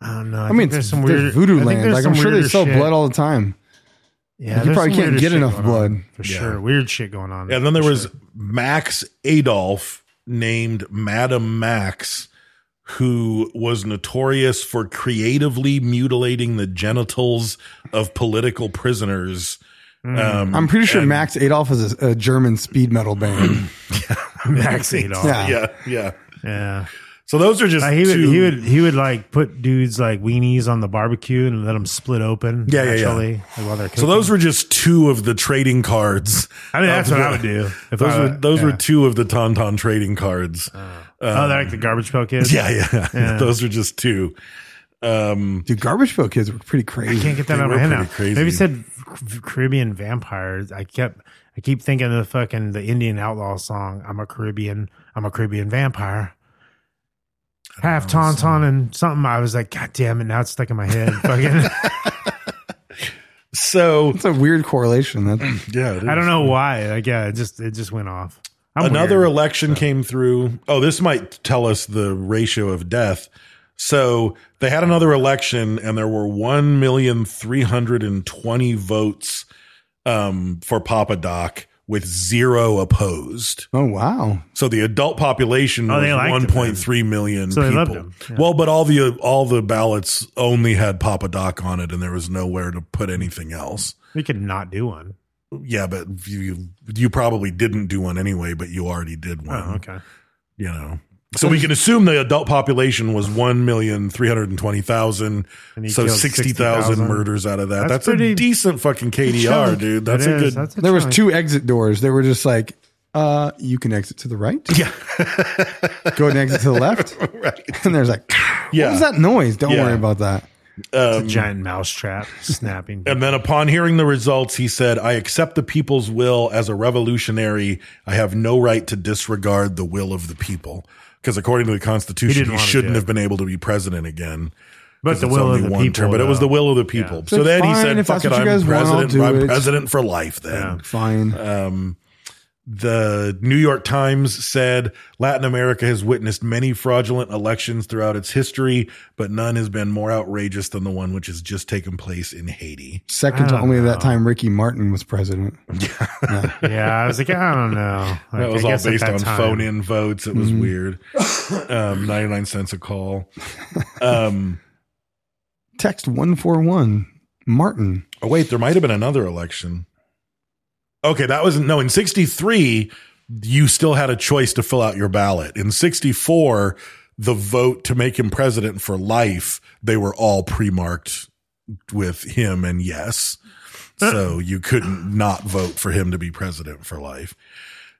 Speaker 2: I don't know. I,
Speaker 3: I mean,
Speaker 2: think
Speaker 3: there's
Speaker 2: there's some weird
Speaker 3: voodoo
Speaker 2: I think
Speaker 3: land.
Speaker 2: there's
Speaker 3: Like I'm
Speaker 2: some
Speaker 3: sure they
Speaker 2: weirder
Speaker 3: sell
Speaker 2: shit.
Speaker 3: blood all the time.
Speaker 2: Yeah,
Speaker 3: you
Speaker 2: there's
Speaker 3: probably
Speaker 2: some
Speaker 3: can't
Speaker 2: weirder
Speaker 3: get
Speaker 2: shit
Speaker 3: enough
Speaker 2: going
Speaker 3: blood.
Speaker 2: on, for
Speaker 5: Yeah.
Speaker 2: sure. Weird shit going on.
Speaker 5: And then there
Speaker 2: for
Speaker 5: was
Speaker 2: sure.
Speaker 5: Max Adolf, named Madam Max, who was notorious for creatively mutilating the genitals of political prisoners. Um,
Speaker 3: I'm pretty sure Max Adolf is a, a German speed metal band.
Speaker 2: Max Adolf.
Speaker 3: Yeah.
Speaker 5: yeah, yeah.
Speaker 2: yeah.
Speaker 5: So those are just
Speaker 2: Like, he would
Speaker 5: two-
Speaker 2: he would he would like put dudes like weenies on the barbecue and let them split open.
Speaker 5: Yeah, yeah, yeah.
Speaker 2: like, while they're
Speaker 5: So
Speaker 2: cooking.
Speaker 5: those were just two of the trading cards.
Speaker 2: I mean, that's
Speaker 5: of
Speaker 2: what
Speaker 5: the-
Speaker 2: I would do if
Speaker 5: those
Speaker 2: I-
Speaker 5: were those were
Speaker 2: yeah.
Speaker 5: two of the Tauntaun trading cards.
Speaker 2: oh, they're like the garbage pail kids.
Speaker 5: Yeah, Uh, yeah, Those are just two. Um,
Speaker 3: Dude, Garbage Pail Kids were pretty crazy.
Speaker 2: I can't get that
Speaker 5: They
Speaker 2: out of
Speaker 5: were
Speaker 2: my head
Speaker 5: pretty crazy.
Speaker 2: now. Maybe it said C- Caribbean vampires. I kept I keep thinking of the fucking the Indian outlaw song. I'm a Caribbean. I'm a Caribbean vampire. Half tauntaun and something. I was like, God damn it! Now it's stuck in my head. Fucking.
Speaker 5: so
Speaker 3: It's a weird correlation. That
Speaker 5: yeah, it
Speaker 2: I
Speaker 5: is.
Speaker 2: don't know why. Like, yeah, it just it just went off. I'm
Speaker 5: Another
Speaker 2: weird.
Speaker 5: election came through. Oh, this might tell us the ratio of death. So they had another election, and there were one million three hundred and twenty votes um, for Papa Doc, with zero opposed.
Speaker 3: oh wow,
Speaker 5: So the adult population
Speaker 2: Oh, they
Speaker 5: was
Speaker 2: liked him
Speaker 5: one
Speaker 2: then.
Speaker 5: point three million
Speaker 2: So they
Speaker 5: people.
Speaker 2: loved him, yeah.
Speaker 5: Well, but all the all the ballots only had Papa Doc on it, and there was nowhere to put anything else.
Speaker 2: we could not do one.
Speaker 5: Yeah, but you you, you probably didn't do one anyway, but you already did one
Speaker 2: Oh, okay.
Speaker 5: you know. So we can assume the adult population was one million three hundred and twenty thousand.
Speaker 2: And he
Speaker 5: So
Speaker 2: killed
Speaker 5: sixty thousand
Speaker 2: 60,000.
Speaker 5: murders out of that. That's,
Speaker 2: That's
Speaker 5: a
Speaker 2: pretty-
Speaker 5: decent fucking KDR, dude. That's
Speaker 2: It
Speaker 5: a
Speaker 2: is.
Speaker 5: good.
Speaker 2: That's a
Speaker 3: there was
Speaker 2: chunk.
Speaker 3: two exit doors. They were just like, uh, you can exit to the right.
Speaker 5: yeah,
Speaker 3: Go ahead and exit to the left.
Speaker 5: right.
Speaker 3: And there's like,
Speaker 5: Yeah.
Speaker 3: what was that noise? Don't
Speaker 5: Yeah.
Speaker 3: worry about that.
Speaker 2: It's
Speaker 5: Um,
Speaker 2: a giant mousetrap snapping.
Speaker 5: And then upon hearing the results, he said, "I accept the people's will as a revolutionary. I have no right to disregard the will of the people." Because according to the
Speaker 2: He
Speaker 5: Constitution,
Speaker 2: didn't
Speaker 5: he,
Speaker 2: want to
Speaker 5: shouldn't
Speaker 2: do it.
Speaker 5: have been able to be president again.
Speaker 2: but
Speaker 5: 'Cause
Speaker 2: the
Speaker 5: it's
Speaker 2: will
Speaker 5: only
Speaker 2: of the
Speaker 5: one
Speaker 2: people.
Speaker 5: term, but it was the
Speaker 2: though.
Speaker 5: will of the people.
Speaker 3: So
Speaker 5: So then he
Speaker 3: fine,
Speaker 5: said,
Speaker 3: if that's
Speaker 5: "Fuck it,
Speaker 3: what you
Speaker 5: I'm
Speaker 3: guys want, I'll
Speaker 5: president.
Speaker 3: do
Speaker 5: I'm
Speaker 3: it."
Speaker 5: president for life." Then Um,
Speaker 2: Yeah. Uh,
Speaker 3: Fine.
Speaker 5: the New York Times said Latin America has witnessed many fraudulent elections throughout its history, but none has been more outrageous than the one which has just taken place in Haiti.
Speaker 3: Second
Speaker 2: I
Speaker 3: to
Speaker 2: don't
Speaker 3: only
Speaker 2: know.
Speaker 3: that time Ricky Martin was president.
Speaker 2: Yeah, I was like, I don't know. Like,
Speaker 5: that was
Speaker 2: I
Speaker 5: all
Speaker 2: guess at
Speaker 5: based
Speaker 2: that
Speaker 5: on
Speaker 2: time- Mm-hmm.
Speaker 5: phone in votes. It was weird. Um, 99 cents a call. Um,
Speaker 3: Text 141 Martin.
Speaker 5: oh, wait, there might have been another election. Okay, that was no, in 63, you still had a choice to fill out your ballot. In 64, the vote to make him president for life, they were all pre marked with him and yes. So you couldn't not vote for him to be president for life.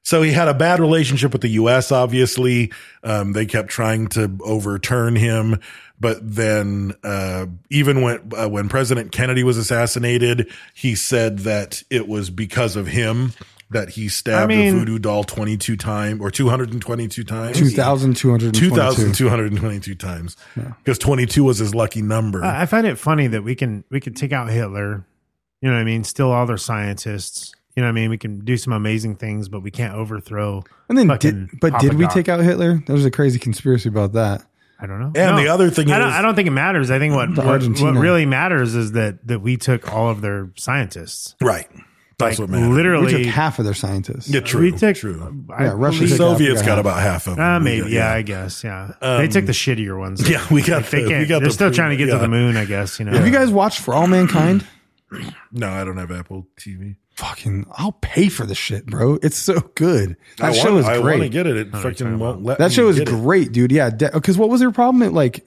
Speaker 5: So he had a bad relationship with the U.S. Obviously, um, they kept trying to overturn him. But then, uh, even when uh, when President Kennedy was assassinated, he said that it was because of him that he stabbed
Speaker 2: mean-
Speaker 5: a voodoo doll twenty two times or two hundred and twenty two times.
Speaker 3: 2,222.
Speaker 5: 2,222 times because 22 was his lucky number.
Speaker 2: I I find it funny that we can we can take out Hitler, you know what I mean? Still all their scientists, you know what I mean? We can do some amazing things, but we can't overthrow.
Speaker 3: And then,
Speaker 2: fucking
Speaker 3: did, but
Speaker 2: Papa
Speaker 3: did we
Speaker 2: Doc.
Speaker 3: take out Hitler? There was a crazy conspiracy about that.
Speaker 2: I don't know.
Speaker 5: And the other thing
Speaker 2: I don't,
Speaker 5: is-
Speaker 2: I don't think it matters. I think what
Speaker 3: The
Speaker 2: what, what
Speaker 3: Argentina.
Speaker 2: really matters is that that we took all of their scientists.
Speaker 5: right. That's what
Speaker 2: Like,
Speaker 5: matters.
Speaker 3: We
Speaker 2: Literally,
Speaker 3: took half of their scientists.
Speaker 5: Yeah, true.
Speaker 2: we took.
Speaker 5: true.
Speaker 2: I
Speaker 3: Yeah,
Speaker 5: The
Speaker 3: Russia
Speaker 2: believe-
Speaker 3: took out-
Speaker 5: Soviets
Speaker 3: yeah.
Speaker 5: got about half of them.
Speaker 2: Uh,
Speaker 5: We
Speaker 2: maybe.
Speaker 5: got-
Speaker 2: Yeah, I guess. Yeah, they
Speaker 5: Um,
Speaker 2: took the shittier ones.
Speaker 5: Yeah, we got
Speaker 2: they
Speaker 5: the- we
Speaker 2: can't.
Speaker 5: got
Speaker 2: they're
Speaker 5: the
Speaker 2: still
Speaker 5: pre-
Speaker 2: trying to get to
Speaker 5: yeah.
Speaker 2: the moon. I guess you know.
Speaker 3: Have you guys watched For All Mankind?
Speaker 5: No, I don't have Apple TV.
Speaker 3: Fucking, I'll pay for this shit, bro. It's so good. That show
Speaker 5: want,
Speaker 3: is
Speaker 5: I want to
Speaker 3: great.
Speaker 5: get it. It
Speaker 2: Oh,
Speaker 5: fucking won't let
Speaker 3: that
Speaker 5: me
Speaker 3: show is
Speaker 5: get it.
Speaker 3: great, dude. Yeah. Because what was their problem? It like,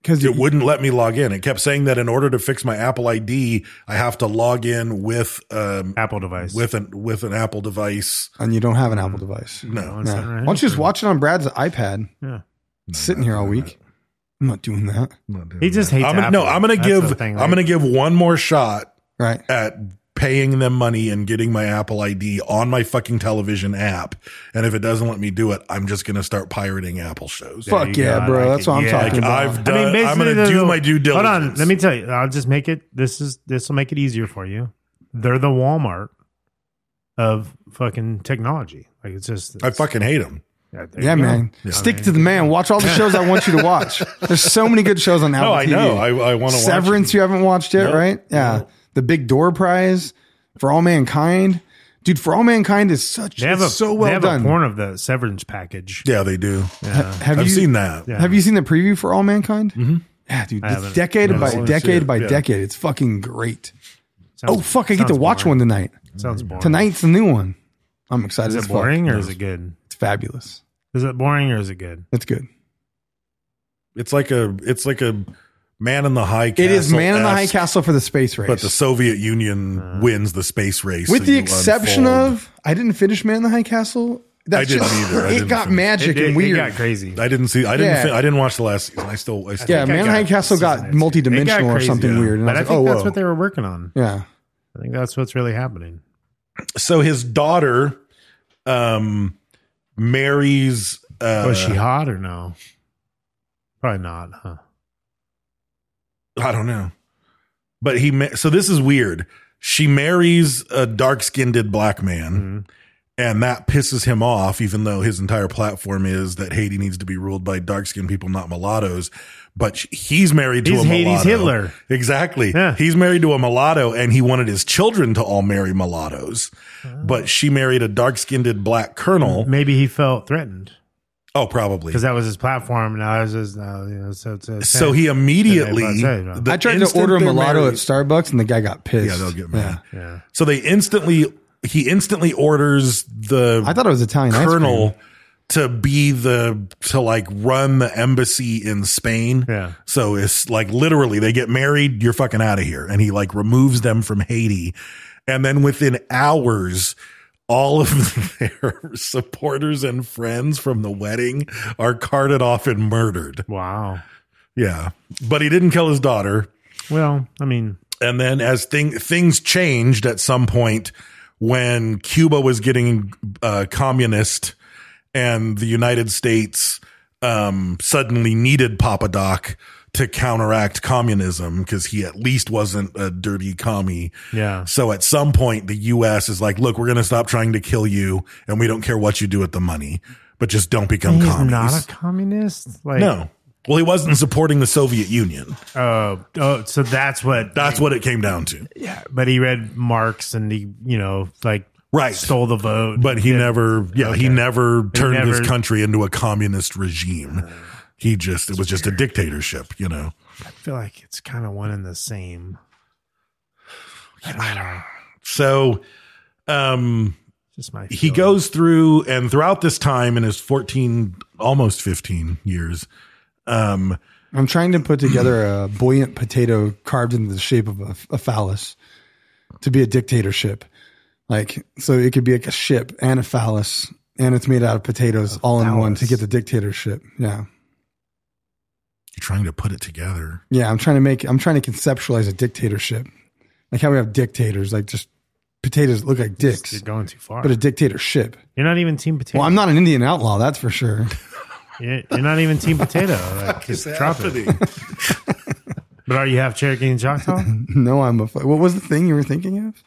Speaker 3: because
Speaker 5: It wouldn't let me log in. It kept saying that in order to fix my Apple ID, I have to log in with um
Speaker 2: Apple device
Speaker 5: with an with an Apple device.
Speaker 3: and you don't have an Apple device.
Speaker 5: No,
Speaker 2: It's
Speaker 3: Yeah.
Speaker 2: not
Speaker 3: Why
Speaker 2: right.
Speaker 3: don't you just watch it on Brad's iPad?
Speaker 2: Yeah.
Speaker 3: It's sitting here all week. I'm not doing that.
Speaker 2: He just hates.
Speaker 5: I'm gonna, no,
Speaker 2: Apple.
Speaker 5: I'm gonna
Speaker 2: That's the
Speaker 5: give
Speaker 2: thing,
Speaker 5: I'm
Speaker 2: like-
Speaker 5: gonna give one more shot
Speaker 3: Right.
Speaker 5: at paying them money and getting my Apple ID on my fucking television app. And if it doesn't let me do it, I'm just gonna start pirating Apple shows.
Speaker 2: There
Speaker 3: Fuck
Speaker 2: you
Speaker 3: yeah,
Speaker 2: go. I
Speaker 3: bro.
Speaker 2: like
Speaker 3: That's
Speaker 2: it.
Speaker 3: what I'm
Speaker 2: Yeah.
Speaker 3: talking
Speaker 5: Like,
Speaker 3: about.
Speaker 5: I've done- I'm gonna do
Speaker 2: the-
Speaker 5: my due diligence.
Speaker 2: Hold on, let me tell you. I'll just make it. This is this will make it easier for you. They're the Walmart of fucking technology. Like it's just.
Speaker 5: I fucking hate them.
Speaker 2: yeah, there
Speaker 3: yeah,
Speaker 2: you go.
Speaker 3: man.
Speaker 2: I
Speaker 3: Stick
Speaker 2: mean,
Speaker 3: to the man. Watch all the shows I want you to watch. There's so many good shows on Apple.
Speaker 5: No, Oh, I
Speaker 3: TV.
Speaker 5: know. I, I want to watch
Speaker 3: Severance,
Speaker 5: it.
Speaker 3: you haven't watched yet,
Speaker 5: Nope.
Speaker 3: right? Yeah.
Speaker 5: Nope.
Speaker 3: The Big Door Prize for All Mankind. Dude, For All Mankind is such
Speaker 2: They have
Speaker 3: it's
Speaker 2: a
Speaker 3: so
Speaker 2: they
Speaker 3: well
Speaker 2: have
Speaker 3: done.
Speaker 2: a porn of the severance package.
Speaker 5: Yeah, they do.
Speaker 3: Have
Speaker 5: I've
Speaker 3: you
Speaker 5: seen that.
Speaker 2: Yeah.
Speaker 3: Have you seen the preview for All Mankind? Mm-hmm. Yeah, dude.
Speaker 2: I
Speaker 3: It's
Speaker 2: haven't.
Speaker 3: decade
Speaker 2: No, I
Speaker 3: by
Speaker 5: wanna see
Speaker 3: decade
Speaker 5: it.
Speaker 3: by
Speaker 5: Yeah.
Speaker 3: decade. It's fucking great.
Speaker 2: Sounds-
Speaker 3: oh fuck, I get to
Speaker 2: sounds
Speaker 3: watch
Speaker 2: boring.
Speaker 3: one tonight.
Speaker 2: Sounds boring.
Speaker 3: Tonight's the new one. I'm excited.
Speaker 2: is
Speaker 3: as
Speaker 2: it
Speaker 3: fuck.
Speaker 2: boring or is it good?
Speaker 3: It's fabulous.
Speaker 2: Is it boring or is it good?
Speaker 3: It's good.
Speaker 5: It's like a it's like a man in the high.
Speaker 3: It is Man in the High
Speaker 5: Castle-esque,
Speaker 3: Castle for the space race.
Speaker 5: but the Soviet Union wins the space race,
Speaker 3: With
Speaker 5: so
Speaker 3: the
Speaker 5: you
Speaker 3: exception
Speaker 5: unfold.
Speaker 3: of, I didn't finish Man in the High Castle.
Speaker 5: I didn't either. I
Speaker 3: it
Speaker 5: didn't
Speaker 3: got
Speaker 5: finish.
Speaker 3: magic
Speaker 5: It- it-
Speaker 3: and
Speaker 5: it
Speaker 3: weird.
Speaker 5: got
Speaker 2: crazy.
Speaker 5: I didn't see. I didn't.
Speaker 3: Yeah.
Speaker 5: Fin- I didn't watch the last season. I still. I still
Speaker 3: yeah, Man in the High Castle got
Speaker 2: It got
Speaker 3: multi-dimensional or
Speaker 2: crazy,
Speaker 3: something
Speaker 2: yeah.
Speaker 3: weird. And
Speaker 2: But I,
Speaker 3: I was
Speaker 2: think
Speaker 3: like,
Speaker 2: that's
Speaker 3: oh, whoa.
Speaker 2: what they were working on.
Speaker 3: Yeah.
Speaker 2: I think that's what's really happening.
Speaker 5: so his daughter, um, marries. Uh,
Speaker 2: was she hot or no? Probably not, huh?
Speaker 5: I don't know. But he ma- so this is weird. She marries a dark-skinned black man.
Speaker 2: Mm-hmm.
Speaker 5: And that pisses him off, even though his entire platform is that Haiti needs to be ruled by dark skinned people, not mulattoes. But sh- he's married to
Speaker 2: He's
Speaker 5: a mulatto.
Speaker 2: Haiti's Hitler.
Speaker 5: Exactly.
Speaker 2: Yeah.
Speaker 5: He's married to a mulatto and he wanted his children to all marry mulattoes.
Speaker 2: Oh.
Speaker 5: But she married a dark skinned black colonel.
Speaker 2: Maybe he felt threatened
Speaker 5: Oh, probably.
Speaker 2: because that was his platform. Now was his, uh, you know, so, so,
Speaker 5: So he immediately- the
Speaker 3: I tried to
Speaker 5: instant
Speaker 3: order a
Speaker 5: they're
Speaker 3: mulatto
Speaker 5: married-
Speaker 3: at Starbucks and the guy got pissed.
Speaker 5: Yeah, they'll get mad. So they instantly he instantly orders the
Speaker 3: I thought it was Italian ice
Speaker 5: colonel to be the to like run the embassy in Spain.
Speaker 2: Yeah.
Speaker 5: So it's like literally they get married, you're fucking out of here. And he like removes them from Haiti. And then within hours all of their supporters and friends from the wedding are carted off and murdered.
Speaker 2: Wow.
Speaker 5: Yeah. But he didn't kill his daughter
Speaker 2: Well, I mean,
Speaker 5: and then as thing, things changed at some point when Cuba was getting uh, communist and the United States um, suddenly needed Papa Doc to counteract communism because he at least wasn't a dirty commie.
Speaker 2: yeah.
Speaker 5: So at some point, the U.S. is like, look, we're going to stop trying to kill you and we don't care what you do with the money, but just don't become
Speaker 2: He's
Speaker 5: commies.
Speaker 2: not a communist. Like,
Speaker 5: no. Well, he wasn't supporting the Soviet Union.
Speaker 2: Oh, oh, so that's what.
Speaker 5: That's what it came down to.
Speaker 2: But he read Marx and he, you know, like
Speaker 5: Right.
Speaker 2: stole the vote.
Speaker 5: But he never, yeah, he never turned
Speaker 2: never-
Speaker 5: his country into a communist regime. He just, it was just a dictatorship, you know.
Speaker 2: I feel like it's kind of one and the same. I don't know.
Speaker 5: So, um,
Speaker 2: Just my.
Speaker 5: he
Speaker 2: feeling.
Speaker 5: goes through and throughout this time in his 14, almost 15 years, um,
Speaker 3: cream. I'm trying to put together a buoyant potato carved into the shape of a, a phallus to be a dictatorship. Like, so it could be like a ship and a phallus, and it's made out of potatoes all in one to
Speaker 2: phallus.
Speaker 3: get the dictatorship. Yeah.
Speaker 5: you're trying to put it together.
Speaker 3: Yeah. I'm trying to make, I'm trying to conceptualize a dictatorship. Like how we have dictators, like just potatoes look like
Speaker 2: You're
Speaker 3: dicks,
Speaker 2: going too far.
Speaker 3: but a dictatorship.
Speaker 2: You're not even team potato.
Speaker 3: Well, I'm not an Indian outlaw, that's for sure.
Speaker 2: You're, you're not even team potato. Like, just drop it. But are you half Cherokee and Choctaw?
Speaker 3: No, I'm a. fu- What was the thing you were thinking of?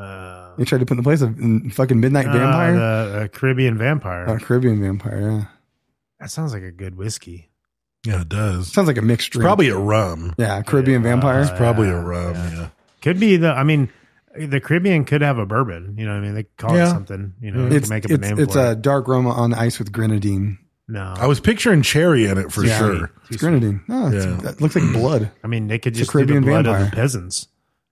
Speaker 2: Uh,
Speaker 3: You tried to put in the place of mm, fucking midnight
Speaker 2: Uh,
Speaker 3: vampire,
Speaker 2: the uh, Caribbean vampire.
Speaker 3: Uh, Caribbean vampire. Yeah,
Speaker 2: That sounds like a good whiskey.
Speaker 5: Yeah, it does.
Speaker 3: sounds like a mixed drink.
Speaker 5: Probably a rum.
Speaker 3: Yeah, Caribbean vampire.
Speaker 5: Probably a rum. Yeah.
Speaker 2: Could be the. I mean, the Caribbean could have a bourbon. You know, what I mean, they could call it
Speaker 5: Yeah.
Speaker 2: something. You know, they
Speaker 3: it's
Speaker 2: could make up
Speaker 3: it's,
Speaker 2: a name
Speaker 3: it's
Speaker 2: for
Speaker 3: a
Speaker 2: it.
Speaker 3: dark rum on ice with grenadine.
Speaker 2: No,
Speaker 5: I was picturing cherry in it for
Speaker 3: Yeah.
Speaker 5: sure.
Speaker 3: It's grenadine. No, it's,
Speaker 5: Yeah.
Speaker 3: that looks like blood.
Speaker 2: I mean, they could
Speaker 3: It's a
Speaker 2: just do the
Speaker 3: Caribbean
Speaker 2: blood of
Speaker 3: vampire.
Speaker 2: the peasants.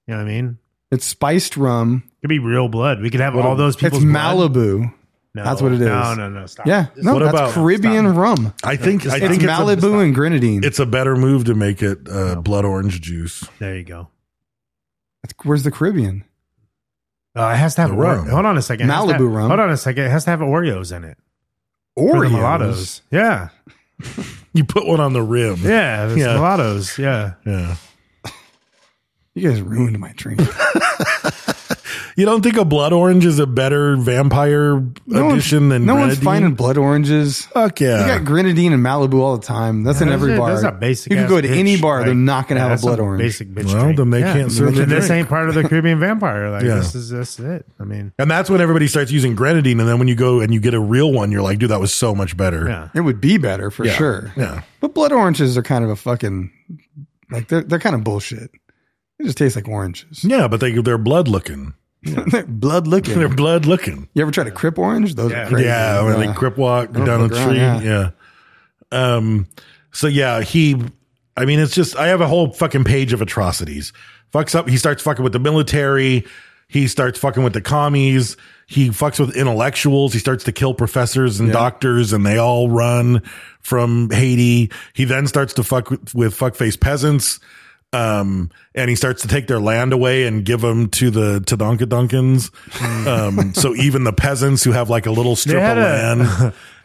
Speaker 2: You know what I mean?
Speaker 3: It's spiced rum.
Speaker 2: It could be real blood. We could have all those
Speaker 3: It's
Speaker 2: people's blood.
Speaker 3: Malibu.
Speaker 2: No,
Speaker 3: That's what it is.
Speaker 2: No, no, no. Stop.
Speaker 3: Yeah, no,
Speaker 5: What
Speaker 3: that's
Speaker 5: about-
Speaker 3: Caribbean rum.
Speaker 5: I think, I
Speaker 3: It's
Speaker 5: think it's a,
Speaker 3: Malibu and grenadine.
Speaker 5: it's a better move to make it uh, blood orange juice.
Speaker 2: There you go.
Speaker 3: That's- where's the Caribbean?
Speaker 2: Uh, it has to have
Speaker 5: The
Speaker 2: Ore-
Speaker 5: rum.
Speaker 2: Hold on a second. It has to
Speaker 3: Malibu
Speaker 2: have-
Speaker 3: rum.
Speaker 2: Hold on a second. It has to have Oreos in it. For the
Speaker 5: Oreos?
Speaker 2: mulattoes. Yeah.
Speaker 5: You put one on the rim.
Speaker 2: Yeah. It's
Speaker 5: Yeah.
Speaker 2: Mulattoes. Yeah.
Speaker 5: Yeah.
Speaker 3: You guys ruined my drink.
Speaker 5: You don't think a blood orange is a better vampire
Speaker 3: No one's-
Speaker 5: edition than
Speaker 3: no one's
Speaker 5: grenadine?
Speaker 3: finding blood oranges.
Speaker 5: Fuck
Speaker 3: You
Speaker 5: yeah.
Speaker 3: got grenadine and Malibu all the time. That's in
Speaker 2: Uh, Those
Speaker 3: every
Speaker 2: are-
Speaker 3: bar.
Speaker 2: Those are basic.
Speaker 3: You can
Speaker 2: ass
Speaker 3: go to any
Speaker 2: bitch,
Speaker 3: bar; they're
Speaker 2: like-
Speaker 3: not going to
Speaker 2: Yeah,
Speaker 3: have a
Speaker 2: that's
Speaker 3: blood
Speaker 2: some
Speaker 3: orange.
Speaker 2: Basic bitch.
Speaker 5: Well,
Speaker 2: drink.
Speaker 5: then they can't serve
Speaker 2: And
Speaker 5: the
Speaker 2: this
Speaker 5: drink.
Speaker 2: ain't part of the Caribbean vampire. Like
Speaker 5: Yeah.
Speaker 2: this is that's it. I mean,
Speaker 5: and that's when everybody starts using grenadine, and then when you go and you get a real one, you're like, dude, that was so much better.
Speaker 2: yeah.
Speaker 3: It would be better for
Speaker 5: Yeah.
Speaker 3: sure.
Speaker 5: Yeah.
Speaker 3: But blood oranges are kind of a fucking like they're they're kind of bullshit. They just taste like oranges.
Speaker 5: Yeah, but they they're blood looking.
Speaker 3: they're blood looking.
Speaker 5: They're blood looking.
Speaker 3: you ever tried a Crip orange? Those
Speaker 2: Yeah.
Speaker 3: are crazy.
Speaker 5: Yeah, or like crip walk
Speaker 3: Don't
Speaker 5: down a
Speaker 3: fuck around,
Speaker 5: tree.
Speaker 3: yeah.
Speaker 5: yeah. Um. So yeah, he. I mean, it's just I have a whole fucking page of atrocities. Fucks up. He starts fucking with the military. He starts fucking with the commies. he fucks with intellectuals. He starts to kill professors and
Speaker 7: Yeah.
Speaker 5: doctors, and they all run from Haiti. He then starts to fuck with, with fuckface peasants, um, and he starts to take their land away and give them to the Tadonka Duncans. um, so even the peasants who have like a little strip of
Speaker 2: had a-
Speaker 5: land,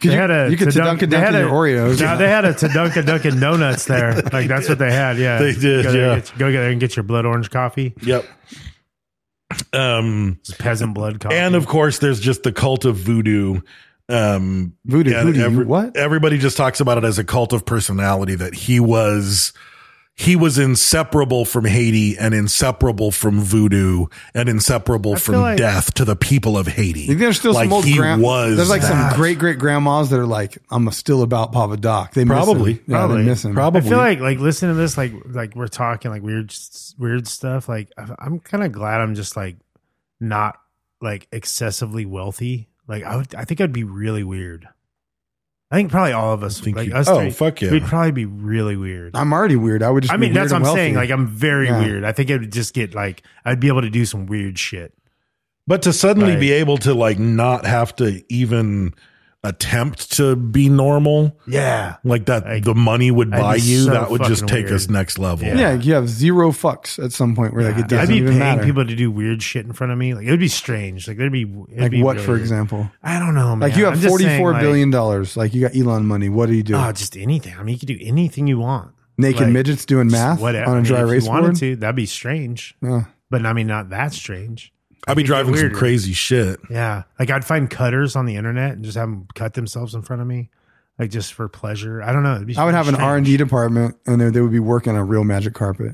Speaker 2: they had a Tadunk- they had a- No, they had a Tadunka Dunkin' Donuts there. Like that's what they had. Yeah,
Speaker 5: They did,
Speaker 2: Go there,
Speaker 5: yeah.
Speaker 2: and get, go there and get your blood orange coffee.
Speaker 5: Yep. Um,
Speaker 2: peasant blood coffee.
Speaker 5: And of course, there's just the cult of voodoo. Um,
Speaker 3: voodoo,
Speaker 5: and
Speaker 3: voodoo,
Speaker 5: every-
Speaker 3: what?
Speaker 5: Everybody just talks about it as a cult of personality that he was. He was inseparable from Haiti and inseparable from voodoo and inseparable from
Speaker 3: like-
Speaker 5: death to the people of Haiti.
Speaker 3: Like, there's still
Speaker 5: like
Speaker 3: some old
Speaker 5: he
Speaker 3: gran-
Speaker 5: was
Speaker 3: There's like
Speaker 5: that.
Speaker 3: some great great grandmas that are like, I'm still about Papa Doc. They
Speaker 5: Probably.
Speaker 3: miss him. Yeah, they
Speaker 5: Probably.
Speaker 3: miss him.
Speaker 2: I feel like like listening to this, like like we're talking like weird s- weird stuff. Like I- I'm kind of glad I'm just like not like excessively wealthy. Like I would, I think I'd be really weird. I think probably all of us, like
Speaker 3: you-
Speaker 2: us
Speaker 3: Oh,
Speaker 2: three,
Speaker 3: fuck yeah.
Speaker 2: we'd probably be really weird.
Speaker 3: I'm already weird. I would just.
Speaker 2: I
Speaker 3: be
Speaker 2: mean,
Speaker 3: weird
Speaker 2: that's what
Speaker 3: and
Speaker 2: I'm
Speaker 3: wealthy.
Speaker 2: saying. Like I'm very
Speaker 3: Yeah.
Speaker 2: weird. I think it would just get like I'd be able to do some weird shit.
Speaker 5: But to suddenly
Speaker 2: Like-
Speaker 5: be able to like not have to even attempt to be normal.
Speaker 2: Yeah.
Speaker 5: Like that the money would
Speaker 3: I'd
Speaker 5: buy
Speaker 3: be
Speaker 5: you,
Speaker 3: so
Speaker 5: that would just
Speaker 3: fucking
Speaker 5: take
Speaker 3: weird.
Speaker 5: us next level.
Speaker 3: Yeah. you have zero fucks at some point where like it
Speaker 2: I'd
Speaker 3: doesn't
Speaker 2: be
Speaker 3: even
Speaker 2: paying
Speaker 3: matter.
Speaker 2: people to do weird shit in front of me. Like it would be strange. Like there'd be it'd
Speaker 3: like
Speaker 2: be
Speaker 3: what,
Speaker 2: really
Speaker 3: for
Speaker 2: weird.
Speaker 3: example?
Speaker 2: I don't know. Man.
Speaker 3: Like you have
Speaker 2: I'm just
Speaker 3: forty
Speaker 2: saying,
Speaker 3: four
Speaker 2: like-
Speaker 3: billion dollars. Like you got Elon money. What do you do?
Speaker 2: Oh, just anything. I mean, you could do anything you want.
Speaker 3: Naked midgets doing
Speaker 2: just
Speaker 3: math on a
Speaker 2: I mean,
Speaker 3: dry
Speaker 2: if
Speaker 3: erase
Speaker 2: you wanted
Speaker 3: board?
Speaker 2: to, that'd be strange.
Speaker 3: Yeah.
Speaker 2: But I mean, not that strange.
Speaker 5: I'd be
Speaker 2: It'd get
Speaker 5: driving some
Speaker 2: weirder.
Speaker 5: crazy shit.
Speaker 2: Yeah, like I'd find cutters on the internet and just have them cut themselves in front of me, like just for pleasure. I don't know. It'd be
Speaker 3: I would have an R
Speaker 2: strange.
Speaker 3: and D department, and they, they would be working on a real magic carpet.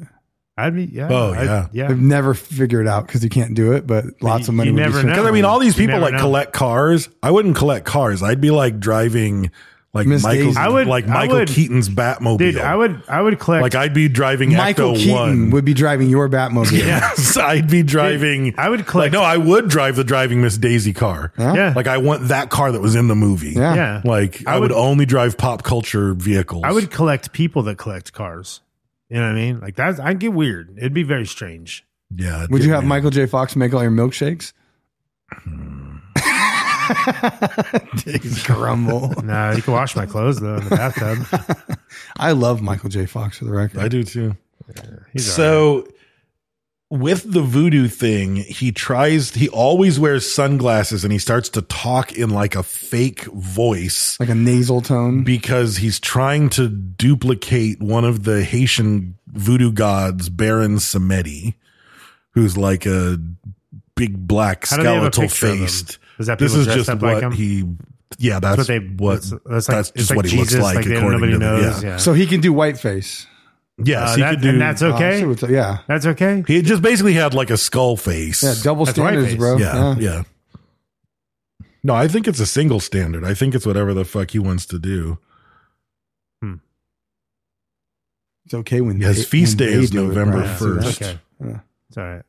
Speaker 2: I'd be yeah.
Speaker 5: Oh,
Speaker 2: I'd- yeah.
Speaker 3: I've never figured it out because you can't do it, but lots of money. would be spent.
Speaker 5: Because I mean, all these people like collect cars. I wouldn't collect cars. I'd be like driving like
Speaker 3: Miss
Speaker 5: Michael's,
Speaker 3: Daisy. I would-
Speaker 5: like
Speaker 3: I
Speaker 5: Michael
Speaker 3: would-
Speaker 5: Keaton's Batmobile.
Speaker 3: Dude, I
Speaker 2: would, I would collect.
Speaker 5: Like I'd be driving
Speaker 3: Michael
Speaker 5: Ecto
Speaker 3: Keaton
Speaker 5: One.
Speaker 3: would be driving your Batmobile.
Speaker 5: Yes, I'd be driving. I
Speaker 2: would
Speaker 5: collect. no, I would drive the driving Miss Daisy car.
Speaker 2: Yeah.
Speaker 5: like I want that car that was in the movie.
Speaker 2: Yeah. Yeah.
Speaker 5: like I,
Speaker 2: I
Speaker 5: would,
Speaker 2: would-
Speaker 5: only drive pop culture vehicles.
Speaker 2: I would collect people that collect cars. You know what I mean? Like that's I'd get weird. It'd be very strange.
Speaker 5: Yeah.
Speaker 3: Would you have Michael J. Fox make all your milkshakes?
Speaker 2: Hmm.
Speaker 3: Grumble.
Speaker 2: no, you can wash my clothes though in the bathtub.
Speaker 3: I love Michael J. Fox for the record.
Speaker 5: I do too.
Speaker 2: he's
Speaker 5: so with the voodoo thing, he tries he always wears sunglasses and he starts to talk in like a fake voice.
Speaker 3: Like a nasal tone.
Speaker 5: Because he's trying to duplicate one of the Haitian voodoo gods, Baron Samedi, who's like a big black
Speaker 2: How do they have a
Speaker 5: skeletal
Speaker 2: picture of him?
Speaker 5: faced.
Speaker 2: Is that people dressed up like
Speaker 5: what
Speaker 2: him?
Speaker 5: he yeah, that's
Speaker 2: what
Speaker 5: what
Speaker 2: they-
Speaker 5: they what that's,
Speaker 2: that's- that's like- it's
Speaker 5: just
Speaker 2: like
Speaker 5: what he
Speaker 2: Jesus,
Speaker 5: looks like,
Speaker 2: like, they-
Speaker 5: according
Speaker 2: nobody
Speaker 5: to the,
Speaker 2: knows,
Speaker 5: yeah.
Speaker 2: yeah.
Speaker 3: So he can do whiteface.
Speaker 5: Yes,
Speaker 2: Uh,
Speaker 5: he
Speaker 2: that-
Speaker 5: could do
Speaker 2: and that's okay?
Speaker 3: Uh, so it's- yeah.
Speaker 2: That's okay.
Speaker 5: He just basically had like a skull face.
Speaker 3: Yeah, double That's white standards, face. bro.
Speaker 5: Yeah,
Speaker 3: Yeah.
Speaker 5: yeah, No, I think it's a single standard. I think it's whatever the fuck he wants to do.
Speaker 3: It's okay when
Speaker 5: His feast
Speaker 3: when
Speaker 5: day
Speaker 3: they
Speaker 5: is
Speaker 3: do it,
Speaker 5: November
Speaker 3: right? So that's-
Speaker 5: first.
Speaker 2: Okay.
Speaker 3: Yeah.
Speaker 2: It's all right.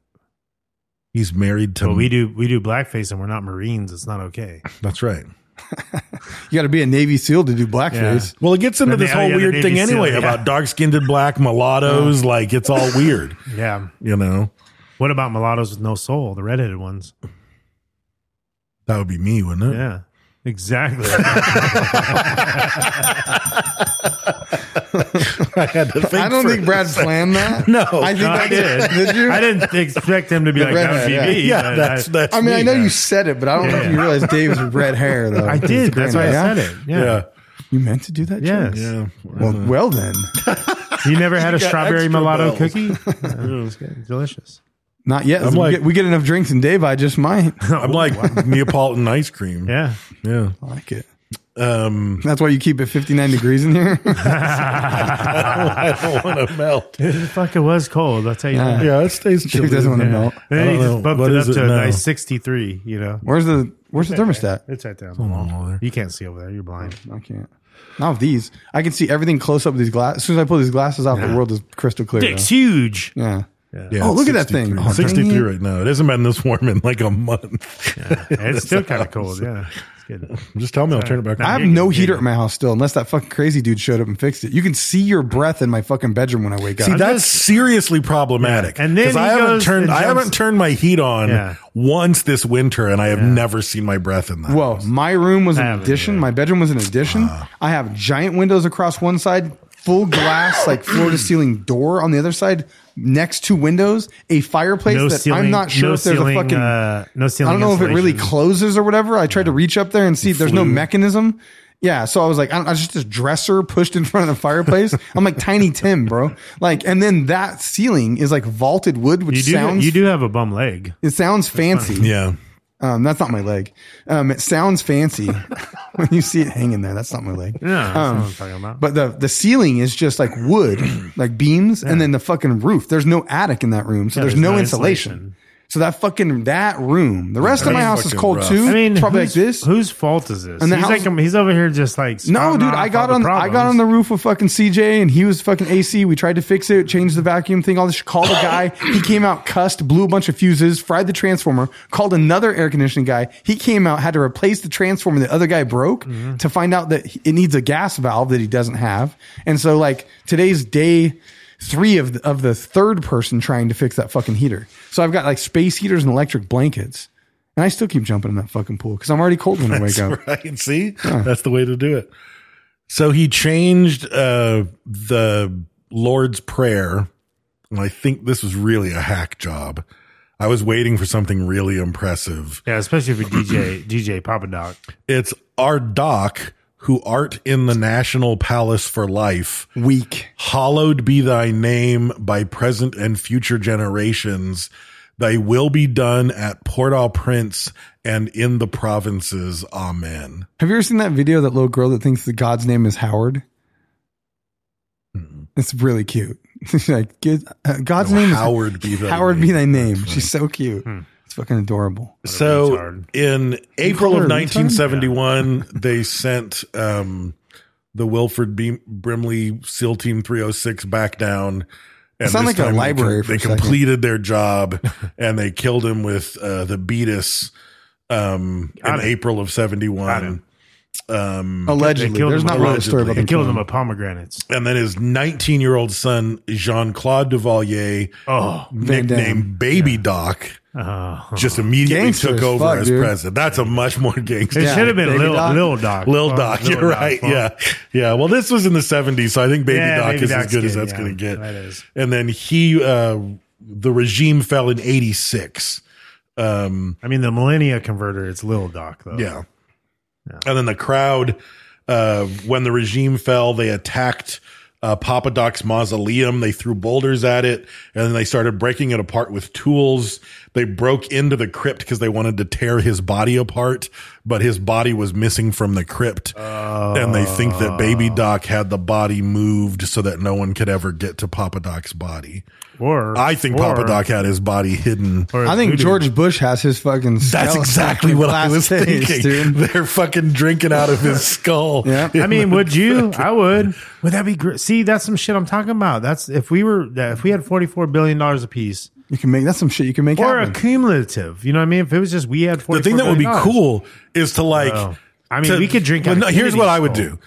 Speaker 5: He's married to.
Speaker 2: But we do we do blackface and we're not Marines. It's not okay.
Speaker 5: That's right.
Speaker 3: You got to be a Navy SEAL to do blackface.
Speaker 5: Well, it gets into
Speaker 2: Then
Speaker 5: this
Speaker 2: they- oh,
Speaker 5: whole
Speaker 2: yeah, the
Speaker 5: weird
Speaker 2: Navy
Speaker 5: thing
Speaker 2: SEAL,
Speaker 5: anyway
Speaker 2: yeah.
Speaker 5: about dark skinned black mulattoes. Like it's all weird,
Speaker 2: Yeah.
Speaker 5: you know.
Speaker 2: What about mulattoes with no soul? The redheaded ones.
Speaker 5: That would be me, wouldn't it?
Speaker 2: Yeah. Exactly.
Speaker 5: I had to think.
Speaker 3: I don't
Speaker 5: for
Speaker 3: think
Speaker 5: a
Speaker 3: Brad
Speaker 5: second.
Speaker 3: planned that.
Speaker 5: No,
Speaker 3: I think
Speaker 2: No, I
Speaker 3: I did.
Speaker 2: did.
Speaker 3: Did you?
Speaker 2: I didn't expect him to be
Speaker 3: The
Speaker 2: like that would be
Speaker 3: redhead,
Speaker 2: me.
Speaker 3: yeah.
Speaker 2: but I,
Speaker 3: I mean, I know you said it, but I don't know if
Speaker 2: Yeah.
Speaker 3: you realize Dave's red hair though.
Speaker 2: I did. That's why I said it. Yeah.
Speaker 3: You meant to do that?
Speaker 2: Yes.
Speaker 3: James?
Speaker 5: Yeah.
Speaker 3: Well, well then.
Speaker 2: You never had a
Speaker 5: got
Speaker 2: strawberry
Speaker 5: extra
Speaker 2: mulatto
Speaker 5: bells.
Speaker 2: cookie? Yeah, it's good. delicious.
Speaker 3: Not yet.
Speaker 5: I'm
Speaker 3: we,
Speaker 5: like-
Speaker 3: get, we get enough drinks in Dave. I just might
Speaker 5: I'm like Neapolitan ice cream.
Speaker 2: Yeah.
Speaker 5: Yeah.
Speaker 3: I like it.
Speaker 5: Um,
Speaker 3: That's why you keep it 59 degrees in here.
Speaker 5: I don't want to melt.
Speaker 2: It fucking was cold. I'll tell you that.
Speaker 5: Yeah, it stays
Speaker 3: Dave
Speaker 5: chilly.
Speaker 3: doesn't want to
Speaker 5: Yeah.
Speaker 3: melt.
Speaker 5: I
Speaker 2: Then
Speaker 5: don't
Speaker 2: he
Speaker 5: know.
Speaker 2: just bumped
Speaker 5: What
Speaker 2: it up
Speaker 5: is
Speaker 2: to
Speaker 5: it
Speaker 2: a
Speaker 5: now?
Speaker 2: nice 63, you know.
Speaker 3: Where's the Where's the thermostat?
Speaker 2: It's right there. on the
Speaker 5: Hold
Speaker 2: wall.
Speaker 5: on over there.
Speaker 2: You can't see over there. You're blind.
Speaker 3: I can't. Not with these. I can see everything close up with these glasses. As soon as I pull these glasses off, the world is crystal clear.
Speaker 2: Dick's
Speaker 3: though.
Speaker 2: huge.
Speaker 3: Yeah.
Speaker 5: Yeah,
Speaker 3: oh,
Speaker 5: it's
Speaker 3: look at that thing.
Speaker 5: 63.
Speaker 3: Oh, dang
Speaker 5: 63
Speaker 3: it.
Speaker 5: right now. It hasn't been this warm in like a month.
Speaker 2: It's still kind of cold. Yeah. It's good.
Speaker 5: Just tell me, I'll turn it back
Speaker 3: I have no heater at my house still, unless that fucking crazy dude showed up and fixed it. You can see your breath in my fucking bedroom when I wake up.
Speaker 5: See, that's seriously problematic.
Speaker 2: Yeah. And then
Speaker 5: 'Cause
Speaker 2: he
Speaker 5: I haven't
Speaker 2: goes
Speaker 5: turned
Speaker 2: and
Speaker 5: I
Speaker 2: jumps-
Speaker 5: haven't turned my heat on
Speaker 2: Yeah.
Speaker 5: once this winter, and I have never seen my breath in that.
Speaker 3: Whoa, my room was
Speaker 2: I
Speaker 3: an
Speaker 2: haven't
Speaker 3: addition. My bedroom was an addition.
Speaker 2: Uh-huh.
Speaker 3: I have giant windows across one side, full glass, like floor to ceiling door on the other side, next to windows, a fireplace
Speaker 2: No
Speaker 3: that
Speaker 2: ceiling.
Speaker 3: I'm not sure
Speaker 2: no
Speaker 3: if there's
Speaker 2: ceiling,
Speaker 3: a fucking.
Speaker 2: Uh, no
Speaker 3: I don't
Speaker 2: ceiling.
Speaker 3: know if it really
Speaker 2: insulation.
Speaker 3: closes or whatever. I tried to reach up there and see if there's no mechanism. Yeah, so I was like, I, don't, I was just this dresser pushed in front of the fireplace. I'm like Tiny Tim, bro. Like, and then that ceiling is like vaulted wood, which
Speaker 2: You do.
Speaker 3: sounds
Speaker 2: you do have a bum leg.
Speaker 3: it sounds fancy.
Speaker 5: Yeah.
Speaker 3: Um, that's not my leg. Um, it sounds fancy when you see it hanging there. That's not my leg.
Speaker 2: Yeah, that's
Speaker 3: Um,
Speaker 2: what I'm talking about.
Speaker 3: But the the ceiling is just like wood, like beams, and then the fucking roof. There's no attic in that room, so
Speaker 2: Yeah,
Speaker 3: there's,
Speaker 2: there's
Speaker 3: no,
Speaker 2: no
Speaker 3: insulation.
Speaker 2: insulation.
Speaker 3: So that fucking that room. The rest of my
Speaker 5: That's
Speaker 3: house is
Speaker 5: fucking
Speaker 3: cold
Speaker 5: rough.
Speaker 3: too.
Speaker 2: I mean,
Speaker 3: it's probably like
Speaker 2: whose-
Speaker 3: this.
Speaker 2: Whose fault is this?
Speaker 3: And the
Speaker 2: he's
Speaker 3: house-
Speaker 2: like, um, he's over here just like
Speaker 3: No,
Speaker 2: spouting
Speaker 3: dude,
Speaker 2: off
Speaker 3: I got
Speaker 2: all
Speaker 3: on.
Speaker 2: the
Speaker 3: I got
Speaker 2: problems.
Speaker 3: on the roof of fucking CJ, and he was fucking AC. We tried to fix it, change the vacuum thing, all this. shit. Called the guy. he came out, cussed, blew a bunch of fuses, fried the transformer. Called another air conditioning guy. He came out, had to replace the transformer. The other guy broke
Speaker 2: Mm-hmm.
Speaker 3: to find out that it needs a gas valve that he doesn't have. And so, like today's day three of the, of the third person trying to fix that fucking heater. So I've got like space heaters and electric blankets, and I still keep jumping in that fucking pool because I'm already cold when I wake up.
Speaker 5: Right. See, that's the way to do it. So he changed uh, the Lord's Prayer. And I think this was really a hack job. I was waiting for something really impressive.
Speaker 2: Yeah, especially for DJ DJ Papa Doc.
Speaker 5: It's our doc, who art in the National Palace for Life,
Speaker 3: Weak.
Speaker 5: hallowed be thy name by present and future generations. Thy will be done at Port au Prince and in the provinces. Amen.
Speaker 3: Have you ever seen that video of that little girl that thinks the God's name is Howard? It's really cute. She's like, "Get- uh, God's
Speaker 5: Mm-hmm. No,
Speaker 3: name
Speaker 5: Howard
Speaker 3: is
Speaker 5: be thy
Speaker 3: Howard
Speaker 5: name."
Speaker 3: be thy name.
Speaker 5: That's Mm.
Speaker 3: She's so cute.
Speaker 2: Hmm.
Speaker 3: It's fucking adorable.
Speaker 5: So
Speaker 2: retard.
Speaker 5: in April
Speaker 3: call
Speaker 5: of
Speaker 3: her a retard?
Speaker 5: 1971, they sent um, the Wilford Beam- Brimley SEAL Team 306 back down. And
Speaker 3: sounds
Speaker 5: this
Speaker 3: like a
Speaker 5: time they com-
Speaker 3: library for
Speaker 5: They,
Speaker 3: a second.
Speaker 5: completed their job and they killed him with uh, the beatus um, in
Speaker 2: Got it.
Speaker 5: April of
Speaker 2: Got
Speaker 5: 71.
Speaker 2: it.
Speaker 3: Allegedly,
Speaker 2: killed
Speaker 3: there's
Speaker 2: him
Speaker 3: not really a
Speaker 5: allegedly.
Speaker 3: story about
Speaker 2: They
Speaker 3: them
Speaker 2: killed
Speaker 3: killing
Speaker 2: him with pomegranates.
Speaker 5: And then his 19 year old son, Jean Claude Duvalier,
Speaker 2: Oh,
Speaker 3: Damme.
Speaker 5: nicknamed Baby Doc,
Speaker 2: oh.
Speaker 5: just immediately
Speaker 3: Gangster
Speaker 5: took
Speaker 3: as
Speaker 5: over
Speaker 3: fuck,
Speaker 5: as
Speaker 3: dude.
Speaker 5: president. That's a much more gangster.
Speaker 2: it
Speaker 3: Yeah,
Speaker 2: should have been
Speaker 3: Baby
Speaker 2: Lil
Speaker 3: Doc.
Speaker 2: Lil Doc.
Speaker 5: Lil
Speaker 2: Fuck,
Speaker 5: Doc,
Speaker 2: Lil
Speaker 5: you're right.
Speaker 2: fuck.
Speaker 5: Yeah. Yeah. Well, this was in the 70s, so I think Baby
Speaker 2: Yeah,
Speaker 5: Doc
Speaker 2: Baby
Speaker 5: is
Speaker 2: Doc's
Speaker 5: as good as
Speaker 2: good,
Speaker 5: that's
Speaker 2: yeah.
Speaker 5: going to get.
Speaker 2: That is.
Speaker 5: And then he, uh, the regime fell in 86.
Speaker 2: I mean, the Millennia Converter. It's Lil Doc though.
Speaker 5: Yeah. And then the crowd, uh, when the regime fell, they attacked uh, Papa Doc's mausoleum. They threw boulders at it, and then they started breaking it apart with tools. They broke into the crypt because they wanted to tear his body apart, but his body was missing from the crypt. and they think that
Speaker 2: Oh.
Speaker 5: Baby Doc had the body moved so that no one could ever get to Papa Doc's body.
Speaker 2: Or
Speaker 5: I think
Speaker 2: or-
Speaker 5: Papa Doc had his body hidden.
Speaker 2: or
Speaker 3: I think
Speaker 2: voodoo.
Speaker 3: George Bush has his fucking.
Speaker 5: That's
Speaker 3: skeleton
Speaker 5: exactly
Speaker 3: in
Speaker 5: what I was
Speaker 3: glass case,
Speaker 5: thinking. They're fucking drinking out of his skull.
Speaker 3: Yeah.
Speaker 2: I mean, would you? I would. Would that be great? See, that's some shit I'm talking about. That's if we were that if we had 44 billion dollars apiece
Speaker 3: You can make that's some shit you can make
Speaker 2: or
Speaker 3: happen.
Speaker 2: a cumulative. You know what I mean? If it was just we had 44
Speaker 5: the thing that would be
Speaker 2: billion dollars.
Speaker 5: cool is to like.
Speaker 2: Oh. I mean,
Speaker 5: to-
Speaker 2: we could drink
Speaker 5: Well,
Speaker 2: out
Speaker 5: no,
Speaker 2: of
Speaker 5: here's what I would
Speaker 2: Kennedy's
Speaker 5: do.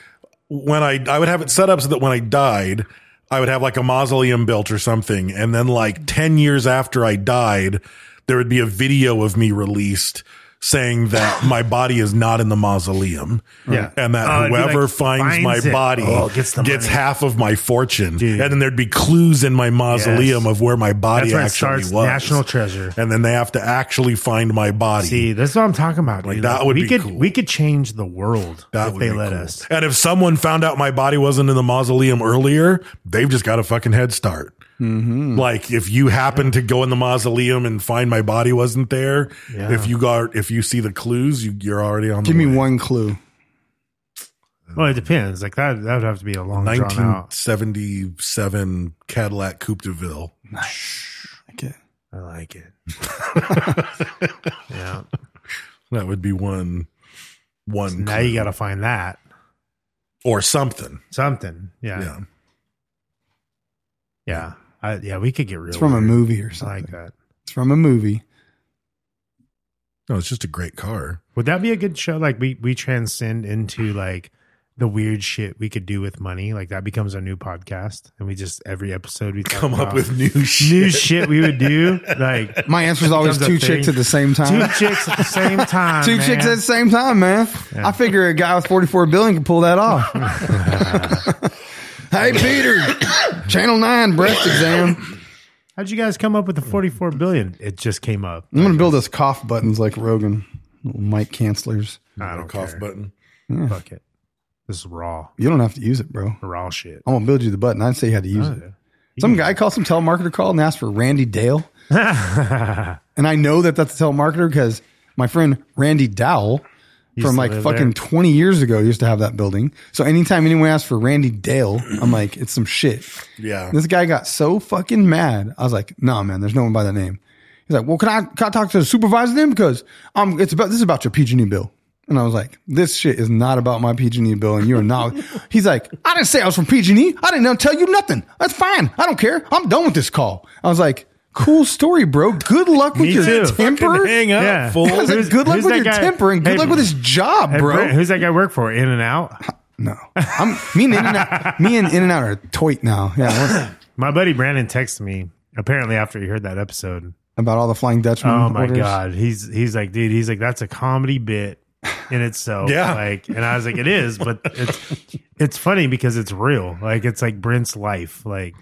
Speaker 5: When I I would have it set up so that when I died, I would have like a mausoleum built or something, and then like ten years after I died, there would be a video of me released saying that my body is not in the mausoleum.
Speaker 2: Yeah.
Speaker 5: And that
Speaker 2: Oh, it'd be
Speaker 5: whoever
Speaker 2: like,
Speaker 5: finds,
Speaker 2: finds
Speaker 5: my
Speaker 2: it.
Speaker 5: body
Speaker 2: Oh, gets the money.
Speaker 5: half of my fortune.
Speaker 2: Dude.
Speaker 5: And then there'd be clues in my mausoleum
Speaker 2: Yes.
Speaker 5: of where my body
Speaker 2: That's where it
Speaker 5: actually
Speaker 2: starts,
Speaker 5: was.
Speaker 2: national treasure.
Speaker 5: And then they have to actually find my body.
Speaker 2: See, that's what I'm talking about.
Speaker 5: Like,
Speaker 2: dude.
Speaker 5: that would
Speaker 2: we
Speaker 5: be
Speaker 2: could
Speaker 5: cool.
Speaker 2: we could change the world if they
Speaker 5: be
Speaker 2: let
Speaker 5: cool.
Speaker 2: us.
Speaker 5: And if someone found out my body wasn't in the mausoleum earlier, they've just got a fucking head start.
Speaker 2: Mm-hmm.
Speaker 5: Like if you happen to go in the mausoleum and find my body wasn't there,
Speaker 2: Yeah.
Speaker 5: if you got if you see the clues, you, you're already on.
Speaker 3: Give
Speaker 5: the
Speaker 3: me
Speaker 5: way.
Speaker 3: one clue.
Speaker 2: Well, it depends. Like that that would have to be a long drawn out.
Speaker 5: 1977 Cadillac Coupe de Ville.
Speaker 3: Okay.
Speaker 2: I like it. yeah.
Speaker 5: That would be one, one
Speaker 2: Now
Speaker 5: clue.
Speaker 2: you got to find that
Speaker 5: or something.
Speaker 2: something. Yeah.
Speaker 5: Yeah.
Speaker 2: Yeah. I, yeah, we could get real.
Speaker 3: It's from a
Speaker 2: weird.
Speaker 3: movie or
Speaker 2: I
Speaker 3: something.
Speaker 2: like that.
Speaker 3: It's from a movie.
Speaker 5: No, it's just a great car.
Speaker 2: Would that be a good show? Like we we transcend into like the weird shit we could do with money. Like that becomes our new podcast, and we just every episode we talk
Speaker 5: Come up
Speaker 2: about
Speaker 5: with new
Speaker 2: new
Speaker 5: shit.
Speaker 2: shit we would do. Like
Speaker 3: My answer is always two
Speaker 2: becomes a
Speaker 3: chicks
Speaker 2: thing.
Speaker 3: at the same time.
Speaker 2: Two chicks at the same time.
Speaker 3: Two chicks at
Speaker 2: man.
Speaker 3: the same time, man.
Speaker 2: Yeah.
Speaker 3: I figure a guy with 44 billion can pull that off. hey, Peter, Channel 9 breast exam.
Speaker 2: How'd you guys come up with the forty four billion? It just came up.
Speaker 3: I'm going to build us cough buttons like Rogan, little mic cancelers.
Speaker 2: I don't
Speaker 5: cough
Speaker 2: care.
Speaker 5: button.
Speaker 2: Fuck it. This is raw,
Speaker 3: You don't have to use it, bro.
Speaker 2: raw shit.
Speaker 3: I'm going to build you the button. I'd say how to use it. Some guy called some telemarketer call and asked for Randy Dale. and I know that that's a telemarketer because my friend Randy Dowell
Speaker 2: to
Speaker 3: from like
Speaker 2: live
Speaker 3: fucking
Speaker 2: there.
Speaker 3: 20 years ago used to have that building. So anytime anyone asks for Randy Dale, I'm like, it's some shit.
Speaker 5: Yeah.
Speaker 3: This guy got so fucking mad. I was like, nah, man, there's no one by that name. He's like, well, can I, can I talk to the supervisor then? Because um, it's about, this is about your PG&E bill. And I was like, this shit is not about my PG&E bill and you're not. He's like, I didn't say I was from PG&E. E. I didn't tell you nothing. That's fine. I don't care. I'm done with this call. I was like, cool story, bro. Good luck with
Speaker 2: Me
Speaker 3: your
Speaker 2: too.
Speaker 3: temper.
Speaker 5: Hang up,
Speaker 2: Yeah.
Speaker 5: fool.
Speaker 3: I was like,
Speaker 2: Who's-
Speaker 3: good luck
Speaker 2: who's
Speaker 3: with your
Speaker 2: that guy?
Speaker 3: temper and good
Speaker 2: Hey,
Speaker 3: luck with this job,
Speaker 2: Hey,
Speaker 3: bro.
Speaker 2: Brent, who's that guy work for? In and out.
Speaker 3: No, I'm me and In and Out. Me and In and Out are toit now. Yeah, we're-
Speaker 2: My buddy Brandon texted me apparently after he heard that episode.
Speaker 3: about all the Flying Dutchman.
Speaker 2: Oh my
Speaker 3: orders.
Speaker 2: god, he's he's like, dude, he's like, that's a comedy bit in itself.
Speaker 5: Yeah.
Speaker 2: like, and I was like, it is, but it's it's funny because it's real. Like, it's like Brent's life. Like,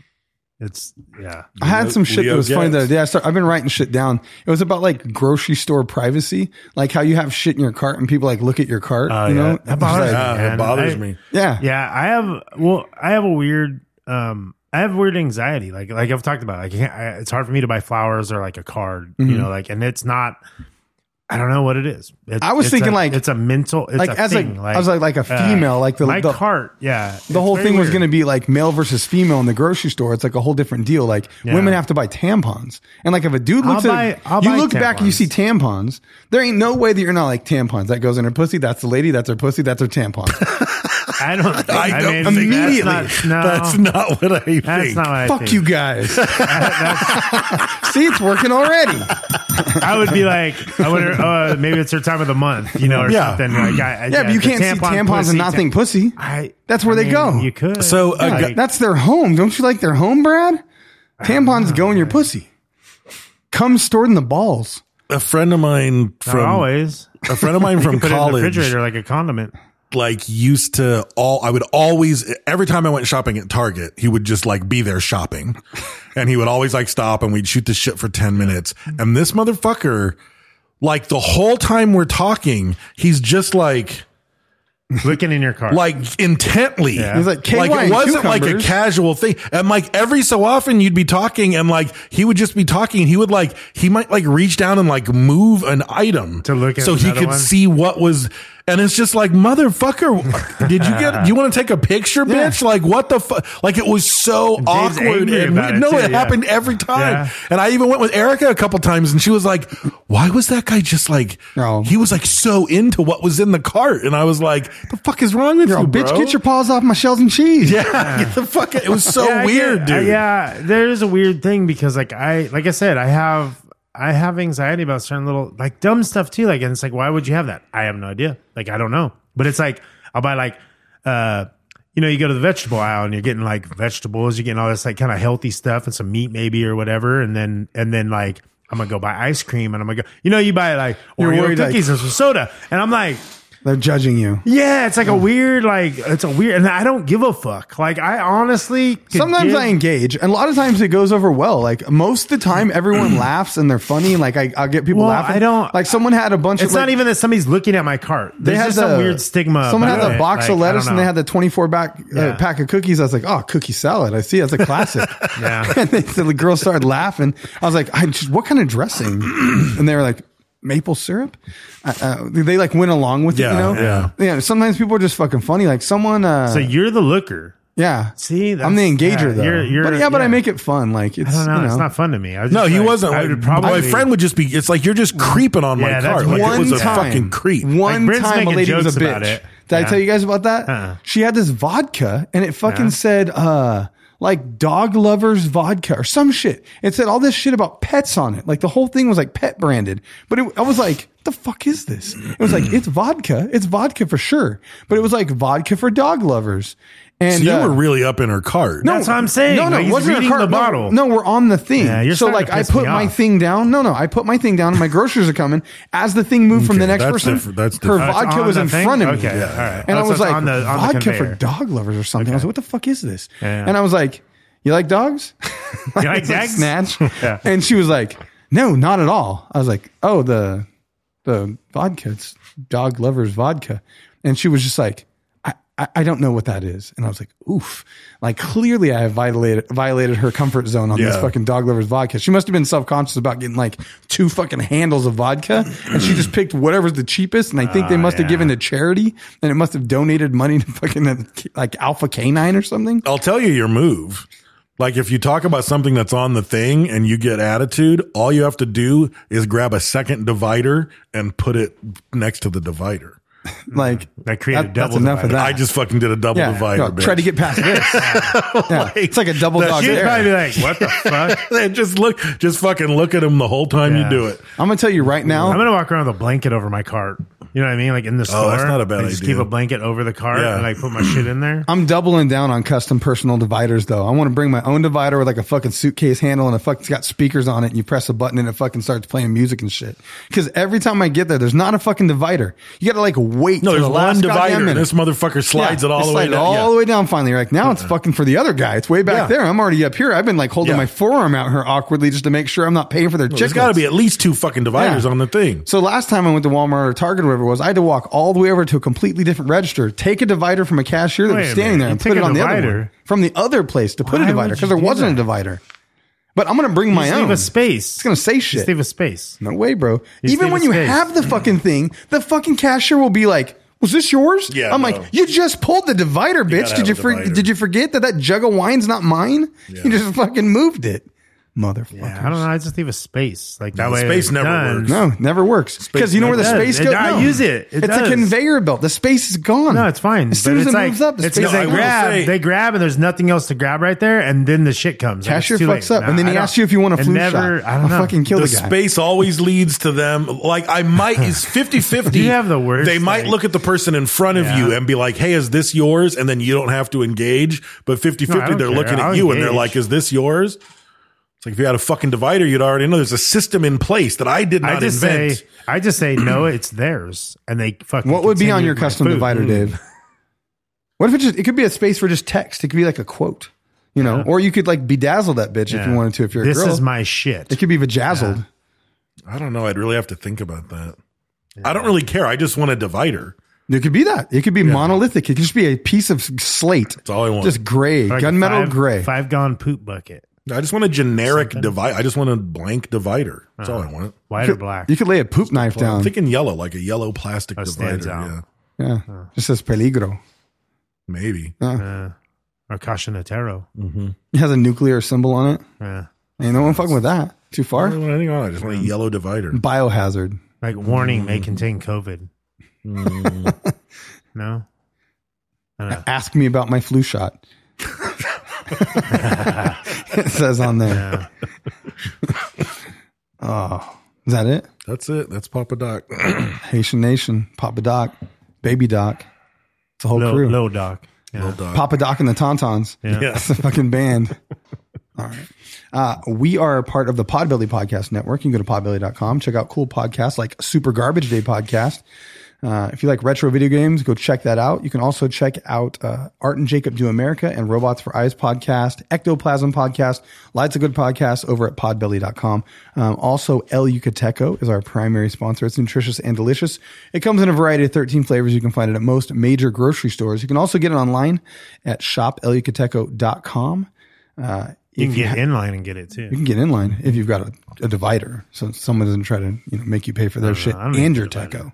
Speaker 2: it's yeah,
Speaker 3: I had some shit
Speaker 5: Leo
Speaker 3: that was funny
Speaker 5: Getz.
Speaker 3: the other day. I start, I've been writing shit down. It was about like grocery store privacy, like how you have shit in your cart and people like look at your cart.
Speaker 2: Oh,
Speaker 3: you
Speaker 2: yeah.
Speaker 3: know,
Speaker 2: That bothers
Speaker 3: It's like-
Speaker 5: Yeah,
Speaker 2: Man,
Speaker 5: it bothers
Speaker 2: I-
Speaker 5: me.
Speaker 3: yeah,
Speaker 2: yeah. I have well, I have a weird um. I have weird anxiety, like like I've talked about. Like I can't, I, it's hard for me to buy flowers or like a card, you
Speaker 3: Mm-hmm.
Speaker 2: know. Like, and it's not. I don't know what it is. It's,
Speaker 3: I was
Speaker 2: it's
Speaker 3: thinking,
Speaker 2: a-
Speaker 3: like-
Speaker 2: it's a mental. It's
Speaker 3: like,
Speaker 2: a
Speaker 3: as, like,
Speaker 2: thing, uh,
Speaker 3: I was, like- like a female, like the-
Speaker 2: my
Speaker 3: the-
Speaker 2: cart. Yeah,
Speaker 3: The whole thing was going to be like male versus female in the grocery store. It's like a whole different deal. Like
Speaker 2: Yeah.
Speaker 3: women have to buy tampons, and like if a dude
Speaker 2: I'll
Speaker 3: looks
Speaker 2: buy-
Speaker 3: at
Speaker 2: I'll
Speaker 3: you
Speaker 2: buy
Speaker 3: look back and you
Speaker 2: tampons.
Speaker 3: see tampons, there ain't no way that you're not like tampons. That goes in her pussy. That's the lady. That's her pussy. That's her tampon.
Speaker 2: I don't. Think,
Speaker 5: I
Speaker 2: I
Speaker 5: don't
Speaker 2: mean,
Speaker 5: think
Speaker 3: Immediately.
Speaker 2: That's not, no,
Speaker 5: That's not what I think.
Speaker 2: that's not what I
Speaker 3: Fuck
Speaker 2: think.
Speaker 3: you guys. See, it's working already.
Speaker 2: I would be like, I wonder. Uh, maybe it's her time of the month, you know, or
Speaker 5: Yeah.
Speaker 2: something. Like, I, I,
Speaker 3: Yeah, but you
Speaker 2: the
Speaker 3: can't see
Speaker 2: tampon
Speaker 3: tampons
Speaker 2: pussy
Speaker 3: and not
Speaker 2: ta-
Speaker 3: think pussy.
Speaker 2: I,
Speaker 3: That's where
Speaker 2: I
Speaker 3: they
Speaker 2: mean,
Speaker 3: go.
Speaker 2: You could.
Speaker 5: So, uh, a
Speaker 3: Yeah,
Speaker 5: guy-
Speaker 3: that's their home. Don't you like their home, Brad? Tampons go in
Speaker 2: Ah.
Speaker 3: your pussy. Cum stored in the balls.
Speaker 5: A friend of mine
Speaker 2: not
Speaker 5: from
Speaker 2: always.
Speaker 5: a friend of mine from
Speaker 2: Put it in the
Speaker 5: college
Speaker 2: refrigerator like a condiment.
Speaker 5: like used to all I would always every time I went shopping at Target, he would just like be there shopping. and he would always like stop and we'd shoot the shit for 10 minutes. And this motherfucker like the whole time we're talking, he's just like
Speaker 2: Looking in your car.
Speaker 5: like intently.
Speaker 2: Yeah. He's
Speaker 3: like, "KY
Speaker 5: like it
Speaker 3: and
Speaker 5: wasn't like a
Speaker 3: cucumbers."
Speaker 5: casual thing. And like every so often you'd be talking and like he would just be talking. He would like he might like reach down and like move an item
Speaker 2: To look at
Speaker 5: so he
Speaker 2: another
Speaker 5: could
Speaker 2: one?
Speaker 5: see what was. And it's just like motherfucker, did you get? You want to take a picture,
Speaker 3: Yeah.
Speaker 5: bitch? Like what the fuck? Like it was so
Speaker 2: Dave's
Speaker 5: awkward.
Speaker 2: angry
Speaker 5: And
Speaker 2: about
Speaker 5: weird.
Speaker 2: it
Speaker 5: no,
Speaker 2: too,
Speaker 5: it
Speaker 2: yeah.
Speaker 5: happened every time.
Speaker 2: Yeah.
Speaker 5: And I even went with Erica a couple times, and she was like, "Why was that guy just like?
Speaker 3: No.
Speaker 5: He was like so into what was in the cart." And I was like, "The fuck is wrong with
Speaker 3: Girl,
Speaker 5: you,
Speaker 3: bitch,
Speaker 5: bro?"
Speaker 3: get your paws off my shells and cheese.
Speaker 5: yeah, get the fuck. It was so
Speaker 2: Yeah, I
Speaker 5: weird,
Speaker 2: get-
Speaker 5: dude.
Speaker 2: yeah, there is a weird thing because like I like I said, I have I have anxiety about certain little like dumb stuff too. Like, and it's like, why would you have that? I have no idea. Like, I don't know. But it's like I'll buy like uh you know, you go to the vegetable aisle and you're getting like vegetables, you're getting all this like kind of healthy stuff and some meat maybe or whatever, and then and then like I'm gonna go buy ice cream and I'm gonna go you know, you buy like
Speaker 3: You're
Speaker 2: Oreo
Speaker 3: worried, like-
Speaker 2: cookies and some soda. And I'm like
Speaker 3: They're judging you.
Speaker 2: yeah, it's like
Speaker 3: Mm.
Speaker 2: a weird, like it's a weird, and I don't give a fuck. Like I honestly, could
Speaker 3: Sometimes
Speaker 2: give-
Speaker 3: I engage, and a lot of times it goes over well. Like most of the time, everyone laughs and they're funny. And like I, I get people
Speaker 2: Well,
Speaker 3: laughing.
Speaker 2: I don't-
Speaker 3: Like someone had a bunch of.
Speaker 2: It's
Speaker 3: like,
Speaker 2: not even that somebody's looking at my cart.
Speaker 3: They
Speaker 2: There's
Speaker 3: had
Speaker 2: just
Speaker 3: the,
Speaker 2: some weird stigma.
Speaker 3: Someone had
Speaker 2: about
Speaker 3: the
Speaker 2: it.
Speaker 3: box
Speaker 2: Like,
Speaker 3: of
Speaker 2: I
Speaker 3: lettuce
Speaker 2: don't
Speaker 3: and they
Speaker 2: know.
Speaker 3: had the twenty four back
Speaker 2: Yeah.
Speaker 3: uh, pack of cookies. I was like, oh, cookie salad. I see. That's a classic.
Speaker 2: Yeah.
Speaker 3: and they, so the girl started laughing. I was like, I just, what kind of dressing? and they were like, maple syrup. Uh, uh, they like went along with
Speaker 5: Yeah,
Speaker 3: it. You know.
Speaker 5: yeah.
Speaker 3: Sometimes people are just fucking funny. Like someone. Uh,
Speaker 2: So you're the looker.
Speaker 3: yeah.
Speaker 2: See, that's-
Speaker 3: I'm the engager
Speaker 2: yeah,
Speaker 3: though.
Speaker 2: you're- you're-
Speaker 3: but yeah, but I
Speaker 2: yeah.
Speaker 3: make it fun. Like it's
Speaker 2: I don't know.
Speaker 3: you know
Speaker 2: It's not fun to me. I was
Speaker 5: No,
Speaker 2: just
Speaker 5: he
Speaker 2: like,
Speaker 5: wasn't.
Speaker 2: I would probably. Mm.
Speaker 5: my friend would just be. It's like you're just creeping on
Speaker 2: Yeah,
Speaker 5: my
Speaker 2: that's
Speaker 5: cart. Like
Speaker 2: weird.
Speaker 5: it was a
Speaker 2: One
Speaker 5: fucking creep.
Speaker 3: One
Speaker 2: Brent's
Speaker 3: time a
Speaker 2: making
Speaker 3: lady was a
Speaker 2: jokes
Speaker 3: bitch.
Speaker 2: about
Speaker 3: Did
Speaker 2: it.
Speaker 3: I
Speaker 2: Yeah.
Speaker 3: tell you guys about that?
Speaker 2: Uh-uh.
Speaker 3: She had this vodka and it fucking
Speaker 2: Yeah.
Speaker 3: said, uh, like dog lovers vodka or some shit. It said all this shit about pets on it. Like the whole thing was like pet branded. But it, I was like, the fuck is this? It was like, it's vodka. It's vodka for sure. But it was like vodka for dog lovers. And
Speaker 5: so you
Speaker 3: uh,
Speaker 5: were really up in her cart.
Speaker 3: no, No, no, it wasn't a cart. No, No, we're on the thing.
Speaker 5: Yeah, you're
Speaker 3: so
Speaker 5: starting
Speaker 3: like
Speaker 5: to
Speaker 3: I
Speaker 5: piss
Speaker 3: put
Speaker 5: me
Speaker 3: my
Speaker 5: off.
Speaker 3: thing down. No, no, I put my thing down. and My groceries are coming. As the thing moved from
Speaker 5: Okay,
Speaker 3: the next
Speaker 5: that's
Speaker 3: person,
Speaker 5: different- that's
Speaker 3: her
Speaker 5: different. Oh, it's
Speaker 3: vodka
Speaker 5: on
Speaker 3: was
Speaker 5: the
Speaker 3: in
Speaker 5: thing?
Speaker 3: front of me.
Speaker 5: Okay, all right. Oh,
Speaker 3: And
Speaker 5: so
Speaker 3: I was
Speaker 5: it's
Speaker 3: like,
Speaker 5: on the- on the
Speaker 3: vodka for
Speaker 5: conveyor.
Speaker 3: dog lovers or something. I was like, what the fuck is this?
Speaker 5: Yeah.
Speaker 3: And I was like, you like dogs?
Speaker 2: You like
Speaker 3: It's a
Speaker 2: dogs?
Speaker 3: Snatch.
Speaker 2: Yeah.
Speaker 3: And she was like, no, not at all. I was like, oh, the the vodka. It's dog lovers vodka. And she was just like, I, I, I don't know what that is. And I was like, oof. Like clearly I have violated violated her comfort zone on this
Speaker 5: Yeah.
Speaker 3: fucking dog lovers vodka. She must have been self-conscious about getting like two fucking handles of vodka. And she just picked whatever's the cheapest. And I think they
Speaker 5: Ah,
Speaker 3: must have
Speaker 5: yeah.
Speaker 3: given to charity and it must have donated money to fucking like Alpha Canine or something.
Speaker 5: I'll tell you your move. Like if you talk about something that's on the thing and you get attitude, all you have to do is grab a second divider and put it next to the divider.
Speaker 3: Like
Speaker 2: That created
Speaker 3: That-
Speaker 2: double
Speaker 3: that's enough of
Speaker 2: divider.
Speaker 3: that.
Speaker 5: I just fucking did a double
Speaker 3: yeah,
Speaker 5: divider.
Speaker 3: no, try
Speaker 5: bitch.
Speaker 3: to get past this. Yeah. it's like a double
Speaker 5: That
Speaker 3: dog.
Speaker 5: shit
Speaker 3: dare.
Speaker 2: Probably be like, what the fuck?
Speaker 5: They just look, just fucking look at him the whole time
Speaker 2: Yeah.
Speaker 5: you do it.
Speaker 3: I'm gonna tell you right now.
Speaker 2: I'm gonna walk around with a blanket over my cart. You know what I mean? Like in the store.
Speaker 3: Oh,
Speaker 5: that's not a bad
Speaker 2: I just
Speaker 5: idea.
Speaker 2: keep a blanket over the cart
Speaker 5: Yeah.
Speaker 2: and I put my shit in there.
Speaker 3: I'm doubling down on custom personal dividers though. I want to bring my own divider with like a fucking suitcase handle and a fuck it's got speakers on it and you press a button and it fucking starts playing music and shit. Cause every time I get there, there's not a fucking divider. You gotta like wait.
Speaker 5: No,
Speaker 3: till
Speaker 5: there's
Speaker 3: the last
Speaker 5: one
Speaker 3: goddamn
Speaker 5: divider.
Speaker 3: minute.
Speaker 5: And this motherfucker slides
Speaker 3: Yeah,
Speaker 5: it all the way
Speaker 3: slide
Speaker 5: down.
Speaker 3: all
Speaker 5: Yeah.
Speaker 3: the way down finally. You're like, now it's fucking for the other guy. It's way back
Speaker 5: Yeah.
Speaker 3: there. I'm already up here. I've been like holding
Speaker 5: Yeah.
Speaker 3: my forearm out here awkwardly just to make sure I'm not paying for their
Speaker 5: There's
Speaker 3: chicken.
Speaker 5: got to be at least two fucking dividers
Speaker 3: Yeah.
Speaker 5: on the thing.
Speaker 3: So last time I went to Walmart or Target or whatever it was, I had to walk all the way over to a completely different register, take a divider from a cashier that
Speaker 2: Wait
Speaker 3: was
Speaker 2: a
Speaker 3: standing
Speaker 2: minute,
Speaker 3: there
Speaker 2: you
Speaker 3: and
Speaker 2: took
Speaker 3: put it
Speaker 2: a
Speaker 3: on the other
Speaker 2: divider?
Speaker 3: one from the other place to put a
Speaker 2: Why
Speaker 3: divider
Speaker 2: would
Speaker 3: because
Speaker 2: you
Speaker 3: there
Speaker 2: do
Speaker 3: wasn't a
Speaker 2: that?
Speaker 3: divider. But I'm gonna bring my
Speaker 2: Just
Speaker 3: own.
Speaker 2: leave a space.
Speaker 3: It's gonna say shit.
Speaker 2: Just leave a space.
Speaker 3: no way, bro.
Speaker 2: Just
Speaker 3: Even
Speaker 2: leave
Speaker 3: when
Speaker 2: a
Speaker 3: you
Speaker 2: space.
Speaker 3: have the fucking thing, the fucking cashier will be like. Was this yours?
Speaker 5: Yeah,
Speaker 3: I'm
Speaker 5: no.
Speaker 3: like, you just pulled the divider, bitch.
Speaker 5: gotta
Speaker 3: Did
Speaker 5: have
Speaker 3: you
Speaker 5: a
Speaker 3: for,
Speaker 5: divider.
Speaker 3: did you forget that that jug of wine's not mine? You just fucking moved it, motherfucker.
Speaker 2: Yeah, I don't know. I just leave a space. Like that
Speaker 5: the
Speaker 2: way.
Speaker 5: space
Speaker 2: it's
Speaker 5: never
Speaker 2: done.
Speaker 5: works.
Speaker 3: No, never works. Because you know where the
Speaker 2: it does.
Speaker 3: space
Speaker 2: It-
Speaker 3: goes.
Speaker 2: I
Speaker 3: No.
Speaker 2: use it. It
Speaker 3: it's
Speaker 2: does.
Speaker 3: a conveyor belt. The space is gone.
Speaker 2: No, it's fine.
Speaker 3: As soon
Speaker 2: But
Speaker 3: as it
Speaker 2: it's like,
Speaker 3: moves up, the
Speaker 2: it's
Speaker 3: space
Speaker 2: because they
Speaker 3: is gone.
Speaker 2: grab,
Speaker 5: say-
Speaker 2: they grab, and there's nothing else to grab right there, and then the shit comes. Like,
Speaker 3: Cashier
Speaker 2: it's too
Speaker 3: fucks
Speaker 2: late.
Speaker 3: up,
Speaker 2: No,
Speaker 3: and then
Speaker 2: I
Speaker 3: he
Speaker 2: don't-
Speaker 3: asks you if you want a
Speaker 2: it
Speaker 3: flu
Speaker 2: never,
Speaker 3: shot.
Speaker 2: I don't know.
Speaker 3: I'll fucking kill the,
Speaker 5: the
Speaker 3: guy.
Speaker 5: space always leads to them like i might is 50-50
Speaker 2: You have the worst,
Speaker 5: they might
Speaker 2: like-
Speaker 5: look at the person in front of you
Speaker 2: Yeah.
Speaker 5: and be like hey is this yours and then you don't have to engage but 50-50
Speaker 2: No, I don't
Speaker 5: they're
Speaker 2: care.
Speaker 5: looking at
Speaker 2: I'll
Speaker 5: you and they're
Speaker 2: engage.
Speaker 5: like is this yours it's like if you had a fucking divider you'd already know there's a system in place that i did not
Speaker 2: I just
Speaker 5: invent
Speaker 2: say, I just say no, it's theirs, and they fucking.
Speaker 3: What would be
Speaker 2: continue
Speaker 3: on your
Speaker 2: with my
Speaker 3: custom
Speaker 2: food.
Speaker 3: divider, Dave? What if it just? It could be a space for just text. It could be like a quote, you know, or you could like bedazzle that bitch if
Speaker 2: Yeah.
Speaker 3: you wanted to. If you're a
Speaker 2: this
Speaker 3: girl,
Speaker 2: is my shit.
Speaker 3: It could be vajazzled.
Speaker 5: i don't know i'd really have to think about that i don't really care i just want a divider
Speaker 3: It could be that. It could be monolithic. It could just be a piece of slate. That's
Speaker 5: all I want.
Speaker 3: Just gray,
Speaker 2: Like a
Speaker 3: gunmetal
Speaker 2: five-
Speaker 3: gray.
Speaker 2: five gone poop bucket,
Speaker 5: i just want a generic divider i just want a blank divider that's
Speaker 2: Uh-huh.
Speaker 5: all i want
Speaker 2: white or black.
Speaker 3: You could lay a poop knife
Speaker 5: i'm
Speaker 3: down.
Speaker 5: thinking yellow like a yellow plastic
Speaker 2: Oh, stands
Speaker 5: divider
Speaker 2: out.
Speaker 5: yeah
Speaker 3: Yeah, just says peligro.
Speaker 5: maybe
Speaker 3: Uh-huh.
Speaker 2: or Cachinatero.
Speaker 3: It has a nuclear symbol on it.
Speaker 2: Yeah.
Speaker 3: Ain't no one fucking with that. Too
Speaker 5: I
Speaker 3: far.
Speaker 5: don't want anything on it. I just want
Speaker 2: Mm.
Speaker 5: a yellow divider.
Speaker 3: Biohazard.
Speaker 2: Like warning
Speaker 3: Mm.
Speaker 2: may contain COVID. no,
Speaker 3: Ask me about my flu shot. it says on there. oh, is that it?
Speaker 5: That's it. That's Papa Doc.
Speaker 3: Haitian Nation, Papa Doc, Baby Doc. It's a whole
Speaker 2: low,
Speaker 3: crew.
Speaker 2: low doc. Yeah.
Speaker 5: Little Doc.
Speaker 3: Papa Doc and the Tauntauns.
Speaker 5: Yeah.
Speaker 2: Yeah.
Speaker 3: That's the fucking band. All right. Uh, we are part of the Podbelly Podcast Network. You can go to podbelly.com, check out cool podcasts like Super Garbage Day Podcast. Uh, if you like retro video games, go check that out. You can also check out uh, Art and Jacob Do America and Robots for Eyes podcast, Ectoplasm podcast, Lights a Good podcast over at podbelly.com. Um, also, El Yucateco is our primary sponsor. It's nutritious and delicious. It comes in a variety of 13 flavors. You can find it at most major grocery stores. You can also get it online at shopelyucateco.com. Uh,
Speaker 2: You can
Speaker 3: if you
Speaker 2: get
Speaker 3: ha-
Speaker 2: in line and get it too.
Speaker 3: you can get in line if you've got a, a divider, so someone doesn't try to you know make you pay for their shit
Speaker 2: I don't
Speaker 3: and
Speaker 2: need
Speaker 3: your
Speaker 2: a divider.
Speaker 3: techo.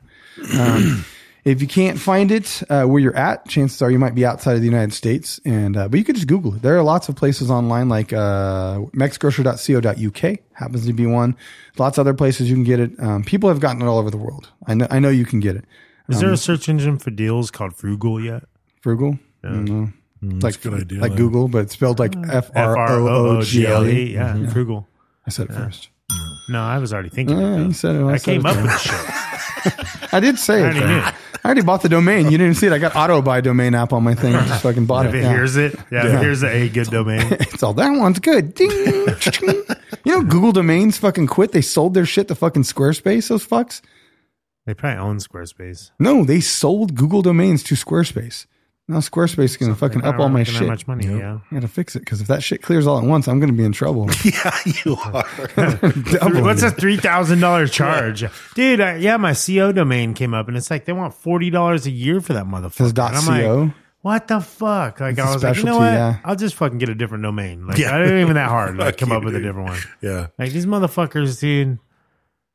Speaker 3: Um, if you can't find it uh, where you're at, chances are you might be outside of the United States, and uh, but you could just Google it. There are lots of places online like uh, mexgrocer.co.uk happens to be one. Lots of other places you can get it. Um, people have gotten it all over the world. I know I know you can get it.
Speaker 2: Is there a search engine for deals called Frugal yet?
Speaker 3: Frugal. Mm, like
Speaker 5: good idea,
Speaker 3: like
Speaker 5: though.
Speaker 3: Google, but it's spelled like F R O O G L E.
Speaker 2: Yeah, frugal.
Speaker 3: I said it first.
Speaker 2: No, I was already thinking.
Speaker 3: Yeah,
Speaker 2: of that.
Speaker 3: you said it. I
Speaker 2: I,
Speaker 3: said
Speaker 2: came
Speaker 3: it.
Speaker 2: up with the shit.
Speaker 3: I did say
Speaker 2: I
Speaker 3: it.
Speaker 2: already
Speaker 3: though.
Speaker 2: knew.
Speaker 3: I already bought the domain. You didn't see it. I got auto buy domain app on my thing. I just fucking bought
Speaker 2: If
Speaker 3: it.
Speaker 2: it
Speaker 3: yeah.
Speaker 2: hears it, yeah, if
Speaker 3: Yeah.
Speaker 2: it hears a good domain.
Speaker 3: It's all that one's good. Ding. you know, Google domains fucking quit. They sold their shit to fucking Squarespace. Those fucks.
Speaker 2: They probably own Squarespace.
Speaker 3: No, they sold Google domains to Squarespace. Now Squarespace is gonna fucking
Speaker 2: They're
Speaker 3: up
Speaker 2: not
Speaker 3: all my
Speaker 2: making that
Speaker 3: shit.
Speaker 2: much money, yeah.
Speaker 3: I gotta fix it because if that shit clears all at once, I'm gonna be in trouble.
Speaker 5: yeah, you are.
Speaker 3: Double.
Speaker 2: What's a three thousand dollar charge, dude? I, yeah, my CO domain came up, and it's like they want forty dollars a year for that motherfucker.
Speaker 3: It's dot
Speaker 2: And I'm
Speaker 3: co.
Speaker 2: like, what the fuck? Like
Speaker 3: It's a
Speaker 2: I was like, you know
Speaker 3: specialty,
Speaker 2: what?
Speaker 3: yeah.
Speaker 2: I'll just fucking get a different domain. Like
Speaker 5: Yeah.
Speaker 2: I didn't even that hard. Like
Speaker 5: Fuck
Speaker 2: come
Speaker 5: you,
Speaker 2: up with
Speaker 5: dude.
Speaker 2: a different one.
Speaker 5: yeah.
Speaker 2: Like these motherfuckers, dude.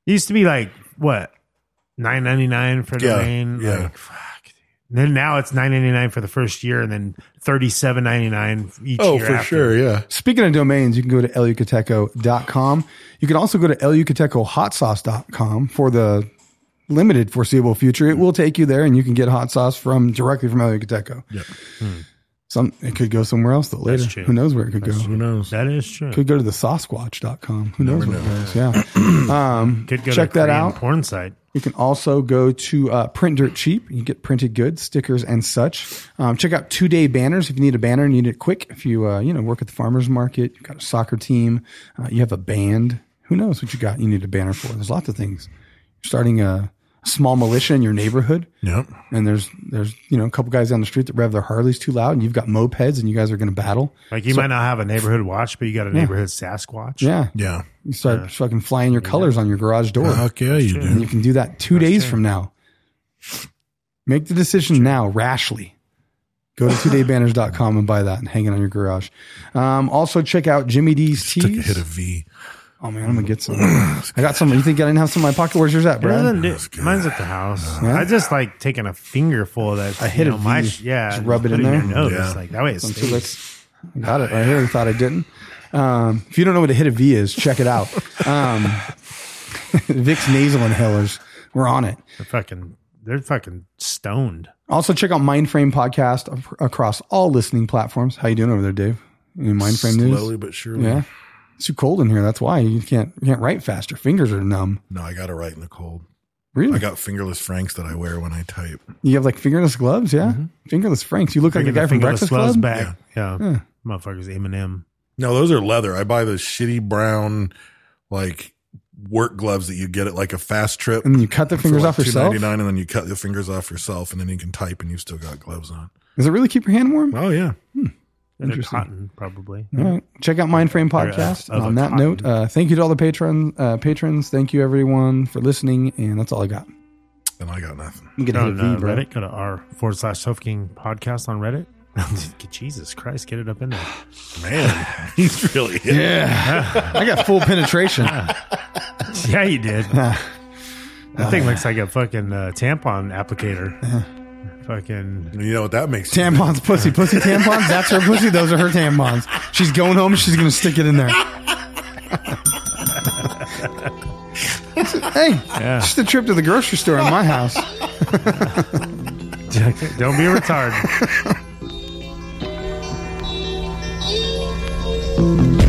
Speaker 2: Used to be like what nine ninety nine for a
Speaker 5: Yeah,
Speaker 2: domain.
Speaker 5: yeah.
Speaker 2: Like fuck. dude. Then now it's nine ninety nine for the first year, and then thirty seven ninety nine each
Speaker 5: Oh,
Speaker 2: year.
Speaker 5: for
Speaker 2: after.
Speaker 5: sure. Yeah.
Speaker 3: Speaking of domains, you can go to elucateco.com. You can also go to elucatecohotsauce.com for the limited foreseeable future. It will take you there and you can get hot sauce from directly from Elucateco. Yep. Some it could go somewhere else though later.
Speaker 2: Hmm. true.
Speaker 3: Who knows where it could go?
Speaker 5: Who knows?
Speaker 2: That is true.
Speaker 3: Could go to the Sasquatch.com. Who knows where it goes? Yeah. Um,
Speaker 2: Could go
Speaker 3: check
Speaker 2: to
Speaker 3: that
Speaker 2: a Korean
Speaker 3: out.
Speaker 2: Porn site.
Speaker 3: You can also go to uh, Print Dirt Cheap. You get printed goods, stickers, and such. Um, check out two day banners if you need a banner, you need it quick. If you uh, you know work at the farmers market, you've got a soccer team, uh, you have a band. Who knows what you got? You need a banner for. There's lots of things. You're starting a small militia in your neighborhood,
Speaker 5: Yep.
Speaker 3: and there's there's you know a couple guys down the street that rev their Harleys too loud, and you've got mopeds, and you guys are going to battle.
Speaker 2: Like you might not have a neighborhood watch, but you got a neighborhood Sasquatch.
Speaker 3: Yeah,
Speaker 5: Yeah. Uh-huh.
Speaker 3: you start fucking flying your colors on your garage door.
Speaker 5: Fuck yeah, you
Speaker 3: And
Speaker 5: do.
Speaker 3: you can do that two days from now. Make the decision now, rashly. Go to twodaybanners.com and buy that and hang it on your garage. Um, also, check out Jimmy D's
Speaker 5: Took a hit
Speaker 3: teas.
Speaker 5: of V.
Speaker 3: Oh, man, I'm going to get some. I got some. You think I didn't have some in my pocket? Where's yours at,
Speaker 2: It
Speaker 3: Brad?
Speaker 2: doesn't do-
Speaker 5: good.
Speaker 2: mine's at the house.
Speaker 3: Yeah?
Speaker 2: I just like taking a fingerful of that.
Speaker 3: I hit
Speaker 2: you
Speaker 3: a
Speaker 2: know, my
Speaker 3: V.
Speaker 2: sh- yeah,
Speaker 3: Just rub it
Speaker 2: put
Speaker 3: in
Speaker 2: your
Speaker 3: there.
Speaker 2: nose.
Speaker 5: Yeah.
Speaker 2: Like that way it
Speaker 3: Some
Speaker 2: stays.
Speaker 3: Tulix. I got it right here. I thought I didn't. Um, if you don't know what a hit of V is, check it out. Um, Vic's nasal inhalers. We're on it.
Speaker 2: They're fucking, they're fucking stoned.
Speaker 3: Also, check out Mindframe podcast ac- across all listening platforms. How you doing over there, Dave? Any Mindframe
Speaker 5: Slowly
Speaker 3: news?
Speaker 5: but surely.
Speaker 3: Yeah, it's too cold in here. That's why you can't you can't write fast. Your fingers are numb.
Speaker 5: No, I got it right in the cold.
Speaker 3: Really?
Speaker 5: I got fingerless Franks that I wear when I type.
Speaker 3: you have like fingerless gloves. Yeah, fingerless Franks. You look like
Speaker 2: Bringing
Speaker 3: the guy
Speaker 2: the
Speaker 3: from
Speaker 2: fingerless
Speaker 3: Breakfast
Speaker 2: gloves
Speaker 3: Club.
Speaker 2: back. Yeah. Motherfuckers, Eminem.
Speaker 5: No, those are leather. I buy those shitty brown, like work gloves that you get at like a fast trip.
Speaker 3: And you cut the
Speaker 5: for,
Speaker 3: fingers
Speaker 5: like,
Speaker 3: off yourself?
Speaker 5: $2.99, and then you cut the fingers off yourself, and then you can type, and you still got gloves on.
Speaker 3: Does it really keep your hand warm?
Speaker 5: Oh yeah,
Speaker 2: And They're
Speaker 3: Interesting.
Speaker 2: cotton, probably.
Speaker 3: All right. Check out Mindframe
Speaker 2: Or, uh,
Speaker 3: podcast.
Speaker 2: of
Speaker 3: And
Speaker 2: a
Speaker 3: on that
Speaker 2: cotton.
Speaker 3: note, uh, thank you to all the patron uh, patrons. Thank you everyone for listening, and that's all I got.
Speaker 5: and I got nothing.
Speaker 3: I'm
Speaker 2: Go
Speaker 3: gonna
Speaker 2: to
Speaker 3: hit a
Speaker 2: uh,
Speaker 3: V, bro.
Speaker 2: Reddit. Go to r forward slash Sofa King podcast on Reddit. Jesus Christ, get it up in there.
Speaker 5: Man, he's really hit.
Speaker 3: Yeah, I got full penetration.
Speaker 2: yeah, you did. That thing looks like a fucking uh, tampon applicator.
Speaker 3: Uh-huh.
Speaker 2: Fucking
Speaker 5: You know what that makes?
Speaker 3: Tampons, pussy, pussy tampons. That's her pussy. Those are her tampons. She's going home. She's gonna stick it in there. hey, just a trip to the grocery store in my house.
Speaker 2: don't be a retard.
Speaker 8: Thank you.